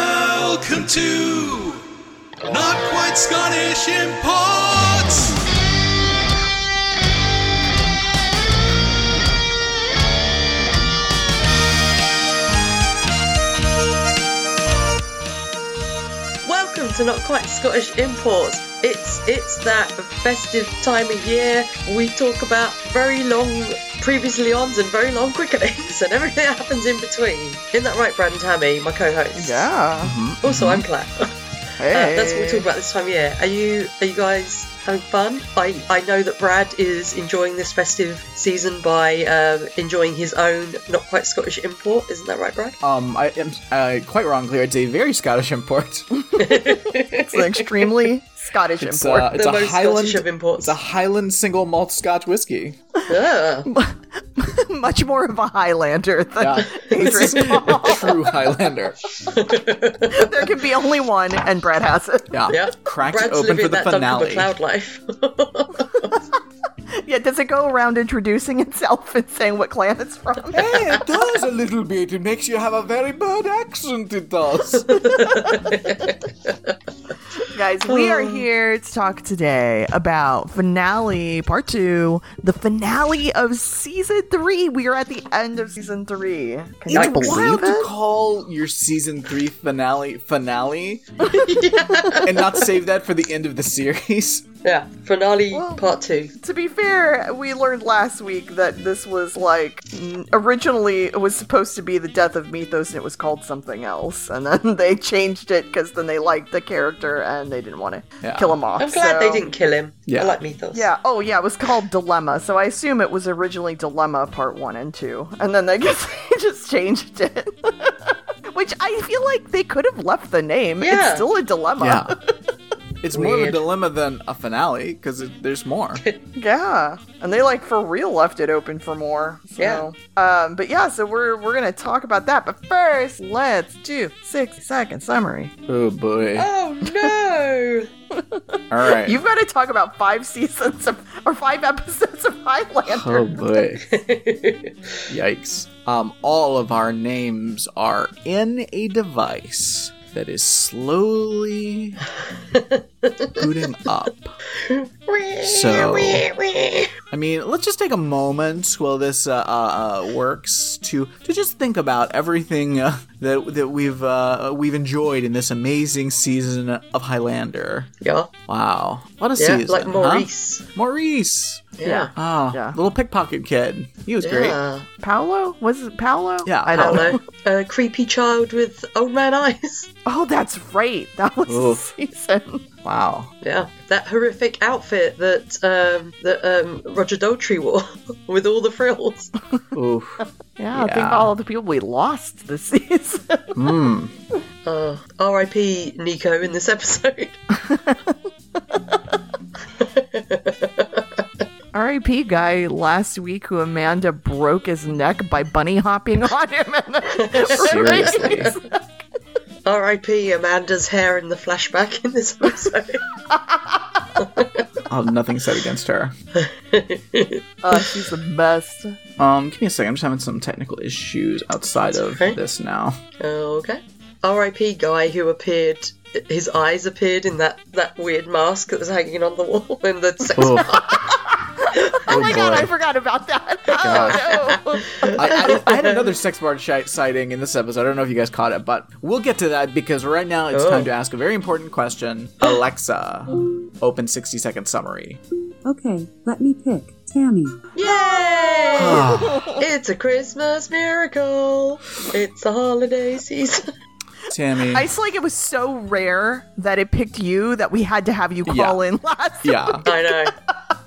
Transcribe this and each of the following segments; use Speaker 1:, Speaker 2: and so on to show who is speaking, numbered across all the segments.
Speaker 1: Welcome to Not Quite Scottish Imports!
Speaker 2: Welcome to Not Quite Scottish Imports. It's it's that festive time of year. We talk about very long previously ons and very long quickenings and everything that happens in between. Isn't that right, Brad and Tammy, my co-host?
Speaker 3: Yeah.
Speaker 2: Also, I'm Claire. Uh,
Speaker 3: Hey.
Speaker 2: that's what we talk about this time of year. Are you are you guys having fun? I I know that Brad is enjoying this festive season by um, enjoying his own Not Quite Scottish Import. Isn't that right, Brad?
Speaker 4: Um, I am uh, quite wrong, Claire. It's a very Scottish import.
Speaker 3: It's an extremely Scottish
Speaker 4: It's,
Speaker 3: import.
Speaker 4: uh, it's
Speaker 2: the
Speaker 4: a
Speaker 2: most
Speaker 4: Highland.
Speaker 2: Scottish of imports.
Speaker 4: It's a Highland single malt Scotch whiskey.
Speaker 2: Yeah.
Speaker 3: Much more of a Highlander than
Speaker 4: Yeah, this is
Speaker 3: Adrian
Speaker 4: a
Speaker 3: Paul.
Speaker 4: true Highlander.
Speaker 3: there can be only one, and Brad has it.
Speaker 4: Yeah,
Speaker 2: Yeah.
Speaker 4: cracked it
Speaker 2: Brad's
Speaker 4: open
Speaker 2: living
Speaker 4: for
Speaker 2: that
Speaker 4: the
Speaker 2: Duncan
Speaker 4: finale.
Speaker 2: MacLeod life.
Speaker 3: Yeah, does it go around introducing itself and saying what clan it's from?
Speaker 4: It does a little bit. It makes you have a very bad accent. It does.
Speaker 3: Guys, we
Speaker 4: Um.
Speaker 3: are here to talk today about finale part two, the finale of season three. We are at the end of season three. Can you
Speaker 4: It's
Speaker 3: believe
Speaker 4: wild to
Speaker 3: it?
Speaker 4: call your season three finale finale, and not save that for the end of the series.
Speaker 2: yeah, finale
Speaker 3: Well-
Speaker 2: part two.
Speaker 3: To be fair, we learned last week that this was like n- originally it was supposed to be the death of Mythos and it was called something else, and then they changed it because then they liked the character and they didn't want to
Speaker 4: Yeah.
Speaker 3: kill him off.
Speaker 2: I'm glad they
Speaker 3: so-
Speaker 2: didn't kill him.
Speaker 4: Yeah.
Speaker 2: I like Mythos.
Speaker 3: Yeah. Oh, yeah. It was called Dilemma, so I assume it was originally Dilemma Part One and Two, and then I guess they just changed it. Which I feel like they could have left the name.
Speaker 2: Yeah.
Speaker 3: It's still a dilemma.
Speaker 4: Yeah. It's more of a
Speaker 2: Weird.
Speaker 4: dilemma than a finale because there's more.
Speaker 3: Yeah, and they like for real left it open for more. So. Yeah. Um, but yeah, so we're we're gonna talk about that. But first, let's do sixty second summary.
Speaker 4: Oh boy! All
Speaker 2: Oh no!
Speaker 4: right.
Speaker 3: You've got to talk about five seasons of or five episodes of Highlander.
Speaker 4: Oh boy. Yikes. Um, all of our names are in a device that is slowly booting up. So, I mean, let's just take a moment while this uh, uh, uh, works to to just think about everything uh, that that we've uh, we've enjoyed in this amazing season of Highlander.
Speaker 2: yeah,
Speaker 4: Wow, what a
Speaker 2: yeah,
Speaker 4: season!
Speaker 2: like
Speaker 4: huh?
Speaker 2: Maurice.
Speaker 4: Maurice.
Speaker 2: Yeah.
Speaker 4: Oh,
Speaker 3: Yeah.
Speaker 4: little pickpocket kid. He was great. Oh.
Speaker 2: Yeah.
Speaker 3: Paolo was it Paolo?
Speaker 4: Yeah,
Speaker 3: I don't know.
Speaker 2: Hello, a creepy child with old man eyes.
Speaker 3: Oh, that's right. That was the
Speaker 4: Oof.
Speaker 3: season.
Speaker 4: Wow.
Speaker 2: Yeah, that horrific outfit that um, that um, Roger Daltrey wore with all the frills.
Speaker 4: Oof.
Speaker 3: Yeah, I think
Speaker 4: Yeah.
Speaker 3: all the people we lost this season.
Speaker 4: Mm.
Speaker 2: Uh, R.I.P. Nico in this episode.
Speaker 3: R.I.P. guy last week who Amanda broke his neck by bunny hopping on him. And then
Speaker 4: Seriously.
Speaker 2: R.I.P. Amanda's hair in the flashback in this episode.
Speaker 4: I'll have nothing said against her.
Speaker 3: Oh, she's the best.
Speaker 4: Um, give me a second. I'm just having some technical issues outside of
Speaker 2: okay.
Speaker 4: this now.
Speaker 2: Okay. R.I.P. guy who appeared. His eyes appeared in that that weird mask that was hanging on the wall in the sex.
Speaker 4: Oh,
Speaker 3: Oh, my god,
Speaker 4: boy.
Speaker 3: I forgot about that. Oh, no.
Speaker 4: I, I, I had another sex bar shite sighting in this episode. I don't know if you guys caught it, but we'll get to that because right now it's
Speaker 2: Oh.
Speaker 4: time to ask a very important question. Alexa, open 60 second summary.
Speaker 5: Okay, let me pick. Tammy.
Speaker 2: Yay!
Speaker 4: Ah,
Speaker 2: it's a Christmas miracle. It's the holiday season.
Speaker 4: Tammy.
Speaker 3: I feel like it was so rare that it picked you that we had to have you call in last.
Speaker 4: yeah,
Speaker 2: I know.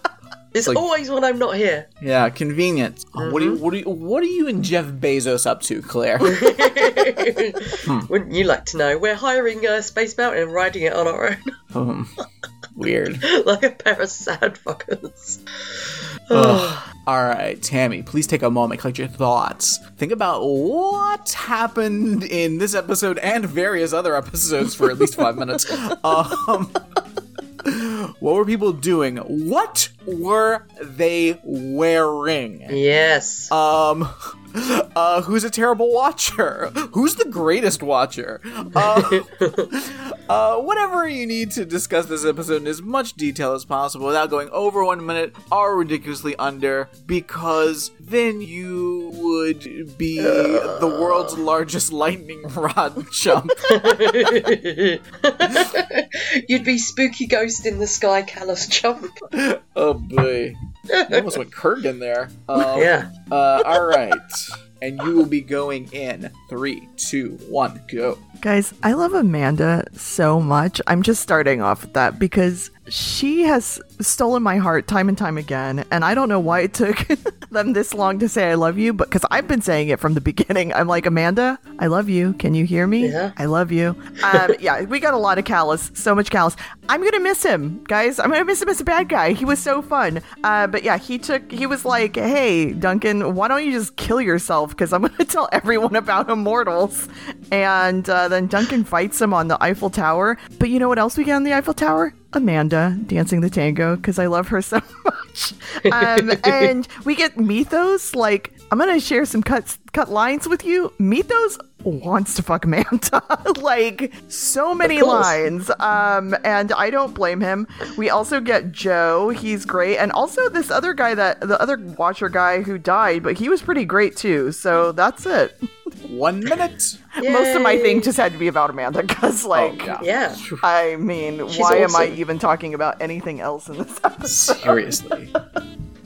Speaker 2: It's
Speaker 4: Like-
Speaker 2: always when I'm not here.
Speaker 4: yeah, convenient. What,
Speaker 2: Mm-hmm.
Speaker 4: do you, what, do you, what are you and Jeff Bezos up to, Claire? Hmm.
Speaker 2: Wouldn't you like to know? We're hiring uh, Space Mountain and riding it on our own,
Speaker 4: um, weird.
Speaker 2: like a pair of sad fuckers.
Speaker 4: Ugh. All right, Tammy, please take a moment, collect your thoughts. Think about what happened in this episode and various other episodes for at least five minutes. Um, what were people doing? What were they wearing?
Speaker 2: Yes.
Speaker 4: Um, Uh, who's a terrible watcher? Who's the greatest watcher? Uh, uh, whatever you need to discuss this episode in as much detail as possible without going over one minute or ridiculously under, because then you would be the world's largest lightning rod chump.
Speaker 2: You'd be spooky ghost in the sky, callous chump.
Speaker 4: oh boy. You almost went Kurgan there. Um,
Speaker 2: Yeah.
Speaker 4: Uh, all right. And you will be going in three, two, one, go.
Speaker 3: Guys, I love Amanda so much. I'm just starting off with that because she has stolen my heart time and time again. And I don't know why it took them this long to say I love you, but because I've been saying it from the beginning. I'm like, Amanda, I love you. Can you hear me?
Speaker 2: Yeah.
Speaker 3: I love you. Um, yeah, we got a lot of Callus, so much Callus. I'm gonna miss him, guys. I'm gonna miss him as a bad guy. He was so fun. Uh, but yeah, he took. He was like, "Hey, Duncan, why don't you just kill yourself? Because I'm gonna tell everyone about immortals." And uh, then Duncan fights him on the Eiffel Tower. But you know what else we get on the Eiffel Tower? Amanda dancing the tango because I love her so much. Um, and we get Mythos. Like, I'm gonna share some cuts, cut lines with you. Mythos wants to fuck Manta. like, so many
Speaker 2: course.
Speaker 3: lines. Um, and I don't blame him. We also get Joe. He's great. And also this other guy that the other Watcher guy who died, but he was pretty great too. So that's it.
Speaker 4: One minute.
Speaker 3: Most of my
Speaker 2: Yay. Oh,
Speaker 3: thing just had to be about Amanda because, like.
Speaker 4: yeah.
Speaker 2: Yeah.
Speaker 3: I mean,
Speaker 2: She's
Speaker 3: why am I
Speaker 2: awesome.
Speaker 3: even talking about anything else in this episode?
Speaker 4: Seriously.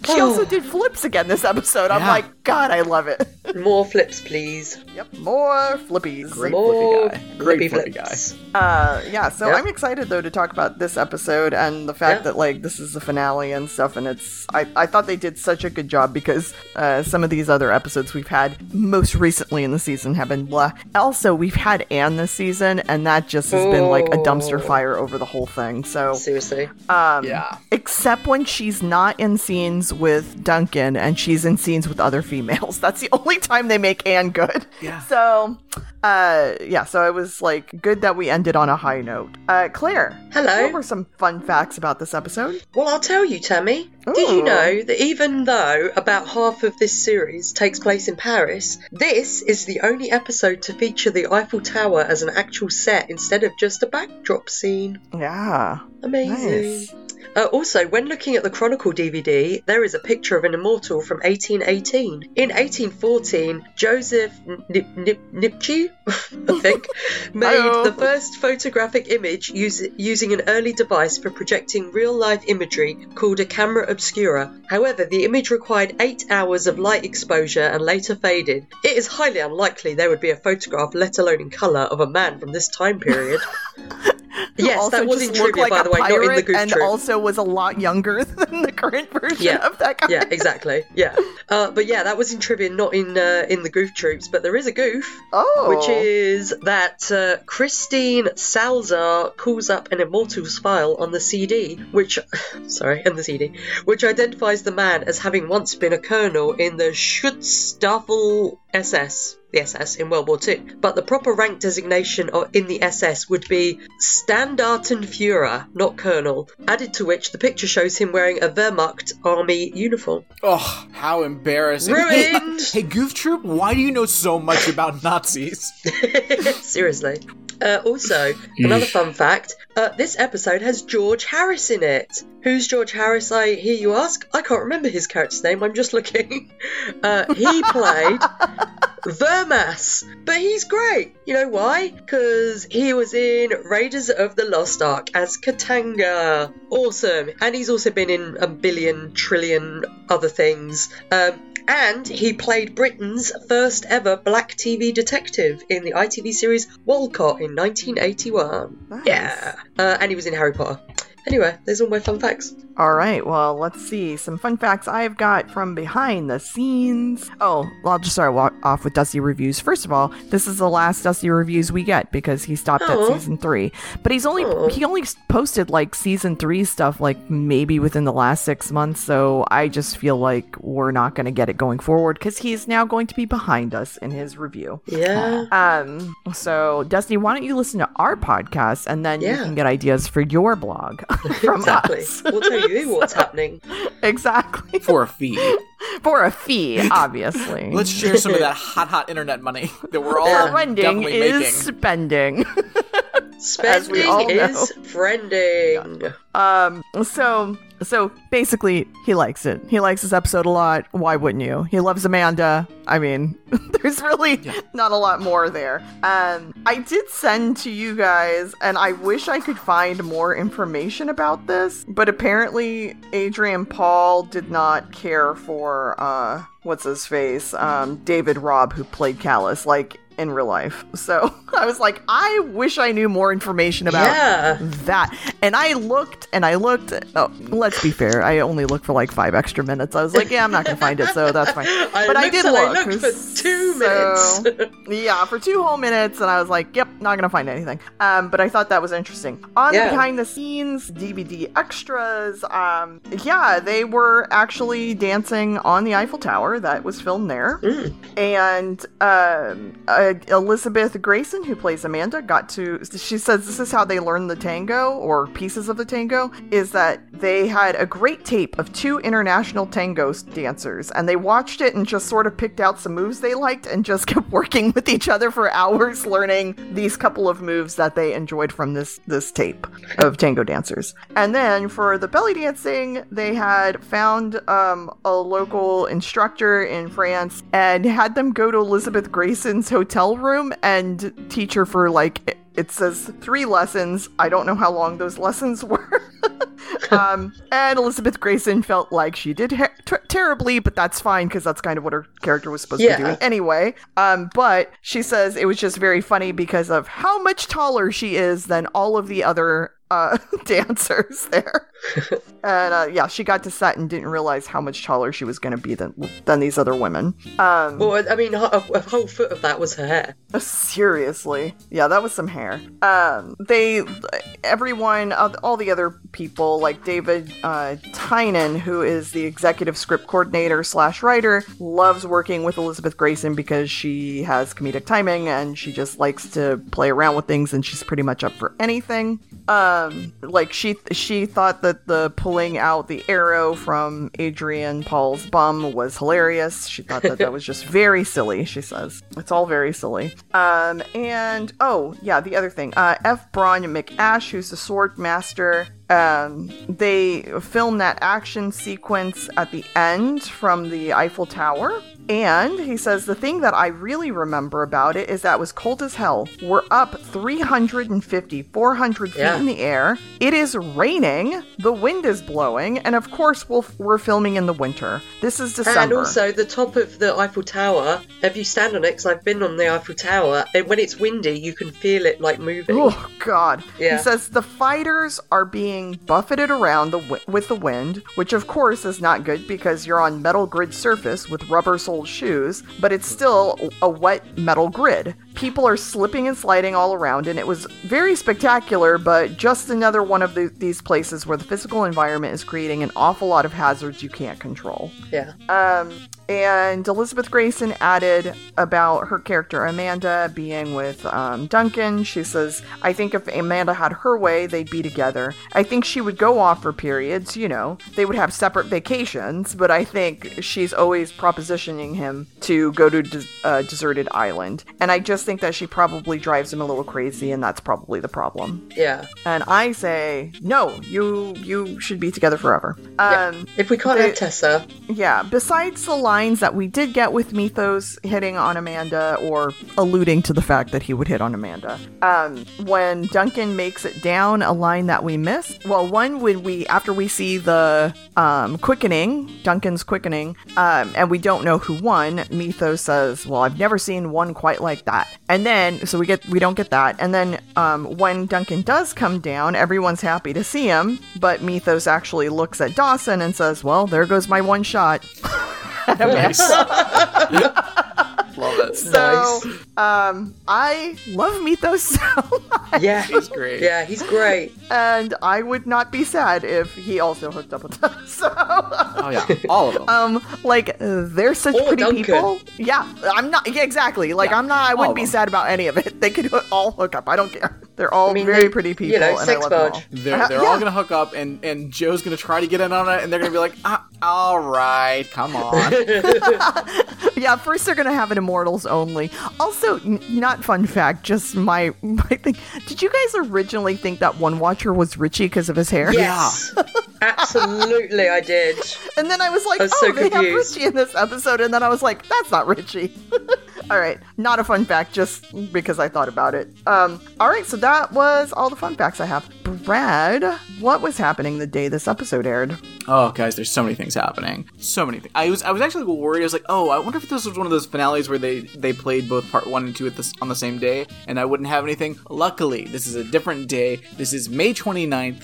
Speaker 3: She
Speaker 2: Oh.
Speaker 3: also did flips again this episode. I'm
Speaker 4: Yeah.
Speaker 3: like, God, I love it.
Speaker 2: More flips, please.
Speaker 3: yep, more flippies.
Speaker 4: Great
Speaker 2: More
Speaker 4: flippy guy. Great
Speaker 2: flippy
Speaker 4: flippy
Speaker 2: flips.
Speaker 3: Uh, yeah, so
Speaker 2: Yep.
Speaker 3: I'm excited though to talk about this episode and the fact
Speaker 2: Yeah.
Speaker 3: that like this is the finale and stuff. And it's I, I thought they did such a good job because uh, some of these other episodes we've had most recently in the season have been blah. Also, we've had Anne this season, and that just has been like a dumpster
Speaker 2: Oh.
Speaker 3: fire over the whole thing. So
Speaker 2: Seriously.
Speaker 3: um,
Speaker 4: Yeah.
Speaker 3: except when she's not in scenes with Duncan and she's in scenes with other females. That's the only time they make Anne good.
Speaker 4: Yeah.
Speaker 3: So, uh, yeah. So it was like good that we ended on a high note. Uh, Claire,
Speaker 2: Hello.
Speaker 3: What were some fun facts about this episode?
Speaker 2: Well, I'll tell you, Tammy. Did you
Speaker 3: Ooh.
Speaker 2: know that even though about half of this series takes place in Paris, this is the only episode to feature the Eiffel Tower as an actual set instead of just a backdrop scene?
Speaker 3: Yeah.
Speaker 2: Amazing.
Speaker 3: Nice.
Speaker 2: Uh, also, when looking at the Chronicle DVD, there is a picture of an immortal from 1818. In 1814, Joseph N- Nip- Nip- Nipchi, I think, made
Speaker 3: Hi-oh.
Speaker 2: the first photographic image us- using an early device for projecting real life imagery called a camera obscura. However, the image required eight hours of light exposure and later faded. It is highly unlikely there would be a photograph, let alone in colour, of a man from this time period.
Speaker 3: Who
Speaker 2: yes,
Speaker 3: also
Speaker 2: that was
Speaker 3: just
Speaker 2: in trivia,
Speaker 3: looked like
Speaker 2: by
Speaker 3: a
Speaker 2: the way, not in the
Speaker 3: pirate
Speaker 2: goof
Speaker 3: and
Speaker 2: troop.
Speaker 3: also was a lot younger than the current version
Speaker 2: Yeah.
Speaker 3: of that guy.
Speaker 2: yeah, exactly. Yeah, uh, but yeah, that was in trivia, not in uh, in the Goof Troops. But there is a goof,
Speaker 3: Oh,
Speaker 2: which is that uh, Christine Salzar calls up an Immortals file on the CD, which sorry, on the CD, which identifies the man as having once been a colonel in the Schutzstaffel SS. The SS in World War II, but the proper rank designation o- in the SS would be Standartenführer, not Colonel. Added to which, the picture shows him wearing a Wehrmacht army uniform.
Speaker 4: Oh, how embarrassing.
Speaker 2: Ruined.
Speaker 4: Hey, hey, Goof Troop, why do you know so much about Nazis?
Speaker 2: Seriously. Uh, also, another fun fact uh, this episode has George Harris in it. Who's George Harris, I hear you ask? I can't remember his character's name, I'm just looking. Uh, he played Vermas, but he's great. You know why? Because he was in Raiders of the Lost Ark as Katanga. Awesome. And he's also been in a billion, trillion other things. Um, and he played Britain's first ever black TV detective in the ITV series Walcott in 1981.
Speaker 3: Nice.
Speaker 2: Yeah. Uh, and he was in Harry Potter. Anyway, there's all my fun facts.
Speaker 3: All right, well, let's see. Some fun facts I've got from behind the scenes. Oh, well, I'll just start wa- off with Dusty Reviews. First of all, this is the last Dusty Reviews we get because he stopped
Speaker 2: Aw.
Speaker 3: at season three. But he's only,
Speaker 2: Aw.
Speaker 3: he only s- posted like season three stuff like maybe within the last six months. So I just feel like we're not going to get it going forward because he is now going to be behind us in his review.
Speaker 2: Yeah.
Speaker 3: Um, so Dusty, why don't you listen to our podcast and then you
Speaker 2: Yeah.
Speaker 3: can get ideas for your blog from
Speaker 2: Exactly.
Speaker 3: us.
Speaker 2: We'll tell you what's happening.
Speaker 3: exactly.
Speaker 4: For a fee.
Speaker 3: For a fee, obviously.
Speaker 4: Let's share some of that hot, hot internet money that we're all
Speaker 3: Spending
Speaker 4: definitely
Speaker 3: is
Speaker 4: making.
Speaker 3: spending. As we
Speaker 2: Spending
Speaker 3: all
Speaker 2: is friending.
Speaker 3: Um, so so basically, he likes it. He likes this episode a lot. Why wouldn't you? He loves Amanda. I mean, there's really not a lot more there. Um, I did send to you guys, and I wish I could find more information about this, but apparently, Adrian Paul did not care for uh, what's his face, um, David Robb, who played Callus, like in real life. So I was like, I wish I knew more information about
Speaker 2: Yeah.
Speaker 3: that. And I looked and I looked. Oh, let's be fair. I only looked for like five extra minutes. I was like, yeah, I'm not going to find it, so that's fine.
Speaker 2: I
Speaker 3: but I
Speaker 2: looked
Speaker 3: did
Speaker 2: and
Speaker 3: look.
Speaker 2: I looked for two
Speaker 3: so-
Speaker 2: minutes.
Speaker 3: yeah, for two whole minutes, and I was like, yep, not going to find anything. Um, but I thought that was interesting. On
Speaker 2: Yeah.
Speaker 3: the behind the scenes DVD extras, um, yeah, they were actually dancing on the Eiffel Tower. That was filmed there
Speaker 2: Mm.
Speaker 3: and um, uh, Elizabeth Grayson, who plays Amanda, got to. She says this is how they learned the tango or pieces of the tango is that they had a great tape of two international tango dancers, and they watched it and just sort of picked out some moves they liked and just kept working with each other for hours, learning these couple of moves that they enjoyed from this this tape of tango dancers. And then for the belly dancing, they had found um, a local instructor in France and had them go to Elizabeth Grayson's hotel room and teach her for like, it- it says three lessons. I don't know how long those lessons were. um, and Elizabeth Grayson felt like she did her- ter- terribly, but that's fine because that's kind of what her character was supposed
Speaker 2: Yeah.
Speaker 3: to be doing anyway. Um, but she says it was just very funny because of how much taller she is than all of the other uh, dancers there. and uh, yeah, she got to set and didn't realize how much taller she was going to be than than these other women. Um,
Speaker 2: Well, I mean, a, a whole foot of that was her hair.
Speaker 3: Seriously. Yeah, that was some hair. Um, they, everyone, uh, all the other people, like David uh, Tynan, who is the executive script coordinator slash writer, loves working with Elizabeth Grayson because she has comedic timing and she just likes to play around with things and she's pretty much up for anything. Um, like she, she thought that the pulling out the arrow from Adrian Paul's bum was hilarious. She thought that that was just very silly. She says it's all very silly. Um, and oh yeah, the other thing, uh, F. Braun McAsh, who's the sword master, um, they filmed that action sequence at the end from the Eiffel Tower. And he says the thing that I really remember about it is that it was cold as hell. We're up 350, 400 feet
Speaker 2: Yeah.
Speaker 3: in the air. It is raining. The wind is blowing, and of course we'll, we're filming in the winter. This is December.
Speaker 2: And also, the top of the Eiffel Tower, if you stand on it, because I've been on the Eiffel Tower, and when it's windy, you can feel it like moving.
Speaker 3: Oh God!
Speaker 2: Yeah.
Speaker 3: He says the fighters are being buffeted around the wi- with the wind, which of course is not good because you're on metal grid surface with rubber-soled shoes, but it's still a wet metal grid. People are slipping and sliding all around, and it was very spectacular, but just another one of the, these places where the physical environment is creating an awful lot of hazards you can't control.
Speaker 2: Yeah.
Speaker 3: Um, and Elizabeth Grayson added about her character Amanda being with um, Duncan. She says, I think if Amanda had her way, they'd be together. I think she would go off for periods, you know, they would have separate vacations, but I think she's always propositioning him to go to des- a deserted island. And I just think that she probably drives him a little crazy, and that's probably the problem.
Speaker 2: Yeah.
Speaker 3: And I say, no, you you should be together forever. Um,
Speaker 2: Yeah. If we can't
Speaker 3: They-
Speaker 2: have Tessa,
Speaker 3: yeah, besides the lines that we did get with Mythos hitting on Amanda or alluding to the fact that he would hit on Amanda, um, when Duncan makes it down, a line that we missed. Well, one when we after we see the um, quickening, Duncan's quickening, um, and we don't know who won. Mythos says, "Well, I've never seen one quite like that." And then so we get we don't get that. And then um, when Duncan does come down, everyone's happy to see him, but Mythos actually looks at Dawson and says, "Well, there goes my one shot."
Speaker 4: Nice. Love it.
Speaker 3: So Um, I love Mythos so much,
Speaker 2: Yeah.
Speaker 4: She's great.
Speaker 2: Yeah, he's great.
Speaker 3: and I would not be sad if he also hooked up with us. So,
Speaker 4: Oh yeah, all of them.
Speaker 3: um, like they're such
Speaker 2: Or
Speaker 3: pretty
Speaker 2: Duncan.
Speaker 3: people. Yeah, I'm not. Yeah, exactly. Like
Speaker 4: Yeah,
Speaker 3: I'm not. I
Speaker 4: all
Speaker 3: wouldn't be
Speaker 4: of 'em.
Speaker 3: sad about any of it. They could all hook up. I don't care. They're all
Speaker 2: I mean,
Speaker 3: very
Speaker 2: they-
Speaker 3: pretty
Speaker 2: you
Speaker 3: people,
Speaker 2: know,
Speaker 3: and I
Speaker 2: sex
Speaker 3: love them all.
Speaker 2: purge.
Speaker 4: They're, they're
Speaker 3: yeah.
Speaker 4: all gonna hook up, and, and Joe's gonna try to get in on it, and they're gonna be like, ah, "All right, come on."
Speaker 3: Yeah, first they're gonna have an Immortals only. Also, n- not fun fact, just my my thing. Did you guys originally think that One Watcher was Richie because of his hair?
Speaker 2: Yes. Absolutely, I did.
Speaker 3: And then I was like,
Speaker 2: I was
Speaker 3: oh,
Speaker 2: so
Speaker 3: they have
Speaker 2: confused.
Speaker 3: Richie in this episode, and then I was like, that's not Richie. all right, not a fun fact, just because I thought about it. Um, all right, so that was all the fun facts I have. Brad, what was happening the day this episode aired?
Speaker 4: oh, guys, there's so many things happening. So many things. I was I was actually worried. I was like, "Oh, I wonder if this was one of those finales where they they played both part one and two at this on the same day, and I wouldn't have anything." Luckily, this is a different day. This is May 29th,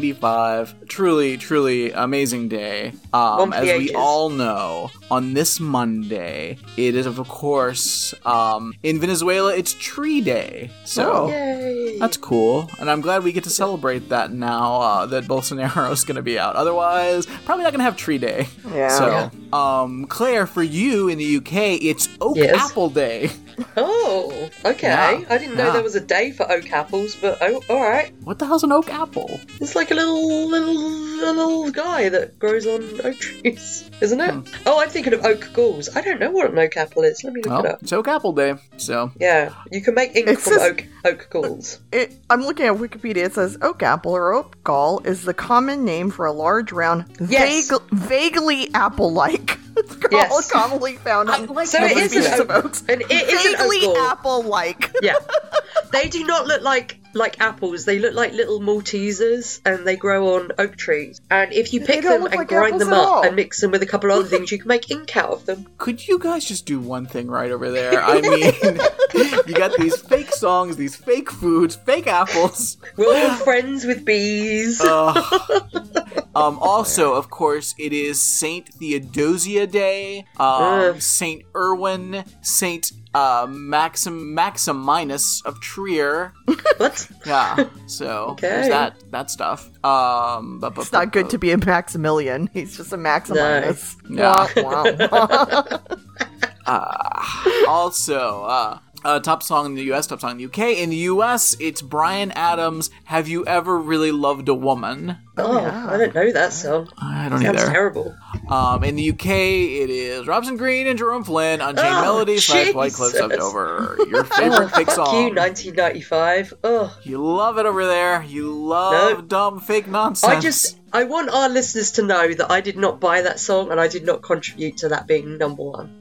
Speaker 4: 1995. Truly, truly amazing day. Um,
Speaker 2: Bumpy
Speaker 4: as we
Speaker 2: ages.
Speaker 4: all all know, on this Monday, it is, of course, um, in Venezuela, it's Tree Day. So.
Speaker 3: Oh.
Speaker 2: Yay.
Speaker 4: That's cool, and I'm glad we get to celebrate that now uh, that Bolsonaro's going to be out. Otherwise, probably not going to have Tree Day.
Speaker 3: Yeah.
Speaker 4: So, um, Claire, for you in the UK, it's Oak
Speaker 2: Yes.
Speaker 4: Apple Day.
Speaker 2: Oh, okay.
Speaker 4: Yeah,
Speaker 2: I didn't know
Speaker 4: yeah.
Speaker 2: there was a day for oak apples, but oh, all right.
Speaker 4: What the hell's an oak apple?
Speaker 2: It's like a little, little, little guy that grows on oak trees, isn't it? Oh, I'm thinking of oak galls. I don't know what an oak apple is. Let me look it
Speaker 4: Well,
Speaker 2: up.
Speaker 4: it's Oak Apple Day. So,
Speaker 2: Yeah, you can make ink
Speaker 3: It's
Speaker 2: from
Speaker 3: just-
Speaker 2: oak oak galls.
Speaker 3: It, I'm looking at Wikipedia. It says oak apple or oak gall is the common name for a large, round,
Speaker 2: Yes.
Speaker 3: vague, vaguely apple-like gall
Speaker 2: Yes.
Speaker 3: commonly found on
Speaker 2: So it
Speaker 3: the
Speaker 2: is an
Speaker 3: species
Speaker 2: oak,
Speaker 3: of oaks.
Speaker 2: and it is an oak
Speaker 3: Vaguely
Speaker 2: gall.
Speaker 3: apple-like.
Speaker 2: yeah, they do not look like like apples. They look like little Maltesers, and they grow on oak trees. And if you pick
Speaker 3: don't
Speaker 2: them
Speaker 3: look
Speaker 2: and
Speaker 3: like
Speaker 2: grind
Speaker 3: apples
Speaker 2: them
Speaker 3: at
Speaker 2: up
Speaker 3: all.
Speaker 2: and mix them with a couple of other things, you can make ink out of them.
Speaker 4: could you guys just do one thing right over there? I mean, you got these fake songs, these fake foods, fake apples.
Speaker 2: We're all friends with bees.
Speaker 4: Ugh. um, also, of course, it is Saint Theodosia Day, um,
Speaker 2: Ugh.
Speaker 4: Saint Erwin, Saint uh, Maxim Maximinus of Trier.
Speaker 2: what?
Speaker 4: Yeah, so there's
Speaker 2: Okay.
Speaker 4: that that stuff. Um, but, but,
Speaker 3: It's not good to be a Maximilian. He's just a Maximinus.
Speaker 4: No.
Speaker 3: Wah, wah, wah.
Speaker 4: also. Uh, uh, top song in the US, top song in the UK. In the US, it's Brian Adams. Have you ever really loved a woman?
Speaker 2: Oh, I don't know that song.
Speaker 4: I don't
Speaker 2: Sounds
Speaker 4: either.
Speaker 2: terrible.
Speaker 4: Um, in the UK, it is Robson Green and Jerome Flynn, Unchained
Speaker 2: Oh,
Speaker 4: Melody, slash White Cliffs
Speaker 2: Jesus.
Speaker 4: of Dover. Your favorite fake
Speaker 2: Fuck you,
Speaker 4: song.
Speaker 2: 1995. Ugh.
Speaker 4: You love it over there. You love
Speaker 2: No.
Speaker 4: dumb fake nonsense.
Speaker 2: I just, I want our listeners to know that I did not buy that song and I did not contribute to that being number one.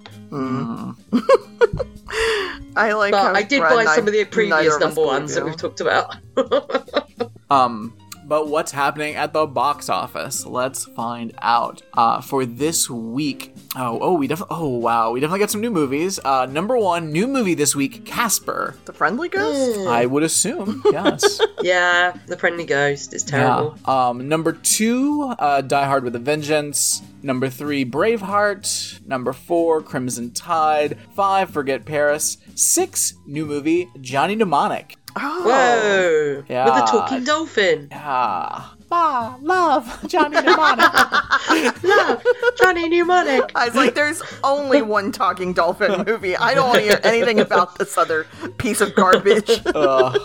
Speaker 3: I like how
Speaker 2: But I did
Speaker 3: Brad
Speaker 2: buy
Speaker 3: and I-
Speaker 2: some of the
Speaker 3: neither
Speaker 2: previous
Speaker 3: of us
Speaker 2: number
Speaker 3: believe
Speaker 2: ones that
Speaker 3: you.
Speaker 2: we've talked about.
Speaker 4: Um, but what's happening at the box office? Let's find out. Uh, for this week, oh, oh, we definitely, oh wow, we definitely got some new movies. Uh, number one, new movie this week, Casper.
Speaker 3: The friendly ghost?
Speaker 2: Mm.
Speaker 4: I would assume, yes.
Speaker 2: yeah, The Friendly Ghost is terrible.
Speaker 4: Yeah. Um, number two, uh, Die Hard with a Vengeance. Number three, Braveheart. Number four, Crimson Tide. Five, Forget Paris. Six, new movie, Johnny Mnemonic.
Speaker 3: Oh.
Speaker 2: Whoa!
Speaker 4: Yeah.
Speaker 2: With a talking dolphin.
Speaker 4: Ah, bah, love, Johnny Mnemonic.
Speaker 2: Love, Johnny Mnemonic.
Speaker 3: I was like, there's only one talking dolphin movie. I don't want to hear anything about this other piece of garbage.
Speaker 4: Uh,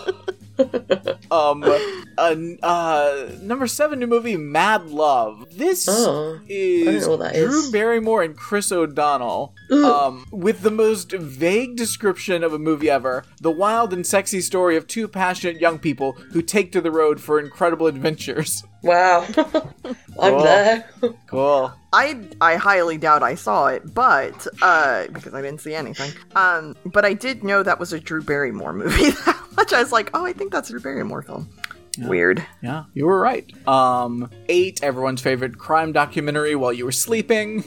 Speaker 4: um, uh, uh, number seven, new movie, Mad Love. This
Speaker 2: Oh,
Speaker 4: is
Speaker 2: know what that
Speaker 4: Drew
Speaker 2: is.
Speaker 4: Barrymore and Chris O'Donnell um, with the most vague description of a movie ever. The wild and sexy story of two passionate young people who take to the road for incredible adventures.
Speaker 2: Wow. I'm
Speaker 4: Cool.
Speaker 2: there.
Speaker 4: Cool.
Speaker 3: I I highly doubt I saw it, but uh, because I didn't see anything. Um, but I did know that was a Drew Barrymore movie. That much I was like, oh, I think that's a Drew Barrymore film. Weird.
Speaker 4: Yeah, you were right. Um, eight, everyone's favorite crime documentary while you were sleeping.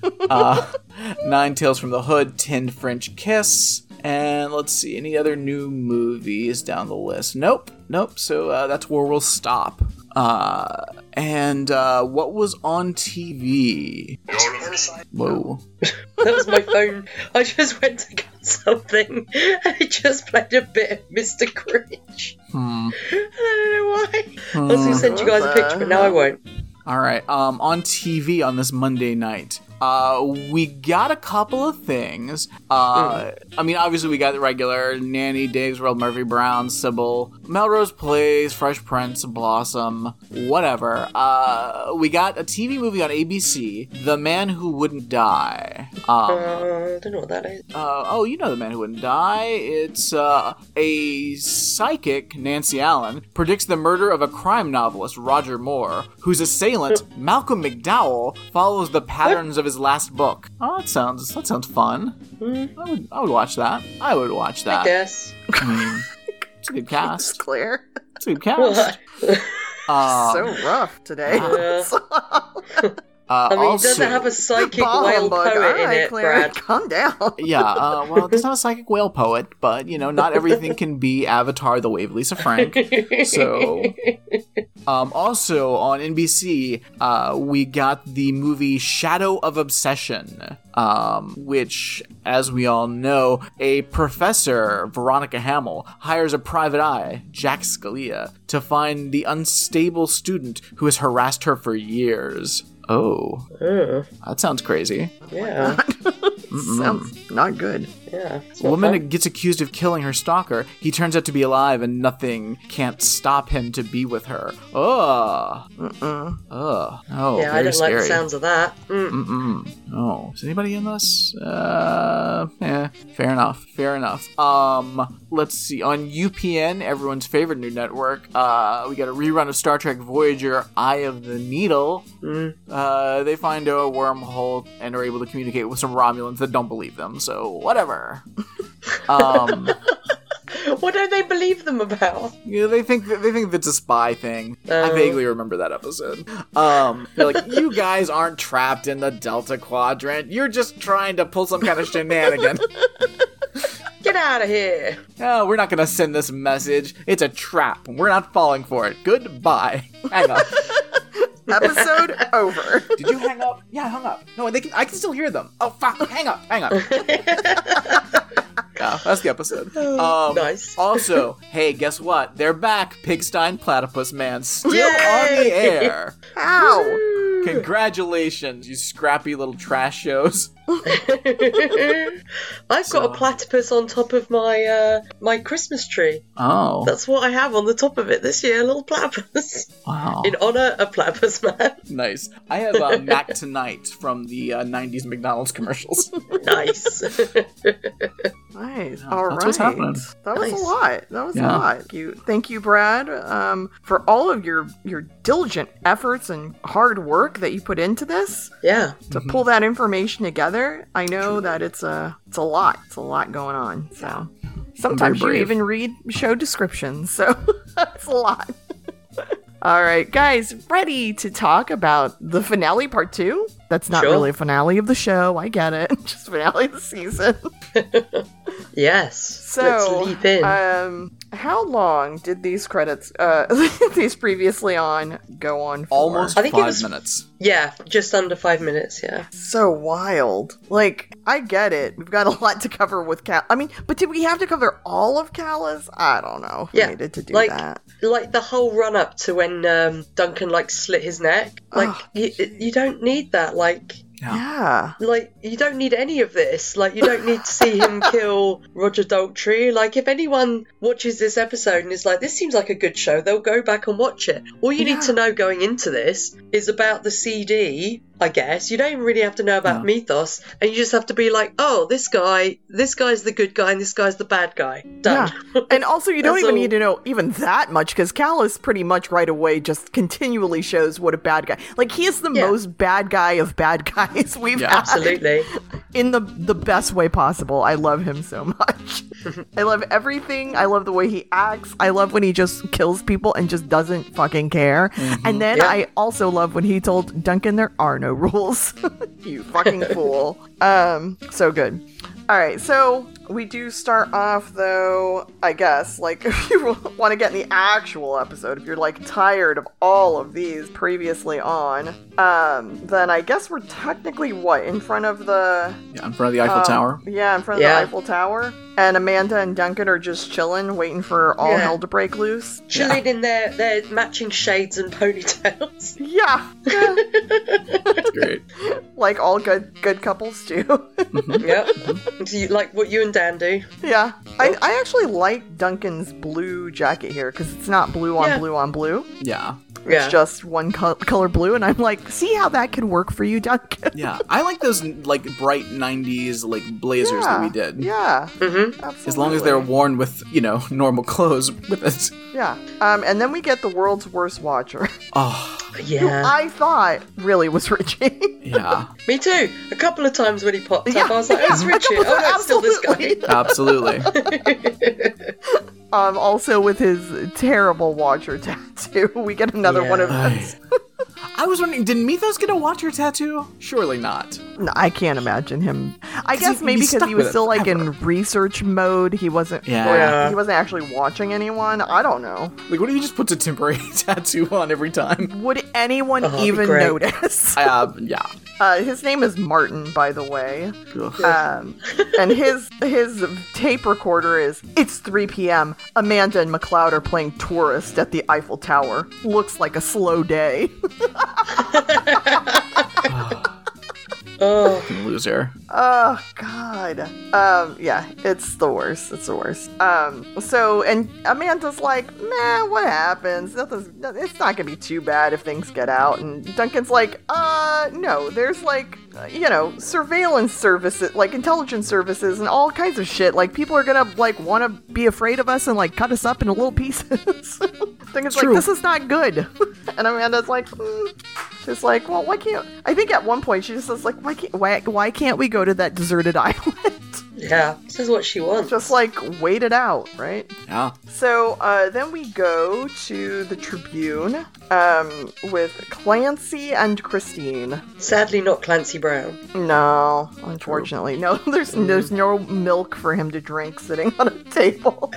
Speaker 4: uh, nine, Tales from the Hood, ten, French Kiss. And let's see, any other new movies down the list? Nope, nope. So uh, that's where we'll stop. Uh, and uh, what was on TV? Whoa.
Speaker 2: That was my phone. I just went to get something and it just played a bit of Mr. Cringe.
Speaker 4: Hmm.
Speaker 2: And I don't know why. I was going to send you guys a picture, but now I won't.
Speaker 4: All right. Um, on TV on this Monday night, uh, we got a couple of things. Uh, I mean, obviously we got the regular Nanny, Dave's World, Murphy Brown, Sybil, Melrose Plays, Fresh Prince, Blossom, whatever. Uh, we got a TV movie on ABC, The Man Who Wouldn't Die. Um,
Speaker 2: Uh, I don't know what that is.
Speaker 4: uh, oh, you know the man who wouldn't die. It's uh, a psychic, Nancy Allen, predicts the murder of a crime novelist, Roger Moore, whose assailant, Malcolm McDowell, follows the patterns of his last book. Oh, that sounds that sounds fun.
Speaker 2: Mm-hmm.
Speaker 4: I would I would watch that. I would watch that.
Speaker 2: Yes.
Speaker 4: I mean, it's a good
Speaker 3: It's
Speaker 4: cast.
Speaker 3: clear.
Speaker 4: It's a good cast. Um,
Speaker 3: so rough today.
Speaker 2: Yeah.
Speaker 4: uh,
Speaker 2: I mean,
Speaker 4: also,
Speaker 2: it doesn't have a psychic
Speaker 3: Ball and
Speaker 2: whale
Speaker 3: bug. All
Speaker 2: poet in
Speaker 3: right,
Speaker 2: it,
Speaker 3: Claire,
Speaker 2: Brad.
Speaker 3: Calm down.
Speaker 4: yeah, uh, well, it's not a psychic whale poet, but you know, not everything can be Avatar: The Way of Lisa Frank. So, um, also on NBC, uh, we got the movie Shadow of Obsession, um, which, as we all know, a professor, Veronica Hamill, hires a private eye, Jack Scalia, to find the unstable student who has harassed her for years. Oh,
Speaker 2: Oh,
Speaker 4: that sounds crazy.
Speaker 2: yeah,
Speaker 3: Sounds not good.
Speaker 2: yeah. It's
Speaker 4: A
Speaker 2: not
Speaker 4: woman
Speaker 2: fun.
Speaker 4: gets accused of killing her stalker. He turns out to be alive, and nothing can't stop him to be with her. Ugh.
Speaker 3: Mm-mm.
Speaker 4: Ugh. Oh,
Speaker 2: yeah, I
Speaker 4: very
Speaker 2: don't
Speaker 4: scary.
Speaker 2: like the sounds of that. Mm.
Speaker 4: Mm-mm. Oh, is anybody in this? Uh, eh, fair enough. Fair enough. Um, let's see. On UPN, everyone's favorite new network, uh, we got a rerun of Star Trek Voyager: Eye of the Needle.
Speaker 2: Mm.
Speaker 4: Uh, they find a wormhole and are able to communicate with some Romulans that don't believe them. So whatever. um,
Speaker 2: What don't they believe them about?
Speaker 4: you know, they think they think that's a spy thing. I
Speaker 2: Oh.
Speaker 4: vaguely remember that episode. Um, they're like, you guys aren't trapped in the Delta Quadrant. You're just trying to pull some kind of shenanigan.
Speaker 2: Get out of here.
Speaker 4: oh, we're not gonna send this message. It's a trap. We're not falling for it. Goodbye. Hang up.
Speaker 3: Episode over.
Speaker 4: Did you hang up? Yeah, I hung up. No, they can. I can still hear them. Oh fuck! Hang up. Hang up. yeah, that's the episode. Um,
Speaker 2: Oh, Nice.
Speaker 4: Also, hey, guess what? They're back. Pigstein Platypus Man still on
Speaker 2: Yay!
Speaker 4: the air.
Speaker 3: Ow.
Speaker 2: Hmm.
Speaker 4: Congratulations, you scrappy little trash shows.
Speaker 2: I've got a platypus on top of my uh, my Christmas tree.
Speaker 4: Oh,
Speaker 2: That's what I have on the top of it this year. A little platypus
Speaker 3: Oh.
Speaker 4: wow.
Speaker 2: in honor of Platypus Man.
Speaker 4: nice. I have uh, Mac Tonight from the uh, 90s McDonald's commercials.
Speaker 2: nice.
Speaker 3: Nice. All right.
Speaker 4: that's what's happening.
Speaker 3: That was
Speaker 2: Nice.
Speaker 3: a lot. That was
Speaker 4: Yeah.
Speaker 3: a lot. Thank You thank you, Brad, um, for all of your your diligent efforts and hard work that you put into this
Speaker 2: yeah.
Speaker 3: to pull that information together. I know that it's a it's a lot. It's a lot going on. So sometimes you
Speaker 4: brave.
Speaker 3: even read show descriptions. So that's a lot. All right, guys, ready to talk about the finale part two? That's not
Speaker 2: Sure.
Speaker 3: really a finale of the show. I get it. Just finale of the season.
Speaker 2: Yes.
Speaker 3: So,
Speaker 2: Let's leap in.
Speaker 3: um, how long did these credits, uh, these previously on, go on for?
Speaker 4: Almost
Speaker 2: I think it
Speaker 4: five
Speaker 2: was-
Speaker 4: minutes.
Speaker 2: yeah, just under five minutes. Yeah.
Speaker 3: So wild. Like, I get it. We've got a lot to cover with Cal. I mean, but did we have to cover all of Callus? I don't know. if we
Speaker 2: Yeah,
Speaker 3: needed to do
Speaker 2: like-
Speaker 3: that.
Speaker 2: like the whole run up to when um, Duncan like slit his neck. Like
Speaker 3: Oh,
Speaker 2: you, you don't need that. Like
Speaker 3: Yeah.
Speaker 2: like you don't need any of this. Like you don't need to see him kill Roger Daltrey. Like if anyone watches this episode and is like, this seems like a good show, they'll go back and watch it. All you need to know going into this is about the CD. I guess you don't even really have to know about Mythos, and you just have to be like, oh, this guy, this guy's the good guy, and this guy's the bad guy. Done.
Speaker 3: Yeah. And also, you don't
Speaker 2: That's
Speaker 3: even
Speaker 2: all-
Speaker 3: need to know even that much because Callus pretty much right away just continually shows what a bad guy. Like, he is the
Speaker 2: Yeah.
Speaker 3: most bad guy of bad guys we've
Speaker 4: Yeah.
Speaker 3: had.
Speaker 2: Absolutely.
Speaker 3: in the the best way possible. I love him so much. I love everything. I love the way he acts. I love when he just kills people and just doesn't fucking care. And then
Speaker 2: Yeah.
Speaker 3: I also love when he told Duncan there are no rules. you fucking fool. Um so good. All right. So We do start off though, I guess, like if you want to get in the actual episode, if you're like tired of all of these previously on, um, then I guess we're technically what in front of the
Speaker 4: Yeah, in front of the Eiffel
Speaker 2: Oh.
Speaker 3: um,
Speaker 4: Tower.
Speaker 3: Yeah, in front of
Speaker 2: Yeah.
Speaker 3: the Eiffel Tower. And Amanda and Duncan are just chilling, waiting for all
Speaker 2: Yeah.
Speaker 3: hell to break loose.
Speaker 2: Chilling in their, their matching shades and ponytails.
Speaker 3: Yeah,
Speaker 4: That's great.
Speaker 3: like all good good couples do.
Speaker 2: yep. Do you- like what you and Dan do.
Speaker 3: yeah, I, I actually like Duncan's blue jacket here because it's not blue on
Speaker 2: Yeah.
Speaker 3: blue on blue.
Speaker 4: Yeah.
Speaker 2: Yeah.
Speaker 3: It's just one co- color blue, and I'm like, see how that could work for you, Duncan.
Speaker 4: Yeah. I like those like bright 90s like blazers that we did.
Speaker 3: Yeah,
Speaker 2: hmm
Speaker 3: absolutely.
Speaker 4: As long as they're worn with, you know, normal clothes with us.
Speaker 3: yeah. Um, and then we get the world's worst watcher,
Speaker 4: Oh,
Speaker 3: who
Speaker 2: Yeah.
Speaker 3: I thought really was Richie.
Speaker 4: yeah.
Speaker 2: Me too. A couple of times when he popped up,
Speaker 3: Yeah,
Speaker 2: I was like, oh, it's
Speaker 3: yeah, a
Speaker 2: Richard. Oh,
Speaker 3: couple-
Speaker 2: no, it's still this guy.
Speaker 3: absolutely.
Speaker 4: Absolutely.
Speaker 3: Um, also with his terrible watcher tattoo, we get another one of
Speaker 4: I,
Speaker 3: those.
Speaker 4: I was wondering, did Mythos get a watcher tattoo? Surely not.
Speaker 3: No, I can't imagine him. I
Speaker 4: 'Cause
Speaker 3: guess
Speaker 4: he-
Speaker 3: maybe
Speaker 4: he's
Speaker 3: because
Speaker 4: stuck
Speaker 3: he was
Speaker 4: with it
Speaker 3: still like
Speaker 4: forever.
Speaker 3: in research mode. He wasn't.
Speaker 4: Yeah.
Speaker 3: like,
Speaker 2: Yeah.
Speaker 3: he wasn't actually watching anyone. I don't know.
Speaker 4: Like, what if he just puts a temporary tattoo on every time?
Speaker 3: Would anyone
Speaker 2: Oh, that'd be
Speaker 3: even
Speaker 2: great.
Speaker 3: notice?
Speaker 4: Uh, yeah.
Speaker 3: Uh, his name is Martin, by the way,
Speaker 4: Ugh.
Speaker 3: um, and his his tape recorder is. It's 3 p.m. Amanda and McLeod are playing tourist at the Eiffel Tower. Looks like a slow day.
Speaker 2: Oh,
Speaker 4: Loser.
Speaker 3: Oh God. Um, yeah, it's the worst. It's the worst. Um, so and Amanda's like, man, what happens? Nothing's. It's not gonna be too bad if things get out. And Duncan's like, uh, no. There's like, uh, you know, surveillance services, like intelligence services, and all kinds of shit. Like people are gonna like want to be afraid of us and like cut us up into little pieces. Duncan's
Speaker 4: True.
Speaker 3: like, this is not good. and Amanda's like. "Mm, it's like, well, why can't? I think at one point she just says like, why can't why, why can't we go to that deserted island?
Speaker 2: yeah. This is what she wants.
Speaker 3: just like wait it out, right?
Speaker 4: Yeah.
Speaker 3: So uh, then we go to the Tribune um, with Clancy and Christine.
Speaker 2: Sadly, not Clancy Brown.
Speaker 3: No, unfortunately, no. There's there's no milk for him to drink sitting on a table,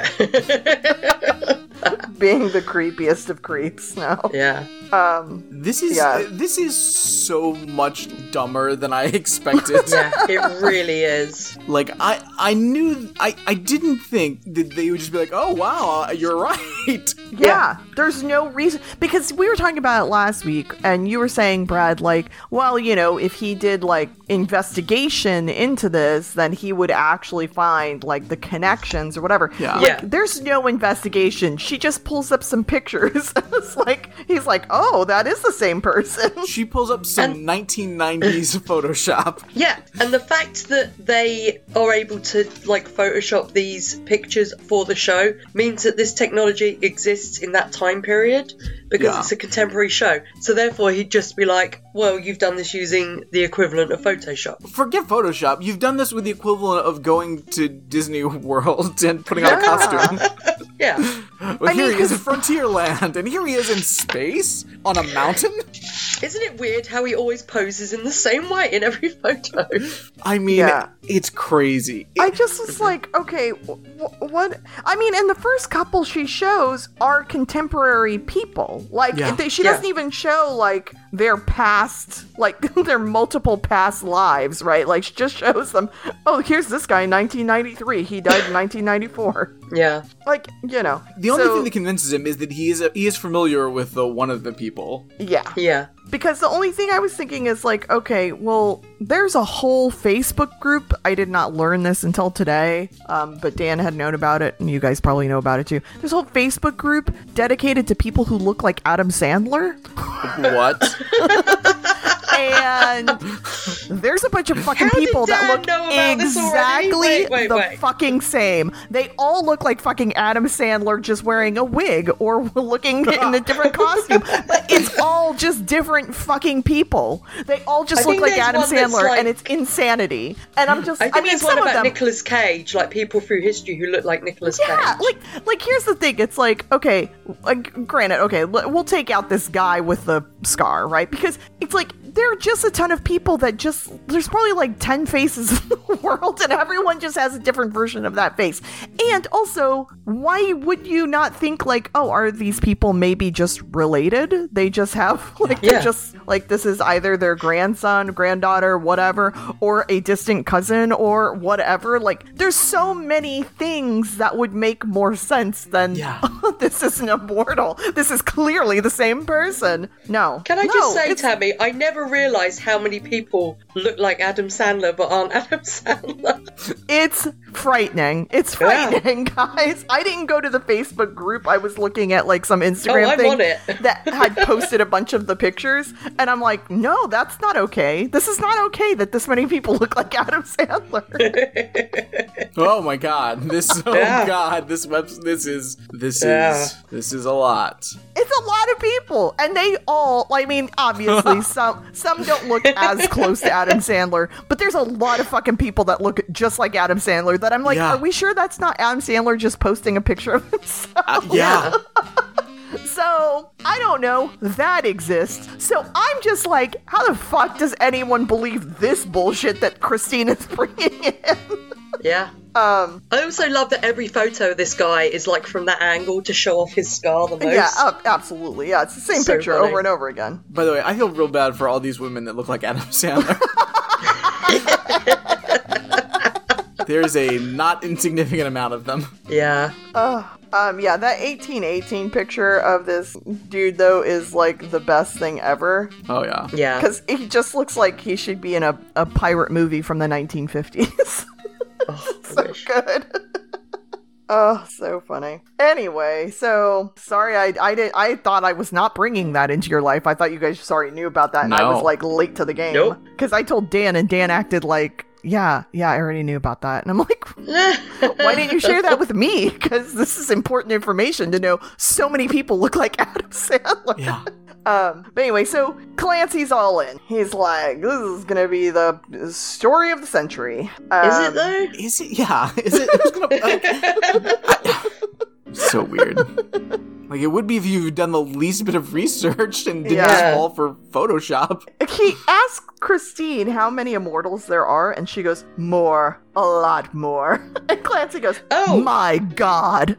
Speaker 3: being the creepiest of creeps. No.
Speaker 2: yeah.
Speaker 3: Um,
Speaker 4: This is
Speaker 3: Yeah.
Speaker 4: this is so much dumber than I expected.
Speaker 2: Yeah, it really is.
Speaker 4: Like I I knew I I didn't think that they would just be like, "Oh wow, you're right."
Speaker 3: Yeah, there's no reason because we were talking about it last week, and you were saying, Brad, like, well, you know, if he did like investigation into this, then he would actually find like the connections or whatever.
Speaker 4: Yeah.
Speaker 3: Like,
Speaker 2: Yeah.
Speaker 3: There's no investigation. She just pulls up some pictures. it's like he's like, oh, that is the same person.
Speaker 4: She pulls up some 1990s Photoshop.
Speaker 2: Yeah, and the fact that they are able to like Photoshop these pictures for the show means that this technology exists in that time period because
Speaker 4: Yeah.
Speaker 2: it's a contemporary show. So therefore, he'd just be like, "Well, you've done this using the equivalent of Photoshop."
Speaker 4: Forget Photoshop. You've done this with the equivalent of going to Disney World and putting on a costume.
Speaker 2: Yeah,
Speaker 4: Well,
Speaker 3: I mean,
Speaker 4: here he is in
Speaker 3: 'cause-
Speaker 4: Frontierland, and here he is in space on a mountain.
Speaker 2: isn't it weird how he always poses in the same way in every photo?
Speaker 4: I mean,
Speaker 3: Yeah.
Speaker 4: it's crazy.
Speaker 3: I just was like, okay, wh- what? I mean, and the first couple she shows are contemporary people. Like,
Speaker 4: Yeah.
Speaker 3: they, she
Speaker 2: Yeah.
Speaker 3: doesn't even show, like, their past, like, their multiple past lives, right? Like, she just shows them, oh, here's this guy in 1993. He died in 1994.
Speaker 2: yeah,
Speaker 3: Like, you know.
Speaker 4: the only
Speaker 3: So,
Speaker 4: thing that convinces him is that he is he is familiar with the one of the people.
Speaker 3: Yeah.
Speaker 2: yeah,
Speaker 3: Because the only thing I was thinking is like, okay, well, there's a whole Facebook group. I did not learn this until today, um, but Dan had known about it, and you guys probably know about it too. There's a whole Facebook group dedicated to people who look like Adam Sandler,
Speaker 4: What?
Speaker 3: and there's a bunch of fucking
Speaker 2: How did
Speaker 3: people that
Speaker 2: Dan
Speaker 3: look
Speaker 2: know about this already?
Speaker 3: exactly
Speaker 2: Wait, wait,
Speaker 3: the
Speaker 2: wait.
Speaker 3: fucking same. They all look like fucking Adam Sandler, just wearing a wig or looking in a different costume. But it's all just different fucking people. They all just
Speaker 2: I
Speaker 3: look
Speaker 2: think
Speaker 3: like
Speaker 2: there's
Speaker 3: Adam
Speaker 2: one that's
Speaker 3: Sandler,
Speaker 2: like-
Speaker 3: and it's insanity. And I'm just,
Speaker 2: I
Speaker 3: I,
Speaker 2: think
Speaker 3: mean,
Speaker 2: there's one
Speaker 3: some of
Speaker 2: about
Speaker 3: them.
Speaker 2: Nicolas Cage, like people through history who look like Nicolas
Speaker 3: Yeah,
Speaker 2: Cage.
Speaker 3: like like here's the thing. It's like okay, like granted, okay, l- we'll take out this guy with the scar, right? Because it's like there are just a ton of people that just there's there's probably like 10 faces in the world and everyone just has a different version of that face and also why would you not think like oh are these people maybe just related they just have like
Speaker 2: Yeah.
Speaker 3: they're just like this is either their grandson granddaughter whatever or a distant cousin or whatever like there's so many things that would make more sense than oh,
Speaker 4: Yeah.
Speaker 3: this isn't a mortal this is clearly the same person no
Speaker 2: Can I
Speaker 3: no,
Speaker 2: just say,
Speaker 3: it's-
Speaker 2: Tammy, I never realised how many people look like Adam Sandler but aren't Adam Sandler.
Speaker 3: It's frightening. It's
Speaker 2: Yeah.
Speaker 3: frightening, guys. I didn't go to the Facebook group. I was looking at like some Instagram
Speaker 2: Oh, I'm
Speaker 3: thing
Speaker 2: on it.
Speaker 3: that had posted a bunch of the pictures, and I'm like, no, that's not okay. This is not okay that this many people look like Adam Sandler.
Speaker 4: Oh my god. This oh
Speaker 2: Yeah.
Speaker 4: god, this web this is this
Speaker 2: Yeah.
Speaker 4: is this is a lot.
Speaker 3: it's a lot of people, and they all. I mean, obviously, some some don't look as close to Adam Sandler, but there's a lot of fucking people that look just like Adam Sandler. That I'm like,
Speaker 4: Yeah.
Speaker 3: are we sure that's not Adam Sandler just posting a picture of himself?
Speaker 4: Uh, yeah.
Speaker 3: So I don't know that exists. So I'm just like, how the fuck does anyone believe this bullshit that Christine is bringing in?
Speaker 2: yeah.
Speaker 3: Um,
Speaker 2: I also love that every photo of this guy is like from that angle to show off his scar the most.
Speaker 3: yeah, oh. ab- absolutely. Yeah, it's the same
Speaker 2: So
Speaker 3: picture
Speaker 2: funny.
Speaker 3: over and over again.
Speaker 4: By the way, I feel real bad for all these women that look like Adam Sandler. There's a not insignificant amount of them.
Speaker 2: yeah.
Speaker 3: Ugh. um, yeah, that 1818 picture of this dude though is like the best thing ever
Speaker 4: Oh yeah.
Speaker 2: Yeah.
Speaker 3: because he just looks like he should be in a, a pirate movie from the 1950s.
Speaker 2: Oh, I
Speaker 3: so
Speaker 2: wish.
Speaker 3: good. oh, so funny. Anyway, so sorry I I did I thought I was not bringing that into your life. I thought you guys already knew about that, and I
Speaker 4: No.
Speaker 3: was like late to the game.
Speaker 2: Nope.
Speaker 3: Because I told Dan, and Dan acted like. Yeah, yeah, I already knew about that. And I'm like, why didn't you share that with me? Because this is important information to know so many people look like Adam Sandler.
Speaker 4: Yeah.
Speaker 3: Um, but anyway, so Clancy's all in. He's like, this is going to be the story of the century.
Speaker 2: Is
Speaker 3: Um,
Speaker 2: it though?
Speaker 4: Is it? Yeah. Is it? Who's gonna? like- so weird. Like it would be if you've done the least bit of research and didn't
Speaker 2: Yeah.
Speaker 4: just fall for Photoshop.
Speaker 3: He asked Christine how many immortals there are, and she goes, More, a lot more. And Clancy goes,
Speaker 2: Oh.
Speaker 3: my God.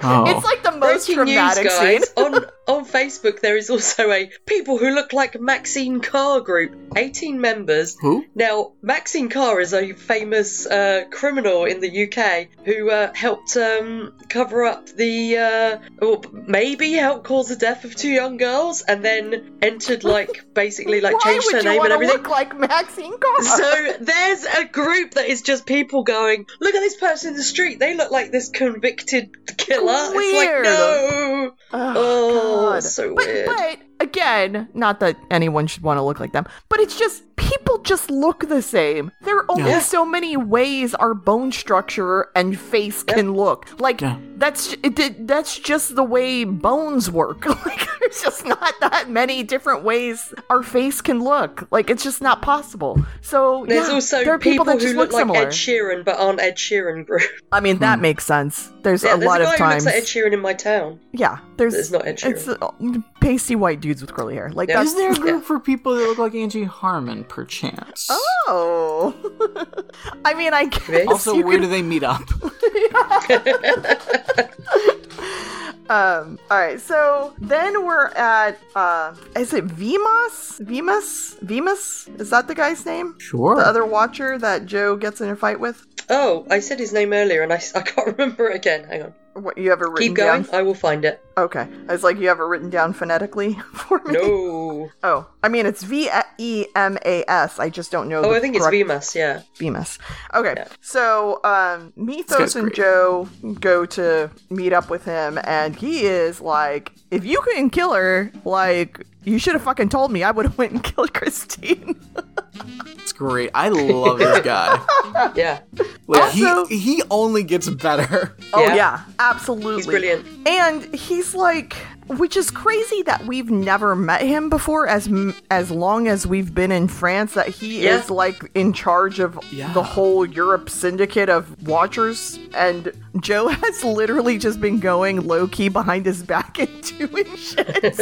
Speaker 4: Oh.
Speaker 3: It's like the most
Speaker 2: Breaking news,
Speaker 3: dramatic scene.
Speaker 2: guys. on on Facebook, there is also a people who look like Maxine Carr group, eighteen members.
Speaker 4: Who?
Speaker 2: Now, Maxine Carr is a famous uh, criminal in the UK who uh, helped um, cover up the, uh, or maybe helped cause the death of two young girls, and then entered like basically like
Speaker 3: Why
Speaker 2: changed her
Speaker 3: would you
Speaker 2: name
Speaker 3: want
Speaker 2: and
Speaker 3: to
Speaker 2: everything.
Speaker 3: look like Maxine Carr?
Speaker 2: So there's a group that is just people going, look at this person in the street. They look like this convicted killer.
Speaker 3: Weird.
Speaker 2: It's like no. Oh,
Speaker 3: God.
Speaker 2: so
Speaker 3: but,
Speaker 2: weird.
Speaker 3: But again, not that anyone should want to look like them, but it's just people just look the same. There are only
Speaker 4: Yeah.
Speaker 3: so many ways our bone structure and face can look. Like
Speaker 4: Yeah.
Speaker 3: that's it, it- that's just the way bones work. like there's just not that many different ways our face can look. Like it's just not possible. So
Speaker 2: There's
Speaker 3: yeah,
Speaker 2: also
Speaker 3: there are people, that just
Speaker 2: who look, like
Speaker 3: similar.
Speaker 2: Ed Sheeran but aren't Ed Sheeran group.
Speaker 3: I mean, that makes sense. There's
Speaker 2: Yeah,
Speaker 3: a
Speaker 2: there's
Speaker 3: lot
Speaker 2: a guy
Speaker 3: of times.
Speaker 2: who looks like Ed Sheeran in my town.
Speaker 3: yeah, there's
Speaker 2: It's not Ed Sheeran.
Speaker 3: It's uh, pasty white dudes with curly hair. Like
Speaker 2: Yeah.
Speaker 3: that's
Speaker 4: Is there a group for people that look like Angie Harmon, perchance?
Speaker 3: Oh. I mean, I guess
Speaker 4: also,
Speaker 3: you
Speaker 4: where
Speaker 3: could-
Speaker 4: do they meet up?
Speaker 3: um, all right, so then we're at uh, is it Vimas? Vimas? Vimas? Is that the guy's name?
Speaker 4: Sure.
Speaker 3: The other Watcher that Joe gets in a fight with.
Speaker 2: Oh, I said his name earlier and I, s- I can't remember it again. Hang on.
Speaker 3: What you ever written
Speaker 2: Keep going.
Speaker 3: down?
Speaker 2: I will find it.
Speaker 3: Okay, I was like, you ever written down phonetically for me?
Speaker 2: No.
Speaker 3: Oh, I mean, it's V E M A S. I just don't know.
Speaker 2: Oh,
Speaker 3: the
Speaker 2: I think it's
Speaker 3: correct
Speaker 2: Bemus, yeah.
Speaker 3: Bemis. Okay,
Speaker 2: Yeah.
Speaker 3: so um,
Speaker 4: guy's
Speaker 3: Mythos and
Speaker 4: great.
Speaker 3: Joe go to meet up with him, and he is like, "If you couldn't kill her, like, you should have fucking told me. I would have went and killed Christine." Oh,
Speaker 4: It's great. I love this guy.
Speaker 2: Yeah.
Speaker 4: Like,
Speaker 3: Also-
Speaker 4: he he only gets better.
Speaker 3: Oh
Speaker 2: Yeah.
Speaker 3: yeah, absolutely.
Speaker 2: He's brilliant.
Speaker 3: And he's like, which is crazy that we've never met him before. As m- as long as we've been in France, that he
Speaker 2: Yeah.
Speaker 3: is like in charge of
Speaker 4: Yeah.
Speaker 3: the whole Europe syndicate of watchers. And Joe has literally just been going low key behind his back and doing shit.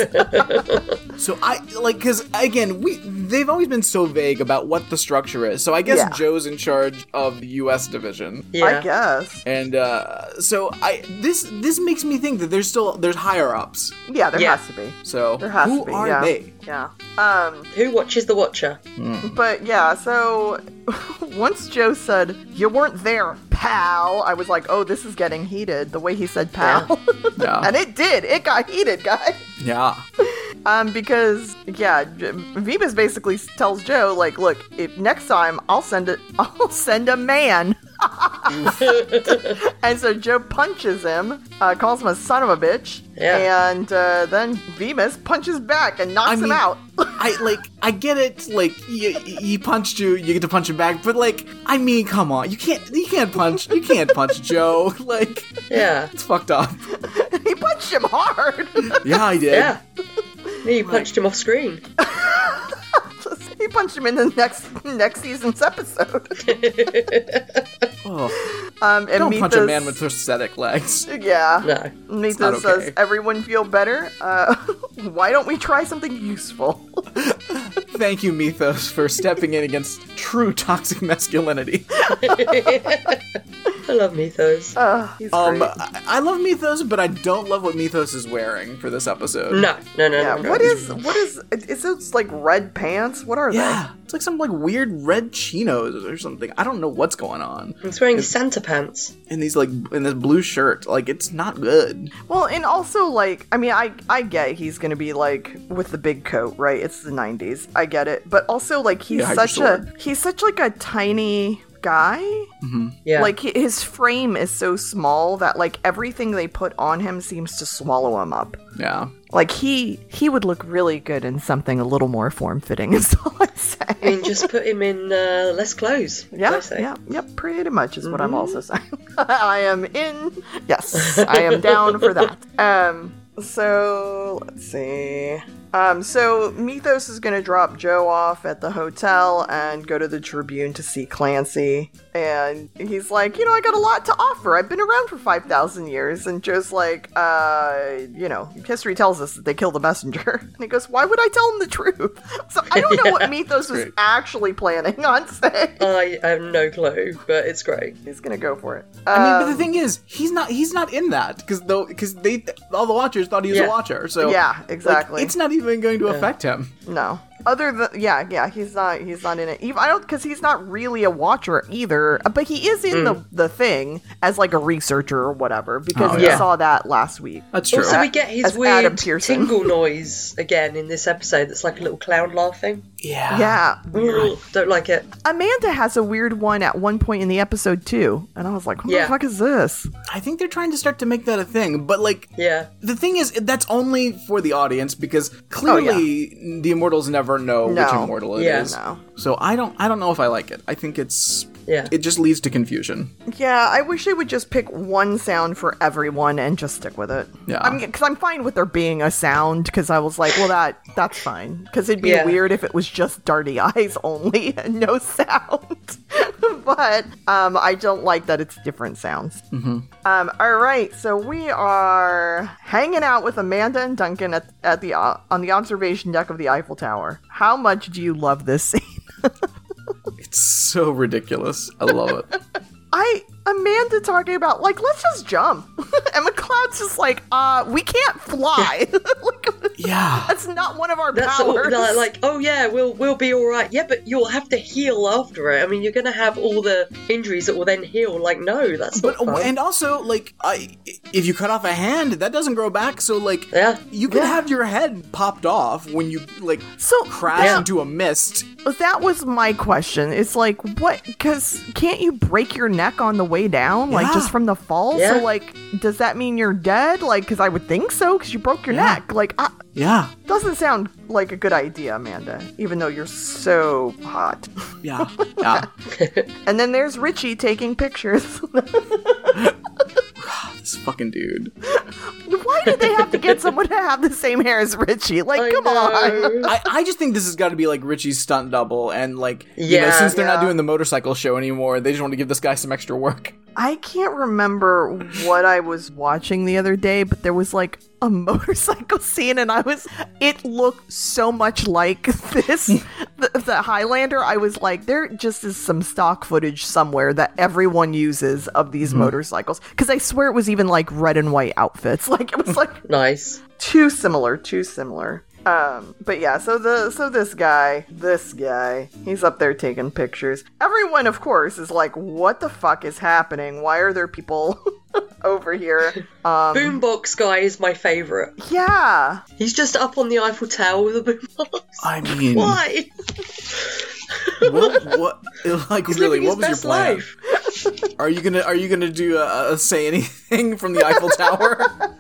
Speaker 4: So I like because again we they've always been so vague about what the structure is. So I guess
Speaker 3: Yeah.
Speaker 4: Joe's in charge of the U.S. division,
Speaker 3: I
Speaker 2: Yeah.
Speaker 3: guess.
Speaker 4: and uh, so I this this makes me think that there's still there's higher ups.
Speaker 3: Yeah, there
Speaker 2: Yeah.
Speaker 3: has to be.
Speaker 4: So
Speaker 3: There has
Speaker 4: who
Speaker 3: to be.
Speaker 4: are
Speaker 3: yeah.
Speaker 4: they?
Speaker 3: Yeah. Um.
Speaker 2: Who watches the Watcher?
Speaker 3: But yeah, so once Joe said, You weren't there, pal, I was like, Oh, this is getting heated, the way he said pal.
Speaker 4: Yeah,
Speaker 3: and it did. It got heated, guys.
Speaker 4: yeah,
Speaker 3: Um, because, yeah, J- Vibus basically s- tells Joe, like, look, if next time I'll send it, I'll send a man. and so Joe punches him, uh, calls him a son of a bitch,
Speaker 2: Yeah.
Speaker 3: and uh, then Vibus punches back and knocks
Speaker 4: I
Speaker 3: him
Speaker 4: mean-
Speaker 3: out.
Speaker 4: I like I get it. Like he, he punched you, you get to punch him back. But like I mean, come on, you can't you can't punch you can't punch Joe. Like
Speaker 2: Yeah.
Speaker 4: it's fucked up.
Speaker 3: he punched him hard.
Speaker 4: Yeah, I did.
Speaker 2: Yeah. He punched him off screen.
Speaker 3: he punched him in the next next season's episode.
Speaker 4: Ugh.
Speaker 3: Um, and
Speaker 4: Oh, don't
Speaker 3: Mithas,
Speaker 4: punch a man with prosthetic legs.
Speaker 3: yeah.
Speaker 2: No.
Speaker 3: Mithas
Speaker 4: not okay.
Speaker 3: says, "Everyone feel better. Uh, why don't we try something useful?"
Speaker 4: Thank you, Mythos, for stepping in against true toxic masculinity.
Speaker 2: I love Mythos.
Speaker 3: Uh, he's
Speaker 4: Um,
Speaker 3: great.
Speaker 4: I I love Mythos, but I don't love what Mythos is wearing for this episode.
Speaker 2: No, no, no,
Speaker 3: Yeah.
Speaker 2: no, no.
Speaker 3: What is what is is those like red pants? What are
Speaker 4: Yeah, it's like some like weird red chinos or something. I don't know what's going on.
Speaker 2: He's wearing Santa pants.
Speaker 4: And these like in this blue shirt, like it's not good.
Speaker 3: they? Well, and also like I mean I I get he's gonna be like with the big coat, right? It's the '90s. I get it, but also like he's
Speaker 4: Yeah,
Speaker 3: such a
Speaker 4: hydrosaur.
Speaker 3: he's such like a tiny guy.
Speaker 4: Mm-hmm.
Speaker 2: Yeah.
Speaker 3: Like hi- his frame is so small that like everything they put on him seems to swallow him up.
Speaker 4: Yeah,
Speaker 3: Like he he would look really good in something a little more form fitting. Is all I'm
Speaker 2: I
Speaker 3: saying.
Speaker 2: mean, just put him in uh, less clothes. I
Speaker 3: Yeah,
Speaker 2: say. Mm-hmm.
Speaker 3: yeah, yeah. Pretty much is what I'm also saying. I am in. Yes, I am down for that. Um. So let's see. Um. So Mythos is gonna drop Joe off at the hotel and go to the Tribune to see Clancy. And he's like, you know, I got a lot to offer. I've been around for five thousand years. And Joe's like, uh, you know, history tells us that they killed the messenger. And he goes, why would I tell him the truth? So I don't know what Mythos was
Speaker 4: Great.
Speaker 3: actually planning on saying.
Speaker 2: I have no clue, but it's great.
Speaker 3: He's gonna go for it.
Speaker 4: I mean, but
Speaker 3: Um,
Speaker 4: the thing is, he's not he's not in that because though because they all the watchers thought he was
Speaker 2: Yeah.
Speaker 4: a watcher. So
Speaker 3: yeah,
Speaker 4: like,
Speaker 3: exactly.
Speaker 4: it's not even going to affect him.
Speaker 3: no, other than yeah, yeah, he's not. He's not in it. Even, I don't because he's not really a watcher either. uh, But he is in the the thing as like a researcher or whatever because
Speaker 4: Mm. Oh,
Speaker 3: we
Speaker 2: yeah.
Speaker 3: saw that last week.
Speaker 4: That's true.
Speaker 2: Also, we get his
Speaker 3: That's Adam
Speaker 2: weird
Speaker 3: Pearson.
Speaker 2: tingle noise again in this episode. That's like a little clown laughing.
Speaker 4: yeah.
Speaker 3: Yeah,
Speaker 2: Ugh, Don't like it.
Speaker 3: Amanda has a weird one at one point in the episode too, and I was like, "What
Speaker 2: Yeah.
Speaker 3: the fuck is this?"
Speaker 4: I think they're trying to start to make that a thing, but like
Speaker 2: Yeah.
Speaker 4: The thing is, that's only for the audience because clearly the immortals never know
Speaker 3: No.
Speaker 4: which immortal it is.
Speaker 2: Oh, Yeah.
Speaker 3: No.
Speaker 4: So I don't, I don't know if I like it. I think it's,
Speaker 2: Yeah.
Speaker 4: it just leads to confusion.
Speaker 3: Yeah, I wish they would just pick one sound for everyone and just stick with it.
Speaker 4: Yeah.
Speaker 3: I'm because I'm fine with there being a sound because I was like, well, that that's fine because it'd be
Speaker 2: Yeah.
Speaker 3: weird if it was just darty eyes only and no sound. but um, I don't like that it's different sounds. Um, all right, so we are hanging out with Amanda and Duncan at, at the uh, on the observation deck of the Eiffel Tower. How much do you love this scene?
Speaker 4: It's so ridiculous. I love it.
Speaker 3: I Amanda talking about like let's just jump, and McCloud's just like, uh, we can't fly. like,
Speaker 4: yeah.
Speaker 3: that's not one of our
Speaker 2: That's all,
Speaker 3: powers.
Speaker 2: like, like, oh yeah, we'll we'll be all right. Yeah, but you'll have to heal after it. I mean, you're gonna have all the injuries that will then heal. Like, no, that's
Speaker 4: But
Speaker 2: not
Speaker 3: oh,
Speaker 2: fun.
Speaker 4: and also like I, if you cut off a hand, that doesn't grow back. So like,
Speaker 2: Yeah.
Speaker 4: you could
Speaker 3: Yeah.
Speaker 4: have your head popped off when you like
Speaker 3: so
Speaker 4: crash
Speaker 2: Yeah.
Speaker 4: into a mist.
Speaker 3: that was my question. It's like what? Because can't you break your neck on the way down, like
Speaker 4: Yeah.
Speaker 3: just from the fall?
Speaker 2: Yeah.
Speaker 3: So like, does that mean you're dead? Like, because I would think so, because you broke your
Speaker 4: Yeah.
Speaker 3: neck. Like, I,
Speaker 4: Yeah,
Speaker 3: Doesn't sound like a good idea, Amanda, even though you're so hot.
Speaker 4: yeah, yeah.
Speaker 3: And then there's Richie taking pictures.
Speaker 4: this fucking dude.
Speaker 3: Why did they have to get someone to have the same hair as Richie? Like,
Speaker 2: I
Speaker 3: come on.
Speaker 2: know.
Speaker 4: I, I just think this has got to be like Richie's stunt double, and like you know,
Speaker 2: Yeah.
Speaker 4: since they're not
Speaker 3: Yeah.
Speaker 4: doing the motorcycle show anymore, they just want to give this guy some extra work.
Speaker 3: I can't remember what I was watching the other day, but there was like a motorcycle scene, and I was. It looked so much like this, the, the Highlander. I was like, there just is some stock footage somewhere that everyone uses of these
Speaker 2: Mm-hmm.
Speaker 3: motorcycles. Because I swear it was even like red and white outfits. Like, it was like
Speaker 2: Nice.
Speaker 3: too similar, too similar. Um, but yeah, so the so this guy, this guy, he's up there taking pictures. Everyone, of course, is like, "What the fuck is happening? Why are there people over here?" Um,
Speaker 2: Boombox guy is my favourite.
Speaker 3: yeah,
Speaker 2: He's just up on the Eiffel Tower with a boombox.
Speaker 4: I mean,
Speaker 2: Why?
Speaker 4: what, what, like
Speaker 2: He's
Speaker 4: really,
Speaker 2: living
Speaker 4: what
Speaker 2: his best
Speaker 4: was your plan?
Speaker 2: life.
Speaker 4: Are you gonna Are you gonna do uh, uh, say anything from the Eiffel Tower?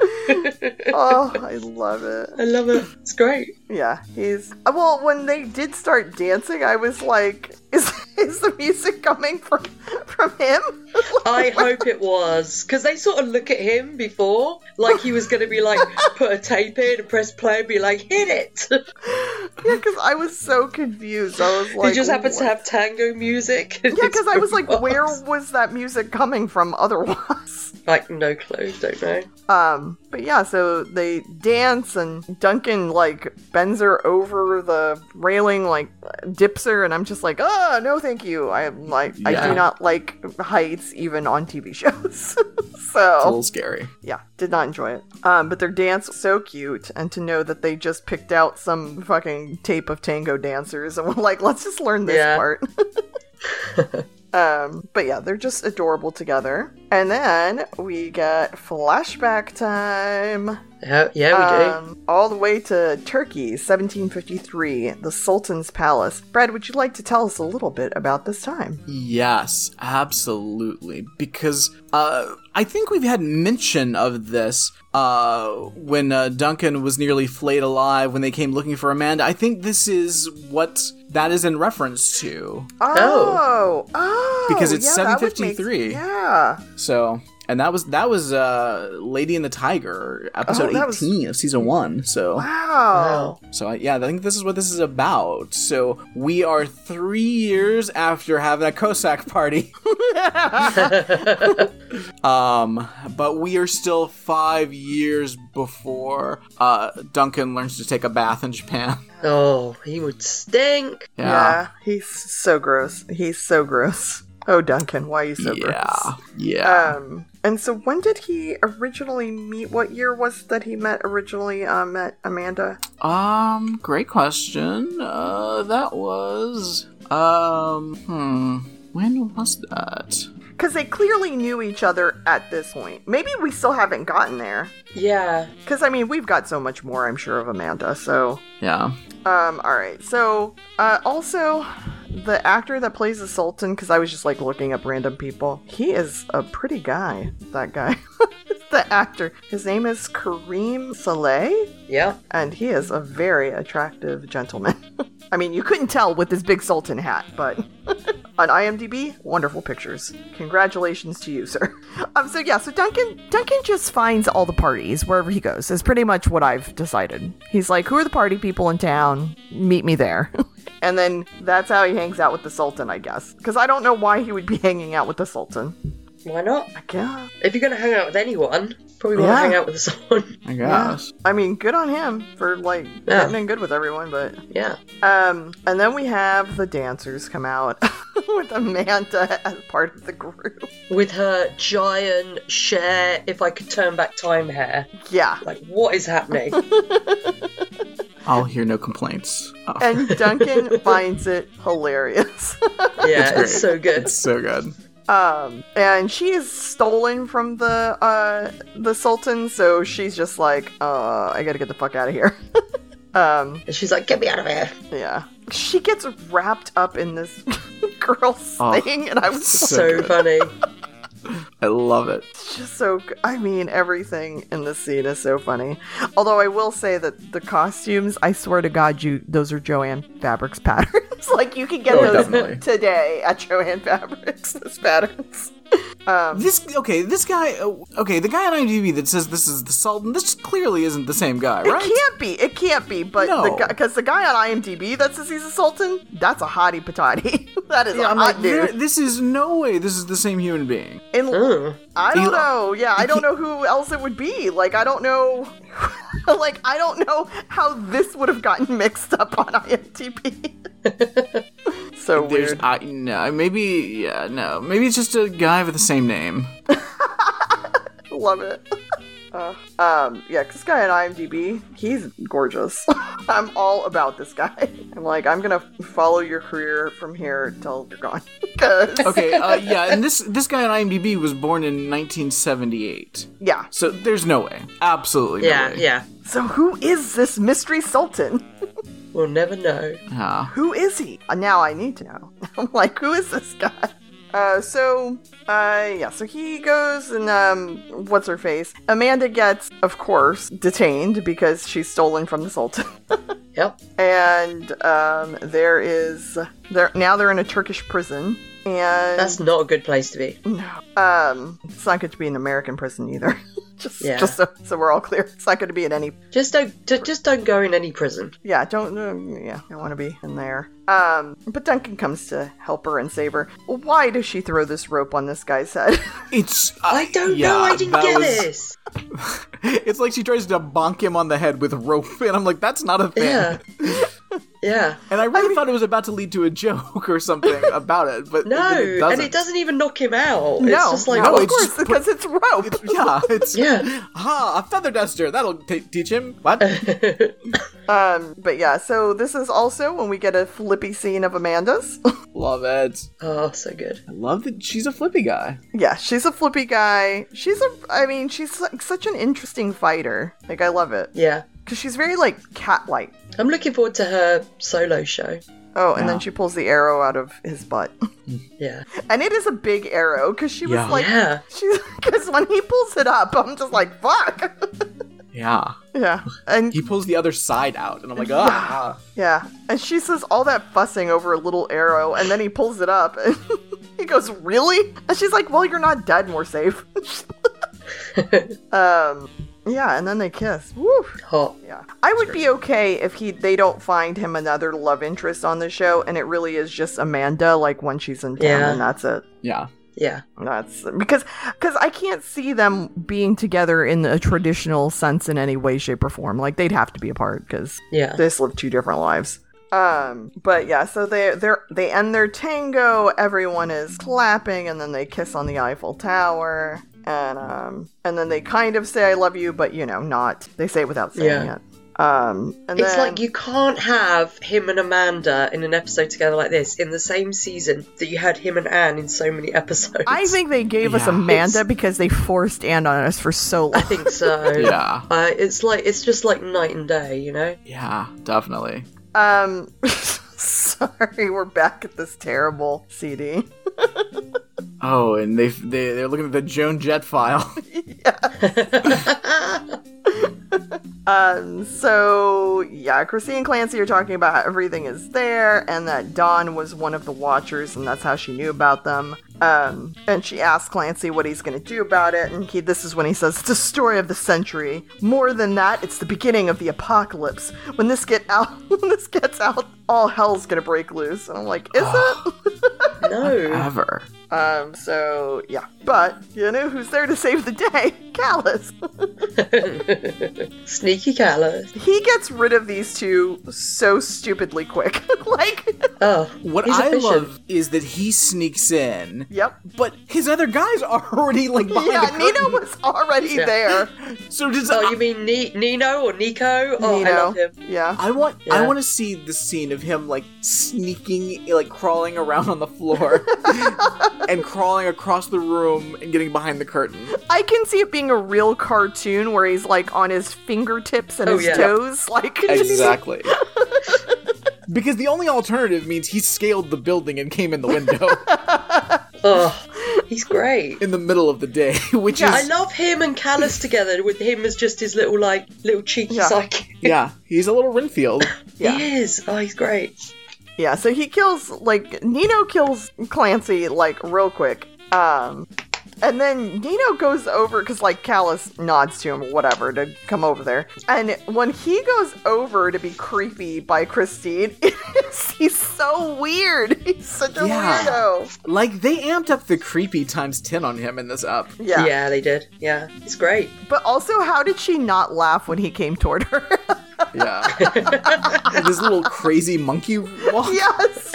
Speaker 3: oh, I love it.
Speaker 2: I love it. It's great.
Speaker 3: Yeah, he's uh, well. When they did start dancing, I was like, "Is is the music coming from from him?"
Speaker 2: I hope it was. Because they sort of look at him before, like he was going to be like, put a tape in and press play and be like, hit it.
Speaker 3: yeah, because I was so confused. I was like,
Speaker 2: he just happens
Speaker 3: "What?"
Speaker 2: to have tango music.
Speaker 3: Yeah, because I was like, where was that music coming from otherwise?
Speaker 2: Like, no clue. Don't know.
Speaker 3: Um, but yeah, so they dance and Duncan like bends her over the railing, like dips her, and I'm just like, oh no, thank you. I'm like, I
Speaker 4: Yeah.
Speaker 3: do not like heights even on TV shows.
Speaker 4: It's a
Speaker 3: so
Speaker 4: little scary.
Speaker 3: yeah, did not enjoy it. Um, but their dance was so cute, and to know that they just picked out some fucking tape of tango dancers and were like, let's just learn this
Speaker 2: Yeah.
Speaker 3: part. um, but yeah, they're just adorable together. And then we get flashback time.
Speaker 2: Yeah, yeah we do.
Speaker 3: Um, all the way to Turkey, 1753, the Sultan's Palace. Brad, would you like to tell us a little bit about this time?
Speaker 4: Yes, absolutely. Because uh, I think we've had mention of this uh, when uh, Duncan was nearly flayed alive when they came looking for Amanda. I think this is what that is in reference to.
Speaker 3: Oh, oh,
Speaker 4: Because it's
Speaker 3: yeah, that would make-
Speaker 4: 7:53.
Speaker 3: Yeah,
Speaker 4: So, and that was that was uh, Lady and the Tiger episode
Speaker 3: Oh, that was-
Speaker 4: eighteen of season one. So
Speaker 3: wow.
Speaker 4: So I, yeah, I think this is what this is about. So we are three years after having a Cossack party. um, but we are still five years before uh, Duncan learns to take a bath in Japan.
Speaker 2: Oh, he would stink.
Speaker 4: Yeah.
Speaker 3: Yeah, he's so gross. He's so gross. Oh, Duncan, why are you so
Speaker 4: Yeah.
Speaker 3: gross?
Speaker 4: Yeah.
Speaker 3: Um, and so when did he originally meet? What year was that he met originally? Um, met Amanda.
Speaker 4: um, great question. Uh, that was um, hmm, when was that?
Speaker 3: Because they clearly knew each other at this point. Maybe we still haven't gotten there.
Speaker 2: Yeah.
Speaker 3: Because I mean, we've got so much more, I'm sure, of Amanda. So,
Speaker 4: Yeah.
Speaker 3: um, all right. So, uh, also, the actor that plays the Sultan, because I was just like looking up random people. He is a pretty guy. That guy. the actor. His name is Kareem Saleh.
Speaker 2: Yeah.
Speaker 3: and he is a very attractive gentleman. I mean, you couldn't tell with his big sultan hat, but on IMDb, wonderful pictures. Congratulations to you, sir. Um, so yeah, so Duncan Duncan just finds all the parties wherever he goes. Is pretty much what I've decided. He's like, who are the party people in town? Meet me there. and then that's how he hangs out with the sultan, I guess. Because I don't know why he would be hanging out with the sultan.
Speaker 2: Why not?
Speaker 3: I guess.
Speaker 2: If you're going to hang out with anyone, probably want to
Speaker 3: Yeah.
Speaker 2: hang out with someone.
Speaker 4: I
Speaker 3: Yeah.
Speaker 4: guess.
Speaker 3: I mean, good on him for like
Speaker 2: Yeah.
Speaker 3: getting in good with everyone, but
Speaker 2: Yeah.
Speaker 3: Um, and then we have the dancers come out with Amanda as part of the group.
Speaker 2: With her giant share, if I could turn back time hair.
Speaker 3: Yeah.
Speaker 2: Like, what is happening?
Speaker 4: I'll hear no complaints. Oh,
Speaker 3: And Duncan finds it hilarious.
Speaker 2: yeah, it's so good.
Speaker 4: it's so good.
Speaker 3: Um, and she is stolen from the uh the Sultan, so she's just like, uh, I gotta get the fuck out of here. um,
Speaker 2: And she's like, get me out of here.
Speaker 3: yeah. She gets wrapped up in this girl's
Speaker 4: Oh,
Speaker 3: thing, and I was
Speaker 2: So, funny.
Speaker 4: I love it.
Speaker 3: It's just so. g- I mean, everything in this scene is so funny. Although I will say that the costumes, I swear to God, you those are Joanne Fabrics patterns. like you can get
Speaker 4: Oh,
Speaker 3: those
Speaker 4: definitely.
Speaker 3: today at Joanne Fabrics. Those patterns. Um,
Speaker 4: This okay, this guy uh, okay, the guy on IMDb that says this is the Sultan, this clearly isn't the same guy,
Speaker 3: it
Speaker 4: right?
Speaker 3: can't be. It can't be. But
Speaker 4: No.
Speaker 3: the because the guy on IMDb that says he's a sultan, that's a hottie patati. that is
Speaker 4: Yeah,
Speaker 3: a
Speaker 4: I'm
Speaker 3: hot
Speaker 4: like, there-
Speaker 3: dude.
Speaker 4: Uh, this is no way this is the same human being.
Speaker 3: And
Speaker 2: Oh.
Speaker 3: I
Speaker 4: You-
Speaker 3: don't know. Yeah, I don't
Speaker 4: can't-
Speaker 3: know who else it would be. Like, I don't know. like, I don't know how this would have gotten mixed up on IMDb. so
Speaker 4: There's
Speaker 3: weird.
Speaker 4: I no, maybe yeah, no. Maybe it's just a guy with the same name.
Speaker 3: Love it. Uh, um, yeah, 'cause this guy on IMDb, he's gorgeous. I'm all about this guy. I'm like, I'm gonna follow your career from here till you're gone. 'Cause-
Speaker 4: Okay, uh, yeah, and this this guy on IMDb was born in 1978.
Speaker 3: yeah.
Speaker 4: So there's no way. Absolutely no
Speaker 2: Yeah,
Speaker 4: way.
Speaker 2: yeah.
Speaker 3: So who is this mystery sultan?
Speaker 2: We'll never know.
Speaker 4: Ah.
Speaker 3: who is he? Uh, Now I need to know. I'm like, who is this guy? Uh, so, uh, yeah, so he goes and, um, what's her face? Amanda gets, of course, detained because she's stolen from the Sultan.
Speaker 2: Yep.
Speaker 3: and, um, there is, there now they're in a Turkish prison. And,
Speaker 2: That's not a good place to be.
Speaker 3: um, it's not good to be an American prison either. just,
Speaker 2: Yeah.
Speaker 3: just so, so we're all clear. It's not good to be in any
Speaker 2: Just don't ju- just don't go in any prison.
Speaker 3: yeah, don't, uh, yeah, I want to be in there. Um, but Duncan comes to help her and save her. Why does she throw this rope on this guy's head?
Speaker 4: It's uh,
Speaker 2: I don't know. I didn't get this.
Speaker 4: It's like she tries to bonk him on the head with rope, and I'm like, that's not a thing.
Speaker 2: Yeah. yeah.
Speaker 4: And I really thought it was about to lead to a joke or something about it, but
Speaker 2: No,
Speaker 4: but it doesn't.
Speaker 2: and it doesn't even knock him out.
Speaker 3: no,
Speaker 2: it's just like,
Speaker 3: no,
Speaker 4: oh,
Speaker 3: of
Speaker 4: it's
Speaker 3: course,
Speaker 4: just put-
Speaker 3: because it's rope.
Speaker 4: It's- yeah, it's
Speaker 2: Yeah. Uh.
Speaker 4: Ha, a feather duster. That'll t- teach him. What?
Speaker 3: Um, but yeah, so this is also when we get a flippy scene of Amanda's.
Speaker 4: love it.
Speaker 2: oh, so good.
Speaker 4: I love that she's a flippy guy.
Speaker 3: yeah, she's a flippy guy. She's a, I mean, she's like such an interesting fighter. Like, I love it.
Speaker 2: Yeah.
Speaker 3: Because she's very, like, cat like.
Speaker 2: I'm looking forward to her solo show.
Speaker 3: Oh, and
Speaker 4: Yeah.
Speaker 3: then she pulls the arrow out of his butt.
Speaker 2: Yeah.
Speaker 3: and it is a big arrow because she was
Speaker 4: Yeah.
Speaker 3: like,
Speaker 2: yeah.
Speaker 3: She's because when he pulls it up, I'm just like, fuck.
Speaker 4: Yeah,
Speaker 3: yeah. And
Speaker 4: he pulls the other side out, and I'm like, ah.
Speaker 3: yeah. And she says all that fussing over a little arrow, and then he pulls it up and he goes, Really? And she's like, Well, you're not dead, and we're safe. um yeah, and then they kiss. Woo.
Speaker 2: Hot.
Speaker 3: Yeah. I would be okay if he they don't find him another love interest on the show and it really is just Amanda like when she's in town
Speaker 2: Yeah.
Speaker 3: and that's it.
Speaker 4: Yeah,
Speaker 2: Yeah.
Speaker 3: That's because because I can't see them being together in a traditional sense in any way, shape, or form. Like they'd have to be apart because
Speaker 2: Yeah.
Speaker 3: they just live two different lives. Um, but yeah, so they they they end their tango. Everyone is clapping, and then they kiss on the Eiffel Tower, and um, and then they kind of say "I love you," but you know, not. They say it without saying
Speaker 2: Yeah.
Speaker 3: it. Um, and
Speaker 2: It's
Speaker 3: then-
Speaker 2: like you can't have him and Amanda in an episode together like this in the same season that you had him and Anne in so many episodes.
Speaker 3: I think they gave us
Speaker 4: Yeah.
Speaker 3: Amanda because they forced Anne on us for so
Speaker 2: I
Speaker 3: long.
Speaker 2: think so.
Speaker 4: yeah,
Speaker 2: Uh, it's like it's just like night and day, you know.
Speaker 4: yeah, definitely.
Speaker 3: Um, sorry, we're back at this terrible CD.
Speaker 4: Oh, and they they they're looking at the Joan Jett file.
Speaker 3: Um, so yeah, Christine and Clancy are talking about how everything is there and that Dawn was one of the Watchers and that's how she knew about them. Um, and she asks Clancy what he's gonna do about it, and he this is when he says, It's a story of the century. More than that, it's the beginning of the apocalypse. When this get out when this gets out, all hell's gonna break loose. And I'm like, is it?
Speaker 2: no.
Speaker 4: Ever.
Speaker 3: Um, so yeah. But you know who's there to save the day? Callus.
Speaker 2: Sneaky callous.
Speaker 3: He gets rid of these two so stupidly quick. like
Speaker 2: Oh,
Speaker 4: What
Speaker 2: he's
Speaker 4: I
Speaker 2: efficient.
Speaker 4: love is that he sneaks in,
Speaker 3: Yep.
Speaker 4: but his other guys are already like behind the
Speaker 3: Yeah,
Speaker 4: curtain.
Speaker 3: Nino was already
Speaker 2: Yeah.
Speaker 3: there.
Speaker 4: So does
Speaker 2: Oh, you mean Ni- Nino or Nico? Oh,
Speaker 3: Nino.
Speaker 2: I love him.
Speaker 3: Yeah.
Speaker 4: I want I
Speaker 2: Yeah.
Speaker 4: want to see the scene of him like sneaking like crawling around on the floor and crawling across the room and getting behind the curtain.
Speaker 3: I can see it being a real cartoon where he's like on his fingertips and
Speaker 2: Oh,
Speaker 3: his
Speaker 2: yeah.
Speaker 3: toes. Like
Speaker 4: Exactly. because the only alternative means he scaled the building and came in the window.
Speaker 2: Oh, He's great.
Speaker 4: in the middle of the day, which
Speaker 3: Yeah,
Speaker 2: I
Speaker 4: is
Speaker 2: love him and Callus together with him as just his little like little cheeky
Speaker 3: Yeah.
Speaker 2: psyche.
Speaker 4: yeah, he's a little Renfield.
Speaker 3: Yeah.
Speaker 2: He is. Oh, he's great.
Speaker 3: Yeah, so he kills like Nino kills Clancy like real quick. Um and then Nino goes over cuz like Callus nods to him or whatever to come over there. And when he goes over to be creepy by Christine, he's so weird. He's such a
Speaker 4: Yeah.
Speaker 3: weirdo.
Speaker 4: Like they amped up the creepy times ten on him in this up.
Speaker 3: Yeah.
Speaker 2: they did. Yeah, he's great.
Speaker 3: But also how did she not laugh when he came toward her?
Speaker 4: Yeah, With his little crazy monkey walk.
Speaker 3: yes.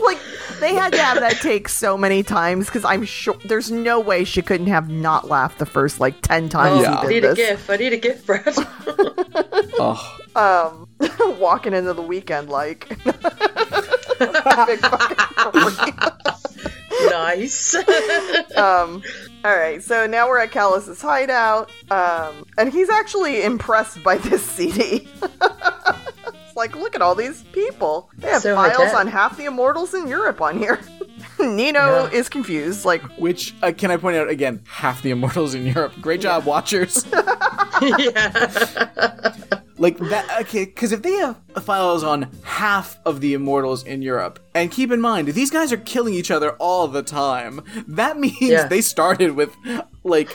Speaker 3: like they had to have that take so many times because I'm sure there's no way she couldn't have not laughed the first like ten
Speaker 2: Oh,
Speaker 3: times
Speaker 4: Yeah.
Speaker 2: I
Speaker 3: he
Speaker 2: need
Speaker 3: did
Speaker 2: a
Speaker 3: this.
Speaker 2: gif. I need a gif, Brad.
Speaker 4: Oh,
Speaker 3: Um, walking into the weekend like big fucking
Speaker 2: nice.
Speaker 3: um, all right, so now we're at Callus's hideout, um, and he's actually impressed by this CD. it's like, look at all these people. They have
Speaker 2: So
Speaker 3: files
Speaker 2: high-tech.
Speaker 3: on half the immortals in Europe on here. Nino
Speaker 2: Yeah.
Speaker 3: is confused, like,
Speaker 4: which uh, can I point out again? Half the immortals in Europe. Great job, Watchers.
Speaker 2: yeah.
Speaker 4: Like that, okay, because if they have files on half of the immortals in Europe, and keep in mind, these guys are killing each other all the time, that means
Speaker 2: Yeah.
Speaker 4: they started with, like,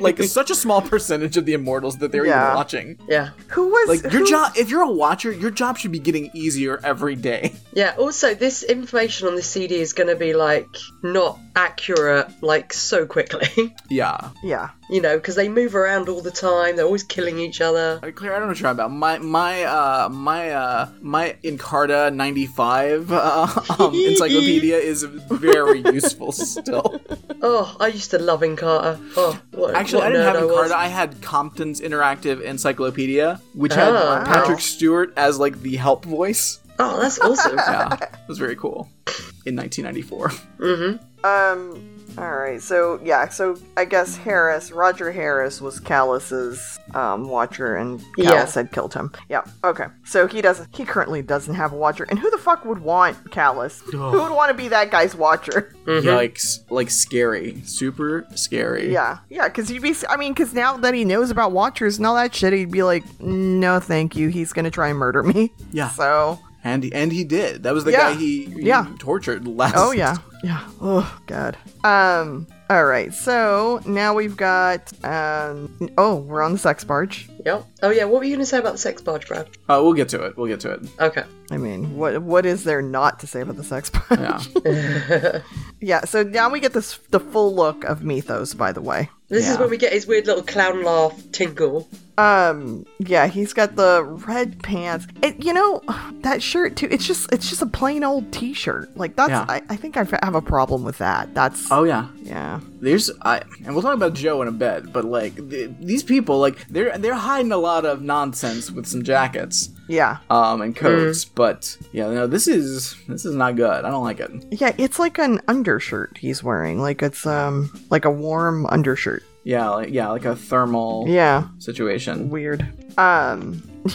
Speaker 4: like such a small percentage of the immortals that they're
Speaker 3: Yeah.
Speaker 4: even watching.
Speaker 2: Yeah.
Speaker 3: who was
Speaker 4: Like, your
Speaker 3: who-
Speaker 4: job, if you're a watcher, your job should be getting easier every day.
Speaker 2: Yeah, also, this information on this CD is going to be like not accurate like so quickly,
Speaker 4: Yeah.
Speaker 3: Yeah,
Speaker 2: you know, because they move around all the time, they're always killing each other.
Speaker 4: I mean, Uh, Claire, I don't know what you're on about. My, my, uh, my, uh, my Encarta 95, uh, um, encyclopedia is very useful still.
Speaker 2: Oh, I used to love Encarta. Oh, what,
Speaker 4: Actually,
Speaker 2: what
Speaker 4: I didn't
Speaker 2: nerd
Speaker 4: have
Speaker 2: I was.
Speaker 4: Encarta. I had Compton's Interactive Encyclopedia, which
Speaker 2: Oh,
Speaker 4: had
Speaker 2: wow.
Speaker 4: Patrick Stewart as like the help voice.
Speaker 2: Oh, that's awesome.
Speaker 4: Yeah, it was very cool. In 1994,
Speaker 2: mm-hmm.
Speaker 3: um... All right, so yeah, so I guess Harris, Roger Harris, was Callus's um, watcher, and Callus
Speaker 2: Yeah.
Speaker 3: had killed him. Yeah, okay. So he doesn't. He currently doesn't have a watcher, and who the fuck would want Callus? Who would want to be that guy's watcher?
Speaker 4: yikes! Like scary, super scary.
Speaker 3: Yeah, yeah, because he'd be. I mean, because now that he knows about watchers and all that shit, he'd be like, no, thank you. He's gonna try and murder me.
Speaker 4: Yeah.
Speaker 3: So.
Speaker 4: and and he did. That was the
Speaker 3: Yeah.
Speaker 4: guy he, he
Speaker 3: Yeah.
Speaker 4: tortured last.
Speaker 3: Oh yeah. Yeah. Oh god. Um. All right. So now we've got. Um. Oh, we're on the sex barge.
Speaker 2: Yep. Oh, yeah, what were you going to say about the sex barge, Brad?
Speaker 4: Uh, we'll get to it. We'll get to it.
Speaker 2: Okay.
Speaker 3: I mean, what what is there not to say about the sex barge?
Speaker 4: Yeah.
Speaker 3: yeah. So now we get this the full look of Mythos. By the way.
Speaker 2: This is
Speaker 4: Yeah.
Speaker 2: when we get his weird little clown laugh tingle.
Speaker 3: Um. Yeah, he's got the red pants. It, you know, that shirt too. It's just it's just a plain old T-shirt. Like that's.
Speaker 4: Yeah.
Speaker 3: I, I think I have a problem with that. That's.
Speaker 4: oh yeah.
Speaker 3: Yeah.
Speaker 4: There's I and we'll talk about Joe in a bit, but like th- these people, like they're they're hiding a lot of nonsense with some jackets.
Speaker 3: Yeah.
Speaker 4: um,
Speaker 3: Mm-hmm.
Speaker 4: and codes. But yeah, no, this is this is not good. I don't like it.
Speaker 3: Yeah, it's like an undershirt he's wearing. Like it's um like a warm undershirt.
Speaker 4: Yeah, like, yeah, like a thermal
Speaker 3: Yeah,
Speaker 4: situation.
Speaker 3: weird. Um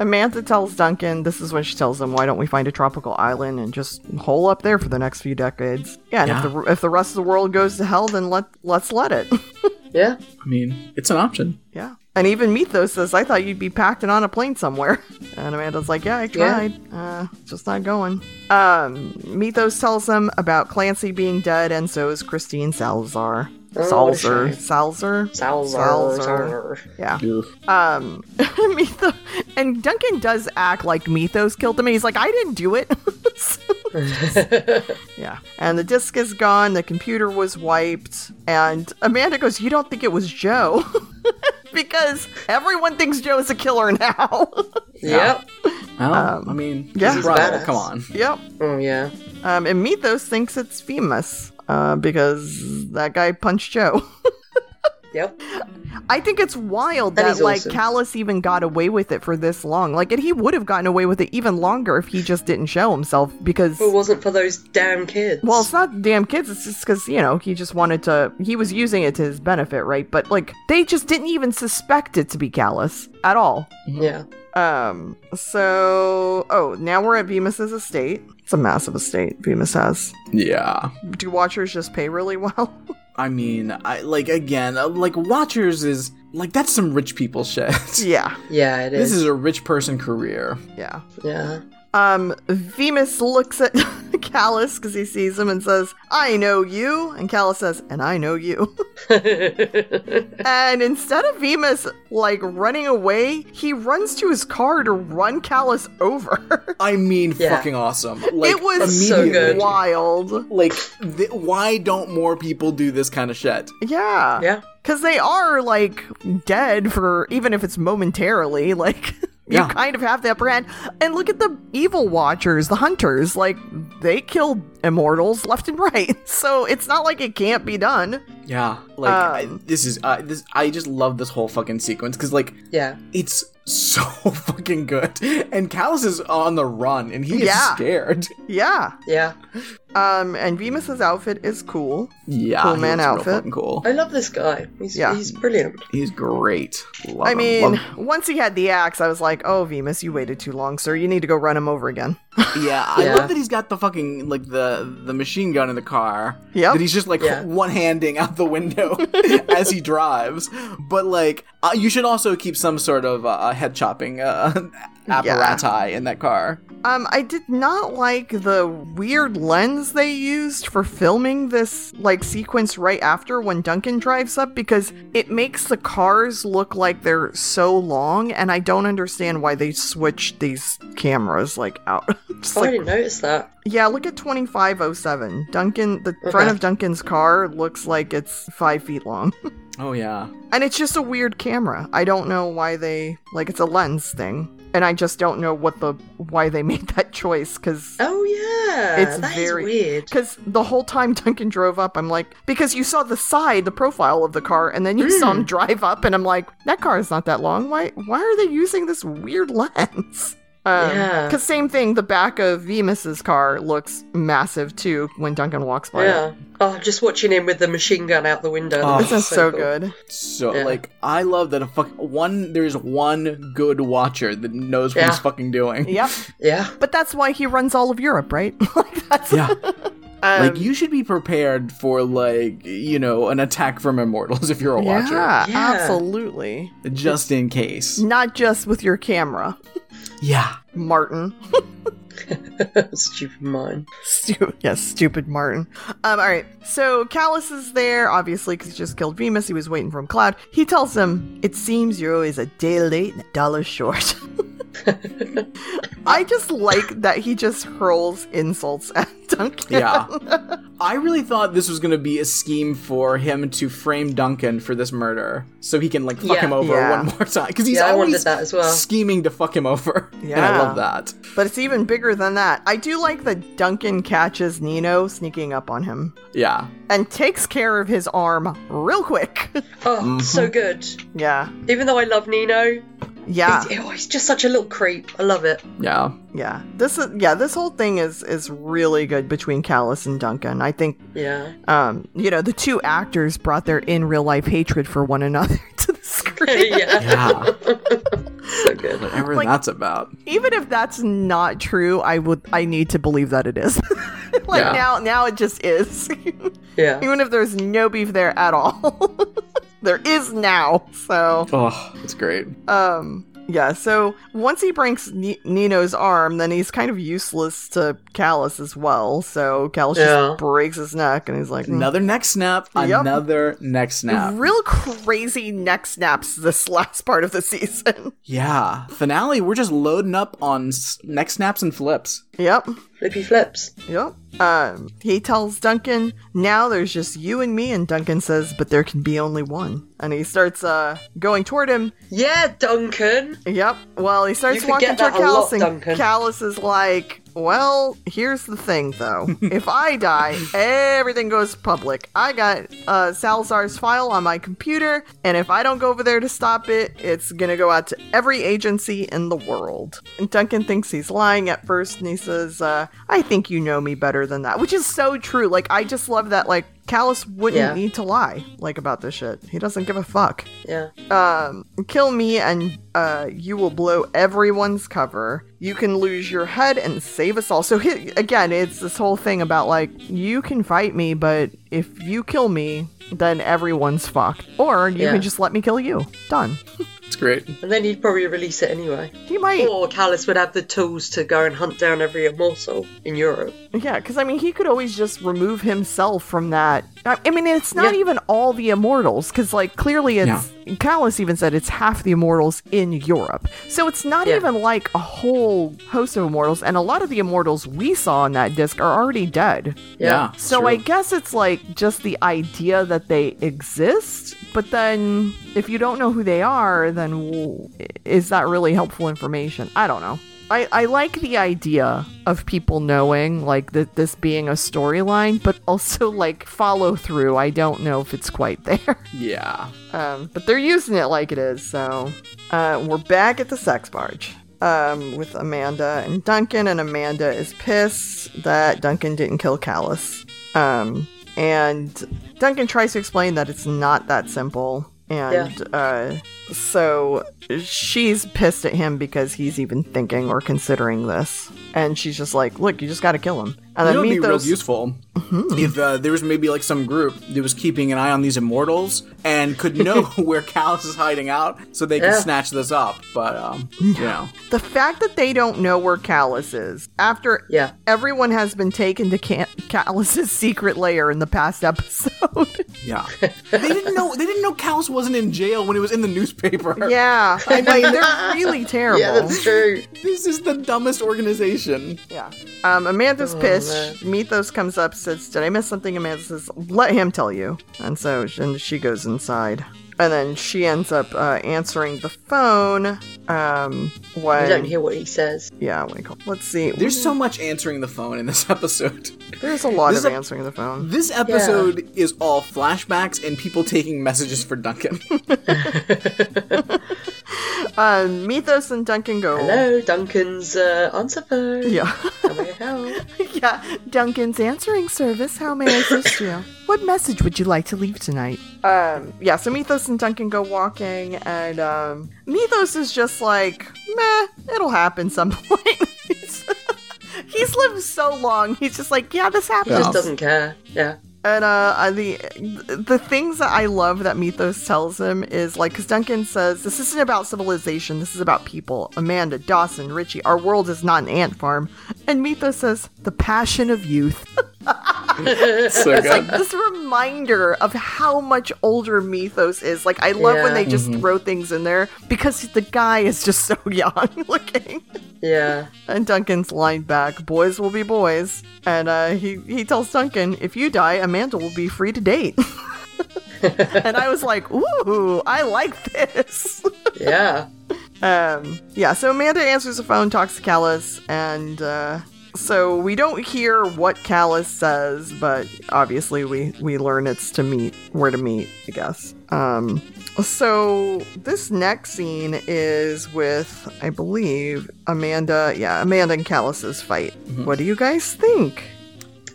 Speaker 3: Amantha tells Duncan, this is when she tells him, why don't we find a tropical island and just hole up there for the next few decades? Yeah, and
Speaker 4: Yeah.
Speaker 3: if the if the rest of the world goes to hell, then let let's let it.
Speaker 2: Yeah.
Speaker 4: I mean, it's an option.
Speaker 3: yeah. And even Mythos says, I thought you'd be packed and on a plane somewhere. And Amanda's like, Yeah, I tried. Uh, it's just not going. Um, Mythos tells him about Clancy being dead, and so is Christine Salazar.
Speaker 2: Oh,
Speaker 3: Salazar.
Speaker 2: shame.
Speaker 3: Salazar.
Speaker 2: Salzar.
Speaker 3: Yeah.
Speaker 4: Ugh.
Speaker 3: Um, Mythos. And Duncan does act like Mythos killed him, and he's like, I didn't do it. yeah. And the disc is gone, the computer was wiped, and Amanda goes, You don't think it was Joe? because everyone thinks Joe is a killer now.
Speaker 2: Yep.
Speaker 4: Well, I mean,
Speaker 3: Um, yeah.
Speaker 4: yeah,
Speaker 3: He's
Speaker 2: badass.
Speaker 4: come on.
Speaker 3: yep.
Speaker 2: Oh, yeah.
Speaker 3: Um, and Mythos thinks it's Femus uh, because that guy punched Joe.
Speaker 2: Yep.
Speaker 3: I think it's wild
Speaker 2: And
Speaker 3: that
Speaker 2: he's
Speaker 3: like
Speaker 2: awesome.
Speaker 3: Callus even got away with it for this long. Like, and he would have gotten away with it even longer if he just didn't show himself because.
Speaker 2: If it wasn't for those damn kids.
Speaker 3: Well, it's not damn kids. It's just because you know he just wanted to. He was using it to his benefit, right? But like they just didn't even suspect it to be Callus at all.
Speaker 2: yeah.
Speaker 3: Um. So, oh, now we're at Bemis's estate. It's a massive estate Bemis has.
Speaker 4: Yeah.
Speaker 3: Do Watchers just pay really well?
Speaker 4: I mean, I like again, uh, like Watchers is like that's some rich people shit.
Speaker 3: yeah,
Speaker 2: Yeah, it is.
Speaker 4: This is a rich person career.
Speaker 3: yeah.
Speaker 2: yeah.
Speaker 3: Um, Venus looks at Callus because he sees him and says, I know you. And Callus says, and I know you. and instead of Venus, like, running away, he runs to his car to run Callus over.
Speaker 4: I mean,
Speaker 2: Yeah.
Speaker 4: fucking awesome. Like,
Speaker 3: it was
Speaker 2: so
Speaker 3: so
Speaker 4: immediately.
Speaker 2: good.
Speaker 3: wild.
Speaker 4: Like, th- why don't more people do this kind of shit?
Speaker 3: Yeah.
Speaker 2: yeah.
Speaker 3: Because they are, like, dead for, even if it's momentarily, like... You
Speaker 4: Yeah.
Speaker 3: kind of have the upper hand. And look at the evil watchers, the hunters. Like, they killed immortals left and right. So it's not like it can't be done.
Speaker 4: Yeah, like I,
Speaker 3: Um.
Speaker 4: this is uh, this. I just love this whole fucking sequence because like
Speaker 2: Yeah.
Speaker 4: it's so fucking good. And Callus is on the run and he is
Speaker 3: Yeah.
Speaker 4: scared.
Speaker 3: Yeah.
Speaker 2: Yeah.
Speaker 3: Um, and Bemis's outfit is cool.
Speaker 4: Yeah,
Speaker 3: Cool
Speaker 4: he
Speaker 3: man
Speaker 4: looks real
Speaker 3: outfit.
Speaker 4: fucking cool.
Speaker 2: I love this guy. He's
Speaker 3: Yeah.
Speaker 2: he's brilliant.
Speaker 4: He's great. Love
Speaker 3: I
Speaker 4: him.
Speaker 3: mean,
Speaker 4: Love-
Speaker 3: once he had the axe, I was like, "Oh, Bemis, you waited too long, sir. You need to go run him over again."
Speaker 4: yeah, I
Speaker 2: Yeah.
Speaker 4: love that he's got the fucking like the the machine gun in the car.
Speaker 3: Yep.
Speaker 4: that he's just like
Speaker 2: Yeah.
Speaker 4: one handing out the window as he drives. But like, uh, you should also keep some sort of uh, head chopping uh, apparati in that car.
Speaker 3: Um, I did not like the weird lens they used for filming this like sequence right after when Duncan drives up because it makes the cars look like they're so long, and I don't understand why they switched these cameras like out. Just
Speaker 2: Oh, I
Speaker 3: like,
Speaker 2: didn't notice that.
Speaker 3: Yeah, look at 2507. Duncan, the front of Duncan's car looks like it's five feet long.
Speaker 4: Oh yeah,
Speaker 3: And it's just a weird camera. I don't know why they, like, it's a lens thing. And I just don't know what the, why they made that choice, because.
Speaker 2: Oh yeah.
Speaker 3: It's
Speaker 2: That is
Speaker 3: very-
Speaker 2: weird.
Speaker 3: Because the whole time Duncan drove up, I'm like, because you saw the side, the profile of the car, and then you saw him drive up, and I'm like, that car is not that long. Why? Why are they using this weird lens? Um,
Speaker 2: Yeah.
Speaker 3: Because same thing, the back of Vemus's car looks massive too when Duncan walks by. it.
Speaker 2: Yeah. Oh, just watching him with the machine gun out the window.
Speaker 4: Oh.
Speaker 3: This is so,
Speaker 2: cool.
Speaker 3: good.
Speaker 4: so
Speaker 2: Yeah.
Speaker 4: like I love that a fuck one. There's one good watcher that knows what he's
Speaker 2: Yeah.
Speaker 4: fucking doing.
Speaker 3: Yep.
Speaker 2: Yeah.
Speaker 3: But that's why he runs all of Europe, right? like that's
Speaker 4: Yeah,
Speaker 3: um,
Speaker 4: like you should be prepared for like you know an attack from immortals if you're a watcher,
Speaker 3: Yeah,
Speaker 2: Yeah.
Speaker 3: absolutely.
Speaker 4: just in case.
Speaker 3: Not just with your camera,
Speaker 4: Yeah,
Speaker 3: Martin.
Speaker 2: Stupid mine.
Speaker 3: Stu- yes, stupid Martin. Um, all right. So Callus is there, obviously, because he just killed Remus. He was waiting for him, Cloud. He tells him, "It seems you're always a day late and a dollar short." I just like that he just hurls insults at Duncan.
Speaker 4: yeah. I really thought this was gonna be a scheme for him to frame Duncan for this murder, so he can like fuck
Speaker 2: Yeah.
Speaker 4: him over
Speaker 3: Yeah.
Speaker 4: one more time because he's
Speaker 2: Yeah, I wondered
Speaker 4: always
Speaker 2: that as well.
Speaker 4: scheming to fuck him over. and I
Speaker 3: Yeah.
Speaker 4: love that.
Speaker 3: But it's even bigger than that. I do like that Duncan catches Nino sneaking up on him
Speaker 4: Yeah,
Speaker 3: and takes care of his arm real quick.
Speaker 2: Oh, so good.
Speaker 3: yeah.
Speaker 2: Even though I love Nino,
Speaker 3: Yeah.
Speaker 2: he's, oh, he's just such a little creep. I love it.
Speaker 4: yeah.
Speaker 3: Yeah, this is yeah. This whole thing is is really good between Callus and Duncan. I think
Speaker 2: Yeah.
Speaker 3: um, you know the two actors brought their in real life hatred for one another to the screen.
Speaker 2: yeah.
Speaker 4: Yeah,
Speaker 2: So good.
Speaker 4: whatever
Speaker 3: Like-
Speaker 4: that's about.
Speaker 3: Even if that's not true, I would I need to believe that it is. like
Speaker 4: Yeah.
Speaker 3: now now it just is.
Speaker 2: Yeah.
Speaker 3: Even if there's no beef there at all, there is now. So
Speaker 4: Oh, it's great.
Speaker 3: um. Yeah, so once he breaks Ni- Nino's arm, then he's kind of useless to Callus as well. So Callus
Speaker 2: Yeah.
Speaker 3: just breaks his neck, and he's like, "Mm,
Speaker 4: Another neck snap.
Speaker 3: Yep.
Speaker 4: Another neck snap.
Speaker 3: Real crazy neck snaps this last part of the season.
Speaker 4: Yeah. Finale. We're just loading up on s- neck snaps and flips.
Speaker 3: yep.
Speaker 2: Flippy flips.
Speaker 3: Yep. Um, he tells Duncan, now there's just you and me. And Duncan says, but there can be only one. And he starts uh, going toward him.
Speaker 2: Yeah, Duncan.
Speaker 3: Yep. Well, he starts
Speaker 2: You could
Speaker 3: walking
Speaker 2: get that
Speaker 3: toward
Speaker 2: a lot,
Speaker 3: Callus. And
Speaker 2: Duncan.
Speaker 3: Callus is like, Well, here's the thing, though. if I die, everything goes public. I got uh, Salazar's file on my computer, and if I don't go over there to stop it, it's gonna go out to every agency in the world. And Duncan thinks he's lying at first, and he says, uh, "I think you know me better than that," which is so true. Like, I just love that. Like, Callus wouldn't
Speaker 2: Yeah.
Speaker 3: need to lie like about this shit. He doesn't give a fuck
Speaker 2: Yeah.
Speaker 3: um, kill me and uh, you will blow everyone's cover. You can lose your head and save us all. So he, again, it's this whole thing about like you can fight me, but if you kill me, then everyone's fucked. Or you
Speaker 2: Yeah.
Speaker 3: can just let me kill you. Done.
Speaker 4: It's great.
Speaker 2: And then he'd probably release it anyway.
Speaker 3: He might,
Speaker 2: Or Callus would have the tools to go and hunt down every morsel in Europe.
Speaker 3: yeah, because I mean, he could always just remove himself from that. I I mean, it's not
Speaker 2: Yeah.
Speaker 3: even all the immortals, because like clearly it's. Callus even said it's half the immortals in Europe. So it's not
Speaker 2: Yeah.
Speaker 3: even like a whole host of immortals, and a lot of the immortals we saw on that disc are already dead.
Speaker 4: Yeah. it's
Speaker 3: So
Speaker 4: true.
Speaker 3: I guess it's like just the idea that they exist, but then if you don't know who they are, then w- is that really helpful information? I don't know. I, I like the idea of people knowing like that this being a storyline, but also like follow through. I don't know if it's quite there.
Speaker 4: Yeah.
Speaker 3: Um, but they're using it like it is, so uh, we're back at the sex barge um, with Amanda and Duncan, and Amanda is pissed that Duncan didn't kill Callus. Um, and Duncan tries to explain that it's not that simple, and uh, so she's pissed at him because he's even thinking or considering this, and she's just like, "Look, you just got to kill him." And
Speaker 4: That
Speaker 3: then
Speaker 4: would be
Speaker 3: Mythos- Mm-hmm.
Speaker 4: real useful if uh, there was maybe like some group that was keeping an eye on these immortals and could know where Callus is hiding out, so they could
Speaker 2: Yeah.
Speaker 4: snatch this up. But um, you know,
Speaker 3: The fact that they don't know where Callus is after
Speaker 2: Yeah.
Speaker 3: everyone has been taken to Can- Callus's secret lair in the past episode.
Speaker 4: yeah, they didn't know they didn't know Callus wasn't in jail when it was in the newspaper.
Speaker 3: yeah, I mean they're really terrible.
Speaker 2: Yeah, that's true.
Speaker 4: This is the dumbest organization.
Speaker 3: Yeah. Um, Amanda's
Speaker 2: Oh,
Speaker 3: pissed. Mythos comes up, says, "Did I miss something?" Amanda says, "Let him tell you." And so, and she goes inside, and then she ends up uh, answering the phone. Um,
Speaker 2: You
Speaker 3: when
Speaker 2: don't hear what he says.
Speaker 3: yeah, when he call- let's see.
Speaker 4: There's so much answering the phone in this episode.
Speaker 3: There's a lot
Speaker 4: this
Speaker 3: of
Speaker 4: is a-
Speaker 3: answering the phone.
Speaker 4: This episode is all flashbacks and people taking messages for Duncan.
Speaker 3: Um, Mythos and Duncan go.
Speaker 2: Hello, Duncan's uh, answer phone.
Speaker 3: Yeah.
Speaker 2: How may I help?
Speaker 3: Yeah, Duncan's answering service. How may I assist you? What message would you like to leave tonight? Um, yeah, so Mythos and Duncan go walking, and um, Mythos is just like, meh, it'll happen some point. he's, he's lived so long, he's just like, yeah, this happens.
Speaker 2: Just doesn't care. Yeah.
Speaker 3: And uh, uh, the the things that I love that Mythos tells him is like, because Duncan says this isn't about civilization, this is about people. Amanda, Dawson, Richie, our world is not an ant farm. And Mythos says the passion of youth.
Speaker 4: so
Speaker 3: It's like this reminder of how much older Mythos is. Like I love when
Speaker 2: Yeah.
Speaker 3: they just throw things in there because the guy is just so young looking.
Speaker 2: Yeah.
Speaker 3: And Duncan's line back, "Boys will be boys," and uh, he he tells Duncan, "If you die, Amanda will be free to date." and I was like, "Ooh, I like this."
Speaker 2: Yeah.
Speaker 3: Um, yeah, so Amanda answers the phone, talks to Callus, and uh, so we don't hear what Callus says, but obviously we we learn it's to meet where to meet, I guess. Um, so this next scene is with, I believe, Amanda. Yeah, Amanda and Callus's fight.
Speaker 4: Mm-hmm.
Speaker 3: What do you guys think?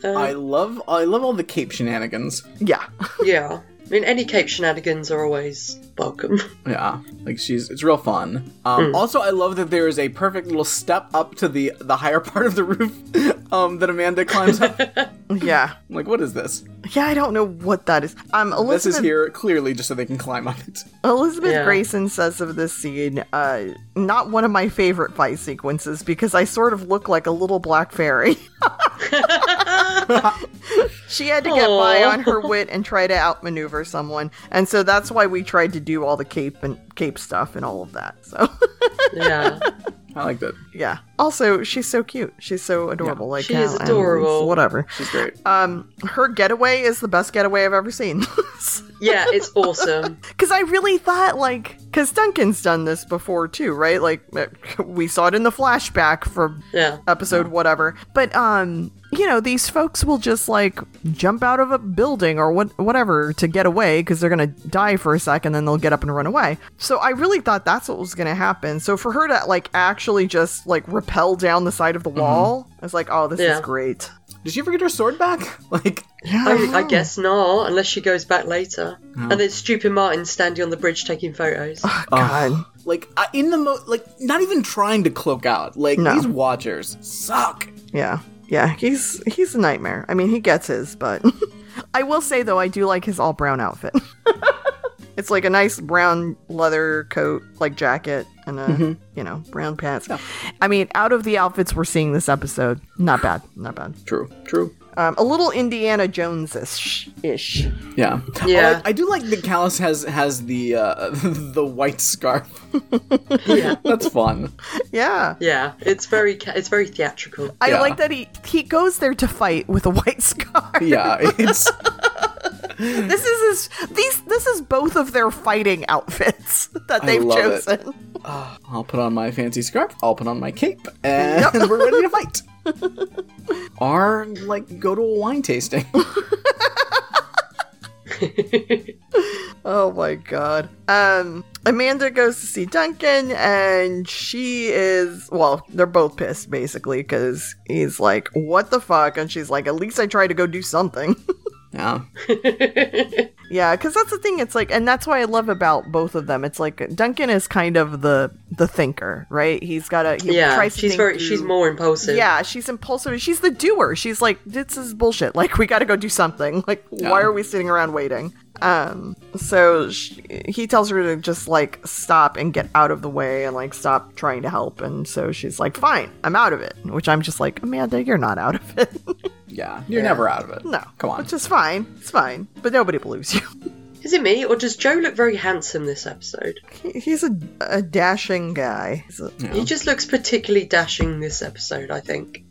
Speaker 2: Um,
Speaker 4: I love I love all the cape shenanigans.
Speaker 3: Yeah,
Speaker 2: Yeah. I mean, any Cape shenanigans are always welcome.
Speaker 4: Yeah, like she's it's real fun. Um, Also, I love that there is a perfect little step up to the the higher part of the roof um, that Amanda climbs up. I'm
Speaker 3: yeah,
Speaker 4: like, what is this?
Speaker 3: yeah. I don't know what that is. Um, Elizabeth.
Speaker 4: This is here clearly just so they can climb up it.
Speaker 3: Elizabeth
Speaker 2: Yeah.
Speaker 3: Grayson says of this scene, uh, not one of my favorite fight sequences because I sort of look like a little black fairy. she had to get by
Speaker 2: Aw.
Speaker 3: on her wit and try to outmaneuver someone, and so that's why we tried to do all the cape and cape stuff and all of that. So,
Speaker 2: Yeah.
Speaker 4: I like that.
Speaker 3: yeah. Also, she's so cute. She's so adorable. like
Speaker 2: she is
Speaker 3: how- and
Speaker 2: adorable.
Speaker 3: Whatever.
Speaker 4: She's great.
Speaker 3: Um, her getaway is the best getaway I've ever seen.
Speaker 2: Yeah, it's awesome.
Speaker 3: Because I really thought, like, Because Duncan's done this before too, right? Like we saw it in the flashback for
Speaker 2: Yeah.
Speaker 3: episode whatever. But um, you know, these folks will just like jump out of a building or what whatever to get away because they're gonna die for a second, then they'll get up and run away. So I really thought that's what was gonna happen. So for her to like actually just like rappel down the side of the wall, I was like, oh, this
Speaker 2: Mm-hmm. Yeah.
Speaker 3: is great.
Speaker 4: Did she ever get her sword back? Like,
Speaker 3: Yeah,
Speaker 2: I, I guess not, unless she goes back later. And then stupid Martin standing on the bridge taking photos.
Speaker 3: God.
Speaker 4: like I- in the mo, like not even trying to cloak out. Like
Speaker 3: No.
Speaker 4: these Watchers suck.
Speaker 3: Yeah. Yeah, he's he's a nightmare. I mean, he gets his, but I will say though I do like his all brown outfit. it's like a nice brown leather coat, like jacket and a,
Speaker 4: Mm-hmm.
Speaker 3: you know, brown pants. I mean, out of the outfits we're seeing this episode, not bad, not bad.
Speaker 4: True. True.
Speaker 3: Um, a little Indiana Jones-ish. Ish.
Speaker 4: Yeah.
Speaker 2: Yeah.
Speaker 4: Although I, I do like that Callus has has the uh, the white scarf.
Speaker 2: yeah.
Speaker 4: That's fun.
Speaker 3: Yeah.
Speaker 2: Yeah. It's very ca- it's very theatrical.
Speaker 3: I
Speaker 4: Yeah.
Speaker 3: like that he he goes there to fight with a white scar.
Speaker 4: Yeah. It's
Speaker 3: This is his, these this is both of their fighting outfits that
Speaker 4: I
Speaker 3: they've
Speaker 4: love it.
Speaker 3: chosen.
Speaker 4: I'll put on my fancy scarf. I'll put on my cape, and we're ready to fight. or like go to a wine tasting.
Speaker 3: Oh my god. Um Amanda goes to see Duncan and she is well, they're both pissed basically cuz he's like, "What the fuck?" and she's like, "At least I tried to go do something."
Speaker 4: Yeah.
Speaker 3: yeah, cuz that's the thing. It's like and that's what I love about both of them. It's like Duncan is kind of the the thinker, right? He's got a he
Speaker 2: Yeah.
Speaker 3: tries to
Speaker 2: She's
Speaker 3: think
Speaker 2: very she's
Speaker 3: through-
Speaker 2: more impulsive.
Speaker 3: Mm. yeah, she's impulsive. She's the doer. She's like, this is bullshit. Like, we got to go do something. Like, why are we sitting around waiting? Um, so sh he tells her to just like stop and get out of the way and like stop trying to help. And so she's like, fine, I'm out of it. Which I'm just like, Amanda, you're not out of it.
Speaker 4: Yeah. You're never out of it.
Speaker 3: no,
Speaker 4: Come on.
Speaker 3: which is fine. It's fine, but nobody believes you.
Speaker 2: Is it me or does Joe look very handsome this episode?
Speaker 3: He- He's a, a dashing guy. He's a-
Speaker 4: Oh.
Speaker 2: He just looks particularly dashing this episode, I think.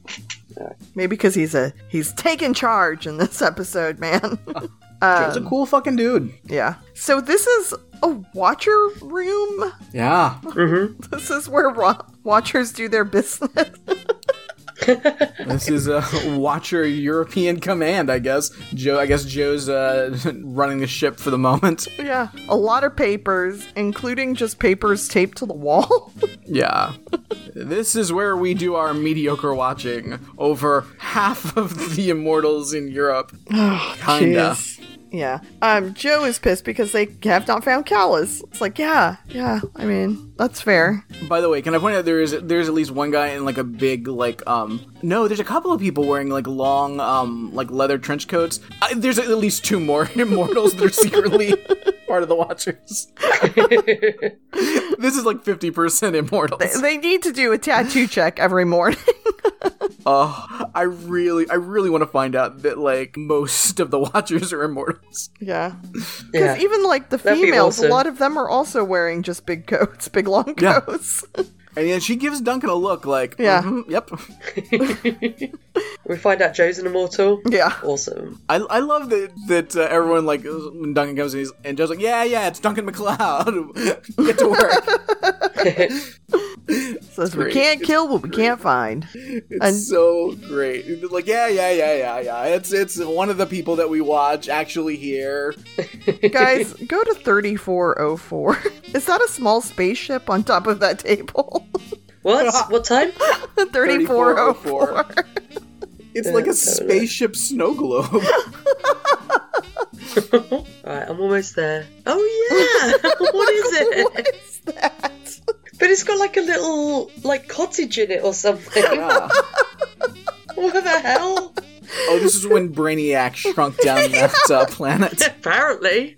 Speaker 3: maybe because he's a he's taking charge in this episode, man.
Speaker 4: Joe's a cool fucking dude.
Speaker 3: Yeah. So this is a watcher room.
Speaker 4: Yeah.
Speaker 3: This is where wa- watchers do their business.
Speaker 4: This is a Watcher European Command, I guess. Joe, I guess Joe's uh, running the ship for the moment.
Speaker 3: yeah. A lot of papers, including just papers taped to the wall.
Speaker 4: Yeah. this is where we do our mediocre watching over half of the immortals in Europe. Kinda.
Speaker 3: Oh, Jeez. Yeah. Um, Joe is pissed because they have not found Callus. It's like, yeah, yeah. I mean, that's fair.
Speaker 4: By the way, can I point out there is there's at least one guy in like a big like um no, there's a couple of people wearing like long um like leather trench coats. I, there's at least two more immortals that are secretly part of the Watchers. this is like 50% immortals.
Speaker 3: They need to do a tattoo check every morning.
Speaker 4: Oh, I really, I really want to find out that like most of the Watchers are immortals.
Speaker 3: yeah.
Speaker 2: Yeah.
Speaker 3: Because even like the
Speaker 2: That'd be
Speaker 3: females, a
Speaker 2: awesome.
Speaker 3: lot of them are also wearing just big coats, big long
Speaker 4: Yeah.
Speaker 3: coats.
Speaker 4: And then she gives Duncan a look like,
Speaker 3: Yeah.
Speaker 4: "Mhm, yep.
Speaker 2: we find out Joe's an immortal.
Speaker 3: yeah.
Speaker 2: Awesome.
Speaker 4: I, I love that that uh, everyone like when Duncan comes in he's, and Joe's like, yeah, yeah, it's Duncan McLeod. Get to work.
Speaker 3: Says we
Speaker 4: great.
Speaker 3: can't kill what we can't find.
Speaker 4: It's
Speaker 3: And-
Speaker 4: so great. Like, yeah, yeah, yeah, yeah, yeah. It's it's one of the people that we watch actually here.
Speaker 3: Guys, go to 3404. Is that a small spaceship on top of that table?
Speaker 2: What? what time?
Speaker 3: 3404.
Speaker 4: It's like
Speaker 2: totally.
Speaker 4: a spaceship snow globe.
Speaker 2: Right, I'm almost there. Oh yeah! what is it?
Speaker 3: What's that?
Speaker 2: But it's got like a little like cottage in it or something.
Speaker 4: Yeah.
Speaker 2: what the hell?
Speaker 4: Oh, this is when Brainiac shrunk down that uh, planet.
Speaker 2: Apparently.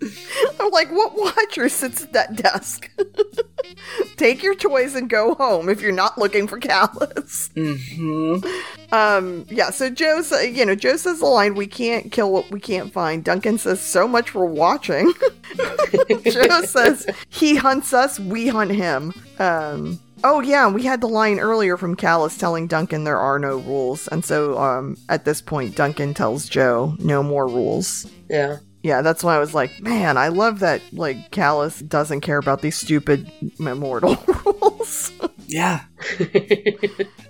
Speaker 3: I'm like, what watcher sits at that desk? Take your toys and go home if you're not looking for Callus.
Speaker 4: Mm-hmm.
Speaker 3: Um, yeah, so Joe, sa- you know, Joe says the line, we can't kill what we can't find. Duncan says, so much for watching. Joe says, he hunts us, we hunt him. Um, oh, yeah, we had the line earlier from Callus telling Duncan there are no rules. And so um, at this point, Duncan tells Joe, no more rules.
Speaker 2: Yeah.
Speaker 3: Yeah, that's why I was like, man, I love that like Callus doesn't care about these stupid immortal rules.
Speaker 4: Yeah.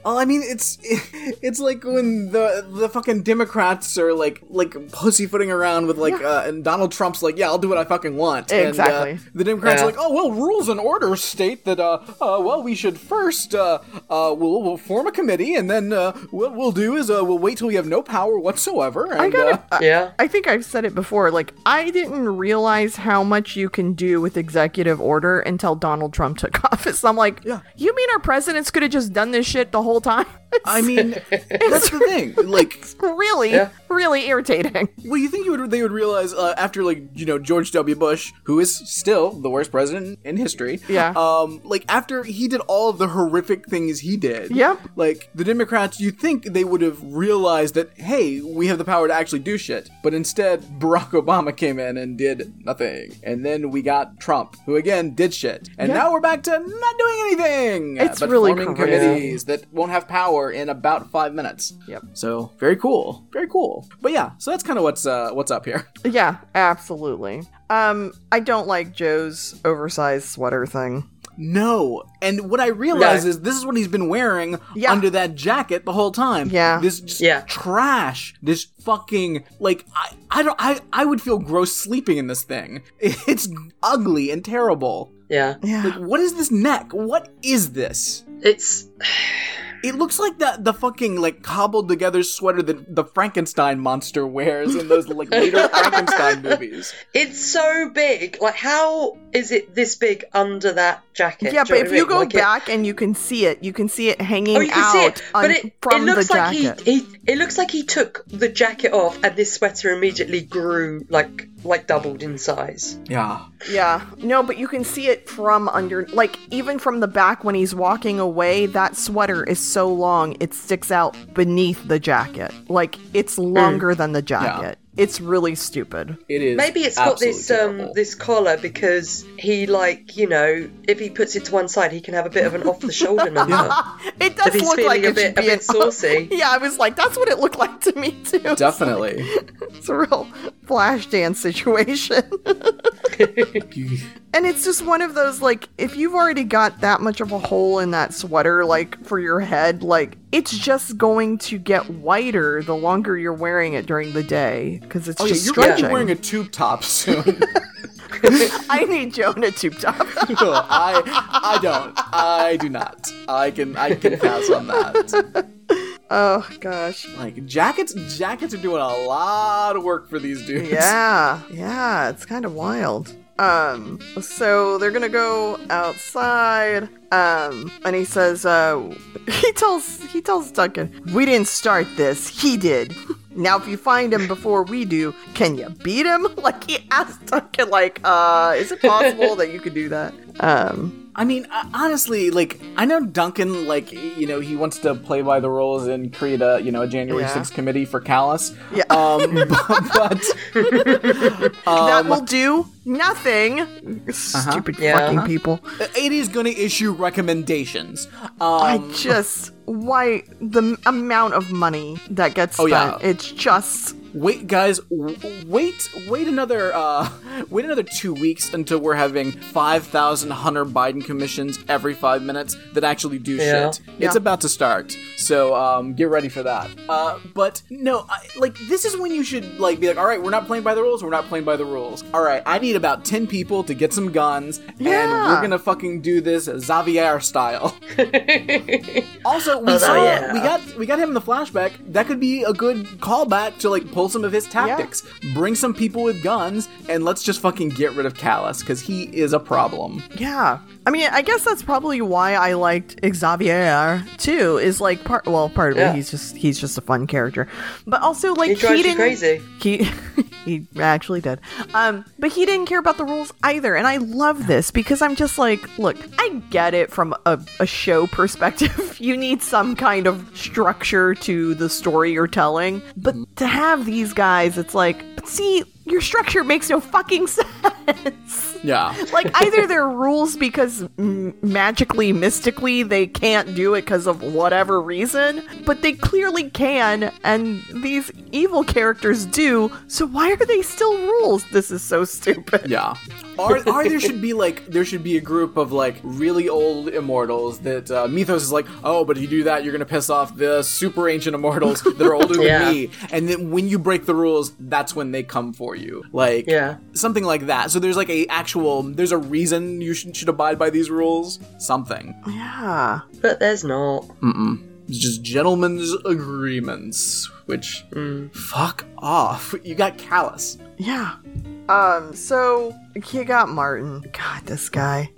Speaker 4: well, I mean, it's it's like when the the fucking Democrats are like like pussyfooting around with like uh, and Donald Trump's like, yeah, I'll do what I fucking want. And, uh,
Speaker 3: Exactly.
Speaker 4: the Democrats
Speaker 2: Yeah.
Speaker 4: are like, oh well, rules and orders state that uh, uh well we should first uh uh we'll, we'll form a committee and then uh what we'll do is uh we'll wait till we have no power whatsoever. And,
Speaker 3: I
Speaker 4: uh,
Speaker 3: gotta. I-
Speaker 2: Yeah.
Speaker 3: I think I've said it before. Like, I didn't realize how much you can do with executive order until Donald Trump took office. I'm like,
Speaker 4: Yeah.
Speaker 3: you mean our presidents could have just done this shit the whole time?
Speaker 4: I mean, that's the thing. Like,
Speaker 3: It's really,
Speaker 2: Yeah.
Speaker 3: really irritating.
Speaker 4: Well, you think you would they would realize uh, after like you know George W. Bush, who is still the worst president in history.
Speaker 3: Yeah.
Speaker 4: Um, like after he did all of the horrific things he did.
Speaker 3: Yep.
Speaker 4: Like the Democrats, you think they would have realized that hey, we have the power to actually do shit, but instead Barack Obama came in and did nothing, and then we got Trump, who again did shit, and
Speaker 3: Yeah.
Speaker 4: now we're back to not doing anything.
Speaker 3: It's
Speaker 4: but
Speaker 3: really
Speaker 4: forming
Speaker 3: crazy.
Speaker 4: committees that won't have power in about five minutes.
Speaker 3: Yep.
Speaker 4: So very cool, very cool. But yeah, so that's kind of what's uh, what's up here.
Speaker 3: Yeah, absolutely. Um, I don't like Joe's oversized sweater thing.
Speaker 4: No, and what I realize
Speaker 2: Yeah.
Speaker 4: is this is what he's been wearing
Speaker 3: Yeah.
Speaker 4: under that jacket the whole time.
Speaker 3: Yeah.
Speaker 4: this just
Speaker 2: Yeah.
Speaker 4: trash. This fucking like I I don't I I would feel gross sleeping in this thing. It's ugly and terrible.
Speaker 2: Yeah.
Speaker 4: Like
Speaker 3: Yeah.
Speaker 4: what is this neck? What is this?
Speaker 2: It's
Speaker 4: It looks like the the fucking like cobbled together sweater that the Frankenstein monster wears in those like later Frankenstein movies.
Speaker 2: it's so big. Like, how is it this big under that jacket?
Speaker 3: Yeah,
Speaker 2: Do
Speaker 3: but
Speaker 2: know
Speaker 3: if
Speaker 2: what I
Speaker 3: you
Speaker 2: mean?
Speaker 3: go
Speaker 2: Like, it-
Speaker 3: back and you can see it, you can see it hanging
Speaker 2: Oh, you can
Speaker 3: out
Speaker 2: see it,
Speaker 3: on-
Speaker 2: but it,
Speaker 3: from
Speaker 2: it looks
Speaker 3: the
Speaker 2: like
Speaker 3: jacket.
Speaker 2: he, he it looks like he took the jacket off and this sweater immediately grew like like doubled in size.
Speaker 4: Yeah.
Speaker 3: Yeah. No, but you can see it from under like even from the back when he's walking away, that sweater is so long it sticks out beneath the jacket. Like it's
Speaker 2: Mm.
Speaker 3: longer than the jacket. It's really stupid.
Speaker 4: It is.
Speaker 2: Maybe it's got
Speaker 4: absolutely
Speaker 2: this
Speaker 4: terrible.
Speaker 2: um this collar because he like you know if he puts it to one side he can have a bit of an off the shoulder number.
Speaker 3: It
Speaker 2: If
Speaker 3: does
Speaker 2: he's
Speaker 3: look
Speaker 2: feeling
Speaker 3: like
Speaker 2: a
Speaker 3: it
Speaker 2: bit
Speaker 3: should
Speaker 2: a
Speaker 3: be
Speaker 2: bit
Speaker 3: an-
Speaker 2: saucy.
Speaker 3: Yeah, I was like, that's what it looked like to me too.
Speaker 4: definitely.
Speaker 3: It's a real flash dance situation. and it's just one of those like if you've already got that much of a hole in that sweater like for your head, like it's just going to get whiter the longer you're wearing it during the day because it's
Speaker 4: Oh yeah,
Speaker 3: just
Speaker 4: you're gonna
Speaker 3: stretching.
Speaker 4: be wearing a tube top soon.
Speaker 3: I need Joe in a tube top.
Speaker 4: I I don't. I do not. I can I can pass on that.
Speaker 3: oh gosh.
Speaker 4: Like jackets jackets are doing a lot of work for these dudes.
Speaker 3: Yeah, yeah, it's kind of wild. Um, so they're gonna go outside. Um, and he says, uh, he tells he tells Duncan, we didn't start this, he did. Now, if you find him before we do, can you beat him? Like he asked Duncan, like, uh, is it possible that you could do that? Um,
Speaker 4: I mean, uh, honestly, like I know Duncan, like you know, he wants to play by the rules and create a you know a January
Speaker 3: Yeah.
Speaker 4: 6th committee for Callus.
Speaker 3: Yeah.
Speaker 4: Um, but, but,
Speaker 3: that
Speaker 4: um,
Speaker 3: will do nothing.
Speaker 2: Uh-huh.
Speaker 3: Stupid
Speaker 2: Yeah.
Speaker 3: fucking
Speaker 2: Uh-huh.
Speaker 3: people.
Speaker 4: it is going to issue recommendations. Um,
Speaker 3: I just why the m- amount of money that gets
Speaker 4: Oh, yeah.
Speaker 3: spent. It's just
Speaker 4: Wait, guys, w- wait, wait another, uh, wait another two weeks until we're having 5,000 Hunter Biden commissions every five minutes that actually do
Speaker 2: Yeah.
Speaker 4: shit. It's
Speaker 3: Yeah.
Speaker 4: about to start, so, um, get ready for that. Uh, but, no, I, like, this is when you should, like, be like, alright, we're not playing by the rules, we're not playing by the rules. Alright, I need about 10 people to get some guns, and
Speaker 3: Yeah.
Speaker 4: we're gonna fucking do this Xavier style. Also, we
Speaker 2: Oh,
Speaker 4: saw
Speaker 2: yeah.
Speaker 4: we got we got him in the flashback. That could be a good callback to like pull some of his tactics. Bring some people with guns, and let's just fucking get rid of Callus because he is a problem.
Speaker 3: yeah. I mean, I guess that's probably why I liked Xavier too. Is like part well, part of
Speaker 2: Yeah.
Speaker 3: it. He's just he's just a fun character, but also like
Speaker 2: He drives you
Speaker 3: didn't-
Speaker 2: crazy.
Speaker 3: He he actually did. Um, but he didn't care about the rules either, and I love this because I'm just like, look, I get it from a, a show perspective. you need some kind of structure to the story you're telling, but to have these guys, it's like, but see, your structure makes no fucking sense.
Speaker 4: Yeah.
Speaker 3: like either there are rules because m- magically, mystically, they can't do it because of whatever reason, but they clearly can, and these evil characters do. So why are they still rules? This is so stupid.
Speaker 4: Yeah. Or, or there should be like there should be a group of like really old immortals that uh, Mythos is like, oh, but if you do that, you're gonna piss off the super ancient immortals that are older
Speaker 2: Yeah.
Speaker 4: than me, and then when you break the rules, that's when they come for you. Like
Speaker 2: Yeah.
Speaker 4: something like that. So there's like a actual there's a reason you should, should abide by these rules. Something.
Speaker 3: Yeah.
Speaker 2: But there's not.
Speaker 4: It's just gentlemen's agreements, which
Speaker 2: Mm.
Speaker 4: fuck off. You got callous.
Speaker 3: Yeah. Um, so you got Martin. God, this guy.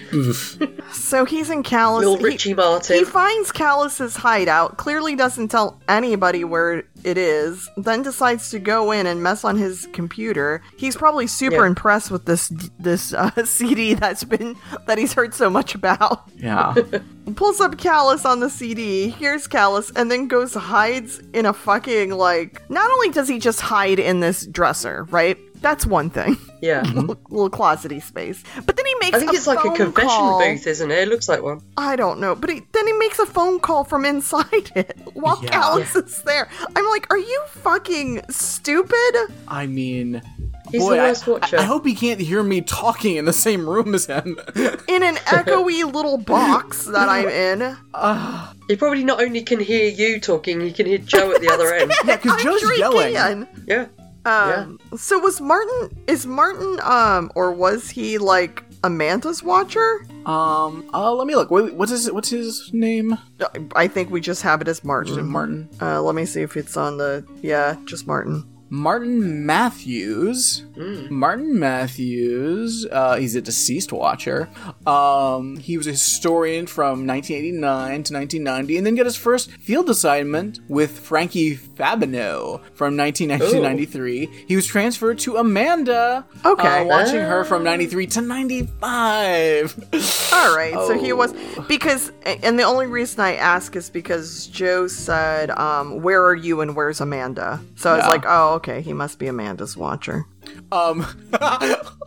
Speaker 3: so he's in Callus.
Speaker 2: Little
Speaker 3: He-
Speaker 2: Richie Martin.
Speaker 3: He finds Callus's hideout, clearly doesn't tell anybody where it is, then decides to go in and mess on his computer. He's probably super
Speaker 2: Yeah.
Speaker 3: impressed with this this uh, CD that's been that he's heard so much about.
Speaker 4: Yeah.
Speaker 3: Pulls up Callus on the CD, hears Callus, and then goes hides in a fucking like. Not only does he just hide in this dresser, right? That's one thing,
Speaker 2: yeah.
Speaker 3: little closety space. But then he makes.
Speaker 2: I think it's like a
Speaker 3: phone
Speaker 2: confession
Speaker 3: call.
Speaker 2: booth, isn't it? It looks like one.
Speaker 3: I don't know, but he, then he makes a phone call from inside it while
Speaker 4: Yeah.
Speaker 3: Alex is there. I'm like, are you fucking stupid?
Speaker 4: I mean,
Speaker 2: He's
Speaker 4: boy,
Speaker 2: the
Speaker 4: I-
Speaker 2: worst watcher.
Speaker 4: I, I hope he can't hear me talking in the same room as him.
Speaker 3: In an echoey little box that I'm in.
Speaker 4: Uh,
Speaker 2: He probably not only can hear you talking, he can hear Joe at the other end.
Speaker 4: yeah, because
Speaker 3: I'm
Speaker 4: Joe's yelling.
Speaker 3: drinking.
Speaker 2: Yeah.
Speaker 3: Um, So was Martin? Is Martin? Um, or was he like Amanda's watcher?
Speaker 4: Um, uh, let me look. Wait, what's his What's his name?
Speaker 3: I think we just have it as
Speaker 4: Is it
Speaker 3: Martin.
Speaker 4: Martin.
Speaker 3: Uh, let me see if it's on the. Yeah, just Martin.
Speaker 4: Martin Matthews. Martin Matthews. Uh, he's a deceased watcher. Um, he was a historian from 1989 to 1990, and then got his first field assignment with Frankie Fabineau from 1990 to
Speaker 2: Ooh.
Speaker 4: 93. He was transferred to Amanda.
Speaker 3: Okay.
Speaker 4: uh, watching her from 93 to 95.
Speaker 3: All right, so he was because, and the only reason I ask is because Joe said, um, "Where are you and where's Amanda?" So I was
Speaker 4: Yeah.
Speaker 3: like, "Oh, okay, he must be Amanda's watcher."
Speaker 4: Um,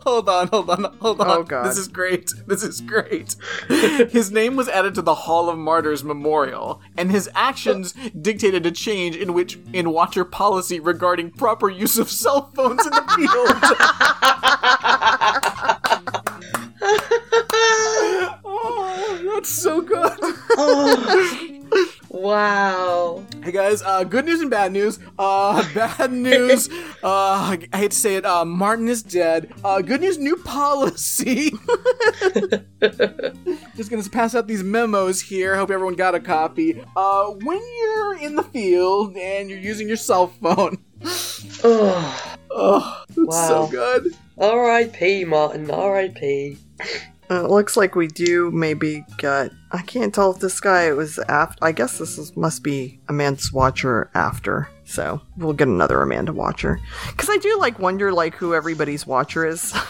Speaker 4: hold on, hold on, hold on.
Speaker 3: Oh, God.
Speaker 4: This is great. This is great. his name was added to the Hall of Martyrs Memorial, and his actions dictated a change in which in Watcher policy regarding proper use of cell phones in the field. oh, that's so good.
Speaker 2: Oh. Wow.
Speaker 4: Hey guys, uh, good news and bad news. Uh, bad news. Uh, I hate to say it. Uh, Martin is dead. Uh, good news, new policy. Just gonna pass out these memos here. Hope everyone got a copy. Uh, when you're in the field and you're using your cell phone.
Speaker 2: Oh.
Speaker 4: Oh, that's so
Speaker 2: Wow.
Speaker 4: good.
Speaker 2: R.I.P. Martin. R.I.P.
Speaker 3: Uh, it looks like we do maybe got. I can't tell if this guy was after. I guess this is, must be Amanda's watcher after. So we'll get another Amanda watcher because I do like wonder like who everybody's watcher is.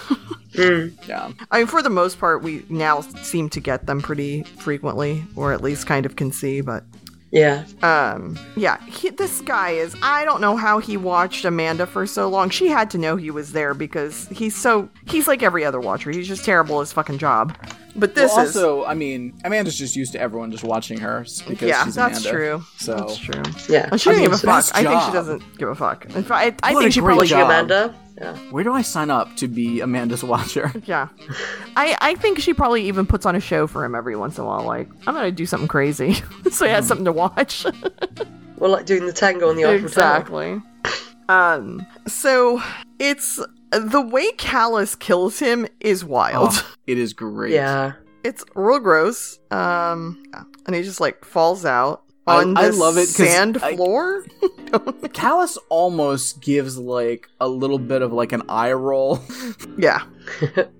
Speaker 2: Hmm.
Speaker 4: Yeah.
Speaker 3: I mean, for the most part, we now seem to get them pretty frequently, or at least kind of can see, but.
Speaker 2: Yeah.
Speaker 3: Um, yeah, he, this guy is. I don't know how he watched Amanda for so long. She had to know he was there because he's so. He's like every other watcher. He's just terrible at his fucking job. But this
Speaker 4: Well,
Speaker 3: is.
Speaker 4: also, I mean, Amanda's just used to everyone just watching her s- because
Speaker 3: yeah,
Speaker 4: she's
Speaker 3: that's
Speaker 4: Amanda.
Speaker 3: true.
Speaker 4: So
Speaker 3: That's true.
Speaker 2: Yeah.
Speaker 3: And she
Speaker 2: I
Speaker 3: doesn't
Speaker 2: mean,
Speaker 3: give a
Speaker 2: so-
Speaker 3: fuck.
Speaker 4: that's
Speaker 3: I think she
Speaker 4: job.
Speaker 3: doesn't give a fuck. In fact, I, I
Speaker 4: What a
Speaker 3: think she
Speaker 4: great
Speaker 3: probably
Speaker 4: job.
Speaker 2: Amanda. Yeah.
Speaker 4: where do I sign up to be Amanda's watcher?
Speaker 3: Yeah, I, I think she probably even puts on a show for him every once in a while. Like I'm gonna do something crazy, so he has
Speaker 4: Mm.
Speaker 3: something to watch.
Speaker 2: Well, like doing the tango on the Eiffel Tower.
Speaker 3: exactly. Um, so it's the way Callus kills him is wild.
Speaker 4: Oh, it is great.
Speaker 2: Yeah.
Speaker 3: It's real gross. Um, and he just like falls out
Speaker 4: I-
Speaker 3: on
Speaker 4: I
Speaker 3: this
Speaker 4: love it 'cause
Speaker 3: sand
Speaker 4: I-
Speaker 3: floor.
Speaker 4: Callus almost gives like a little bit of like an eye roll,
Speaker 3: yeah,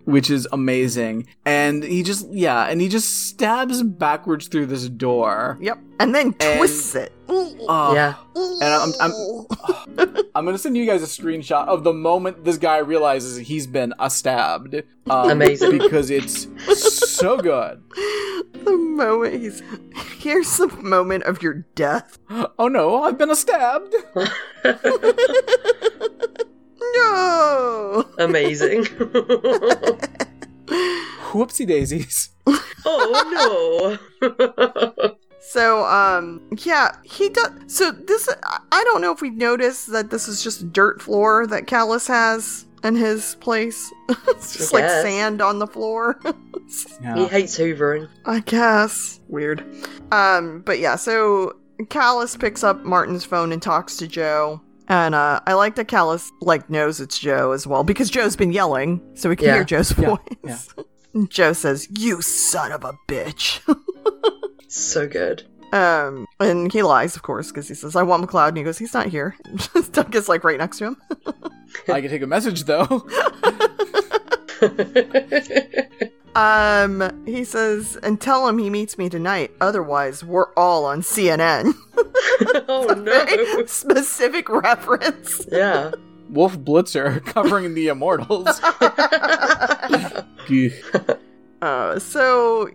Speaker 4: which is amazing. And he just yeah, and he just stabs backwards through this door.
Speaker 3: yep. And then
Speaker 4: And-
Speaker 3: twists it.
Speaker 4: Oh,
Speaker 2: Yeah.
Speaker 3: And
Speaker 4: I'm- I'm- I'm gonna send you guys a screenshot of the moment this guy realizes he's been a stabbed. Um,
Speaker 2: Amazing.
Speaker 4: because it's so good.
Speaker 3: the moment he's here's the moment of your death.
Speaker 4: Oh no, I've been a stabbed.
Speaker 3: No, Whoa!
Speaker 2: Amazing.
Speaker 4: Whoopsie daisies.
Speaker 2: oh no.
Speaker 3: So, um, yeah, he does. So this, I- I don't know if we noticed that this is just dirt floor that Callus has in his place. it's just like
Speaker 2: guess.
Speaker 3: sand on the floor.
Speaker 2: he
Speaker 4: Yeah.
Speaker 2: hates hoovering.
Speaker 3: I guess. Weird. Um, but yeah, so Callus picks up Martin's phone and talks to Joe. And uh, I like that Callus like knows it's Joe as well because Joe's been yelling, so we can
Speaker 2: Yeah.
Speaker 3: hear Joe's
Speaker 4: Yeah,
Speaker 3: voice. Joe says, "You son of a bitch."
Speaker 2: So good.
Speaker 3: Um, and he lies, of course, because he says, "I want McLeod," and he goes, "He's not here." Doug is like right next to him.
Speaker 4: I can take a message though.
Speaker 2: Oh,
Speaker 3: Um, he says, "And tell him he meets me tonight. Otherwise, we're all on CNN."
Speaker 2: oh no.
Speaker 3: Very specific reference.
Speaker 2: Yeah.
Speaker 4: Wolf Blitzer covering the immortals. Gee.
Speaker 3: Uh, so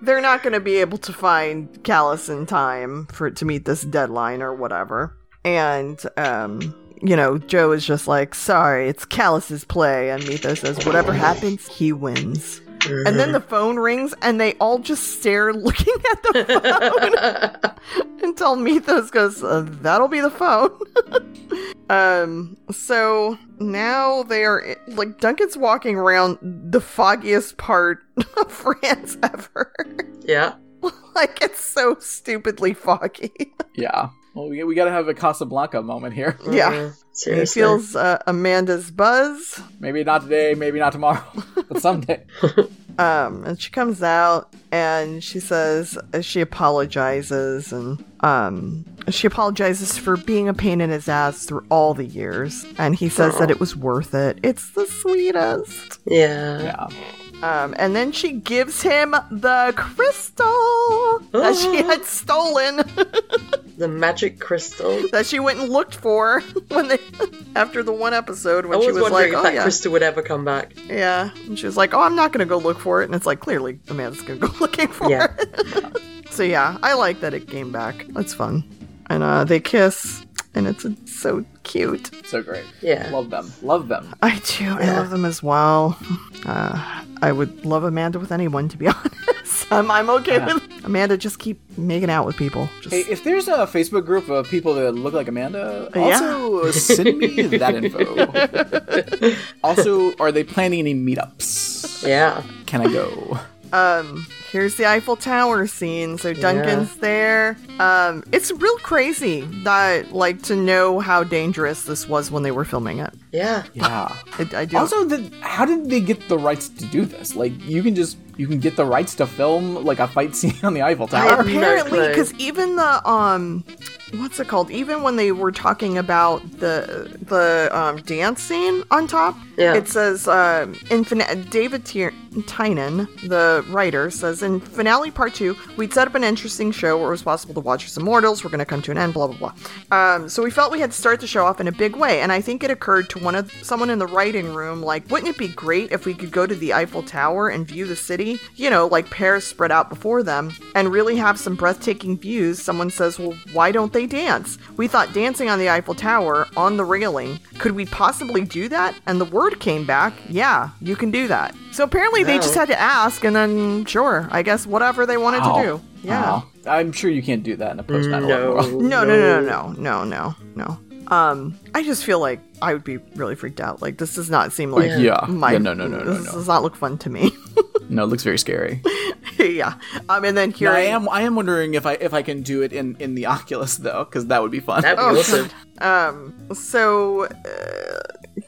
Speaker 3: they're not going to be able to find Callus in time for to meet this deadline or whatever. And um, you know, Joe is just like, "Sorry, it's Callus's play." And Mitho says, "Whatever happens, he wins." And then the phone rings, and they all just stare looking at the phone until Mythos goes, uh, That'll be the phone. um, so now they are like Duncan's walking around the foggiest part of France ever.
Speaker 2: yeah.
Speaker 3: like, it's so stupidly foggy.
Speaker 4: Yeah. Well, we, we gotta have a Casablanca moment here.
Speaker 3: yeah. He
Speaker 2: Mm, Seriously.
Speaker 3: feels uh, Amanda's buzz.
Speaker 4: Maybe not today, maybe not tomorrow, but someday.
Speaker 3: Um, and she comes out and she says uh, she apologizes and um, she apologizes for being a pain in his ass through all the years. And he says that it was worth it. It's the sweetest.
Speaker 2: yeah.
Speaker 4: Yeah.
Speaker 3: Um, and then she gives him the crystal that she had stolen,
Speaker 2: The magic crystal.
Speaker 3: that she went and looked for when they after the one episode
Speaker 2: I
Speaker 3: when she
Speaker 2: was
Speaker 3: was
Speaker 2: wondering
Speaker 3: like,
Speaker 2: if
Speaker 3: oh
Speaker 2: that
Speaker 3: yeah,
Speaker 2: crystal would ever come back.
Speaker 3: yeah, and she was like, oh, I'm not gonna go look for it. And it's like clearly the man's gonna go looking for
Speaker 2: Yeah.
Speaker 3: it. So yeah, I like that it came back. That's fun. And uh, they kiss, and it's uh, so cute.
Speaker 4: So great.
Speaker 2: Yeah.
Speaker 4: Love them. Love them.
Speaker 3: I do. I love them as well. Uh, I would love Amanda with anyone, to be honest. I'm, I'm okay
Speaker 4: Yeah.
Speaker 3: with Amanda. Just keep making out with people. Just,
Speaker 4: Hey, if there's a Facebook group of people that look like Amanda,
Speaker 3: Yeah.
Speaker 4: also send me that info. also, are they planning any meetups?
Speaker 2: Yeah.
Speaker 4: Can I go?
Speaker 3: um, here's the Eiffel Tower scene. So Duncan's there. Um, it's real crazy that like to know how dangerous this was when they were filming it.
Speaker 2: Yeah.
Speaker 4: Yeah.
Speaker 3: I, I do.
Speaker 4: Also, the, how did they get the rights to do this? Like, you can just you can get the rights to film like a fight scene on the Eiffel
Speaker 2: have
Speaker 4: Tower.
Speaker 2: no
Speaker 3: apparently
Speaker 2: clue.
Speaker 3: because even the um what's it called even when they were talking about the the um dance scene on top
Speaker 2: Yeah.
Speaker 3: it says um in fina- david Tier- tynan the writer says in finale part two we'd set up an interesting show where it was possible to watch as immortals we're going to come to an end blah blah blah um so we felt we had to start the show off in a big way and i think it occurred to one of someone in the writing room like wouldn't it be great if we could go to the eiffel tower and view the city you know like paris spread out before them and really have some breathtaking views someone says well why don't they dance we thought dancing on the eiffel tower on the railing could we possibly do that and the word came back yeah you can do that so apparently they
Speaker 2: No.
Speaker 3: just had to ask and then sure i guess whatever they wanted
Speaker 4: Wow.
Speaker 3: to do yeah
Speaker 4: Wow. I'm sure you can't do that in a post 9 world.
Speaker 3: no, no, no, no, no, no, no. Um, I just feel like I would be really freaked out. Like this does not seem like
Speaker 4: Yeah.
Speaker 3: my
Speaker 4: Yeah, no, no, no, no,
Speaker 3: This
Speaker 4: no.
Speaker 3: does not look fun to me.
Speaker 4: No, it looks very scary.
Speaker 3: yeah. Um, and then here
Speaker 4: Now, I am I am wondering if I if I can do it in in the Oculus though, because that would be fun.
Speaker 2: That'd be
Speaker 3: Oh,
Speaker 2: awesome.
Speaker 3: Um, so uh,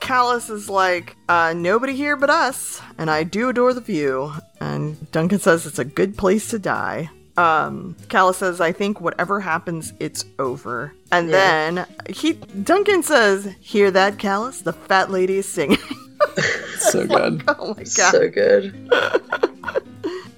Speaker 3: Callus is like, uh, nobody here but us, and I do adore the view. And Duncan says it's a good place to die. Um, Callus says, I think whatever happens, it's over. And
Speaker 2: Yeah.
Speaker 3: then he Duncan says, "Hear that, Callus? The fat lady is singing."
Speaker 4: so good.
Speaker 3: oh my god!
Speaker 2: So good.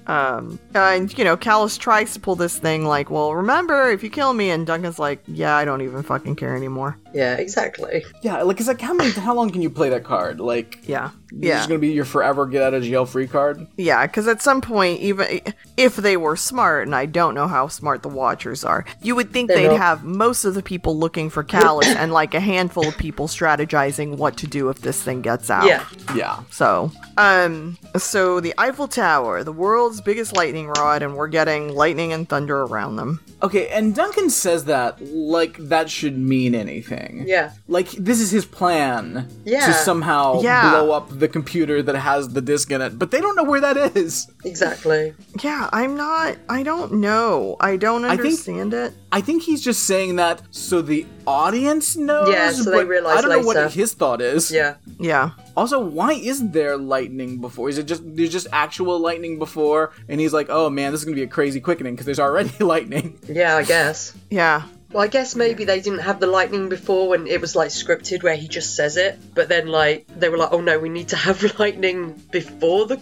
Speaker 3: Um, and you know, Callus tries to pull this thing like, well, remember if you kill me, and Duncan's like, yeah, I don't even fucking care anymore.
Speaker 2: Yeah, exactly.
Speaker 4: Yeah, like it's like how many how long can you play that card? Like
Speaker 3: Yeah.
Speaker 4: this
Speaker 3: Yeah.
Speaker 4: is gonna be your forever get out of jail free card.
Speaker 3: Yeah, because at some point, even if they were smart, and I don't know how smart the Watchers are, you would think
Speaker 2: They're
Speaker 3: they'd
Speaker 2: not.
Speaker 3: have most of the people looking for Callus and like a handful of people strategizing what to do if this thing gets out.
Speaker 2: Yeah.
Speaker 4: Yeah.
Speaker 3: So, um, so the Eiffel Tower, the world's biggest lightning rod, and we're getting lightning and thunder around them.
Speaker 4: Okay, and Duncan says that like that should mean anything.
Speaker 2: Yeah.
Speaker 4: Like this is his plan
Speaker 2: Yeah.
Speaker 4: to somehow
Speaker 3: Yeah.
Speaker 4: blow up the computer that has the disc in it, but they don't know where that is.
Speaker 2: Exactly.
Speaker 3: Yeah, I'm not. I don't know. I don't
Speaker 4: I think-
Speaker 3: understand it.
Speaker 4: I think he's just saying that so the audience knows.
Speaker 2: Yeah, so they
Speaker 4: but
Speaker 2: realize
Speaker 4: I don't know
Speaker 2: later.
Speaker 4: what his thought is.
Speaker 2: Yeah.
Speaker 3: Yeah,
Speaker 4: Also, why is there lightning before? Is it just there's just actual lightning before? And he's like, oh man, this is gonna be a crazy quickening because there's already lightning.
Speaker 2: Yeah, I guess.
Speaker 3: yeah,
Speaker 2: Well, I guess maybe they didn't have the lightning before when it was like scripted where he just says it, but then like they were like, oh no, we need to have lightning before the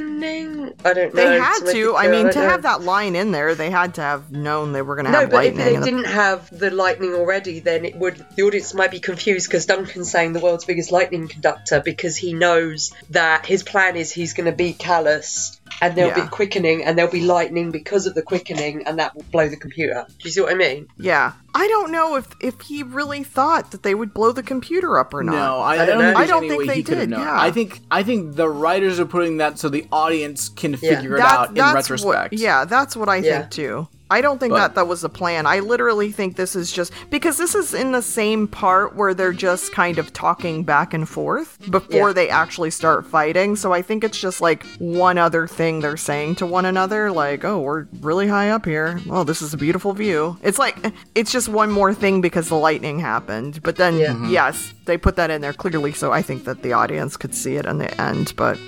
Speaker 2: quickening. I don't
Speaker 3: they
Speaker 2: know.
Speaker 3: had
Speaker 2: make
Speaker 3: to.
Speaker 2: it
Speaker 3: I
Speaker 2: clear,
Speaker 3: mean,
Speaker 2: don't
Speaker 3: to
Speaker 2: know.
Speaker 3: have that line in there, they had to have known they were going to
Speaker 2: No,
Speaker 3: have
Speaker 2: but if
Speaker 3: lightning.
Speaker 2: they
Speaker 3: in the-
Speaker 2: didn't have the lightning already, then it would the audience might be confused because Duncan's saying the world's biggest lightning conductor because he knows that his plan is he's going to be callous and there'll
Speaker 3: Yeah.
Speaker 2: be quickening and there'll be lightning because of the quickening and that will blow the computer. Do you see what I mean?
Speaker 3: Yeah, I don't know if if he really thought that they would blow the computer up or not.
Speaker 4: No, I,
Speaker 2: I don't
Speaker 4: I don't,
Speaker 2: know.
Speaker 4: think
Speaker 2: I
Speaker 4: there's
Speaker 3: don't
Speaker 4: any
Speaker 3: think
Speaker 4: way
Speaker 3: they
Speaker 4: he could have
Speaker 3: did,
Speaker 4: known.
Speaker 3: yeah.
Speaker 4: I think I think the writers are putting that so the audience can figure it
Speaker 3: That-
Speaker 4: out in retrospect.
Speaker 3: What, yeah, that's what I
Speaker 2: Yeah.
Speaker 3: think too. I don't think
Speaker 4: But-
Speaker 3: that that was the plan. I literally think this is just because this is in the same part where they're just kind of talking back and forth before
Speaker 2: Yeah.
Speaker 3: they actually start fighting. So I think it's just like one other thing they're saying to one another, like, "Oh, we're really high up here. Well, this is a beautiful view." It's like it's just one more thing because the lightning happened. But then,
Speaker 2: Yeah. Mhm.
Speaker 3: yes, they put that in there clearly, so I think that the audience could see it in the end. But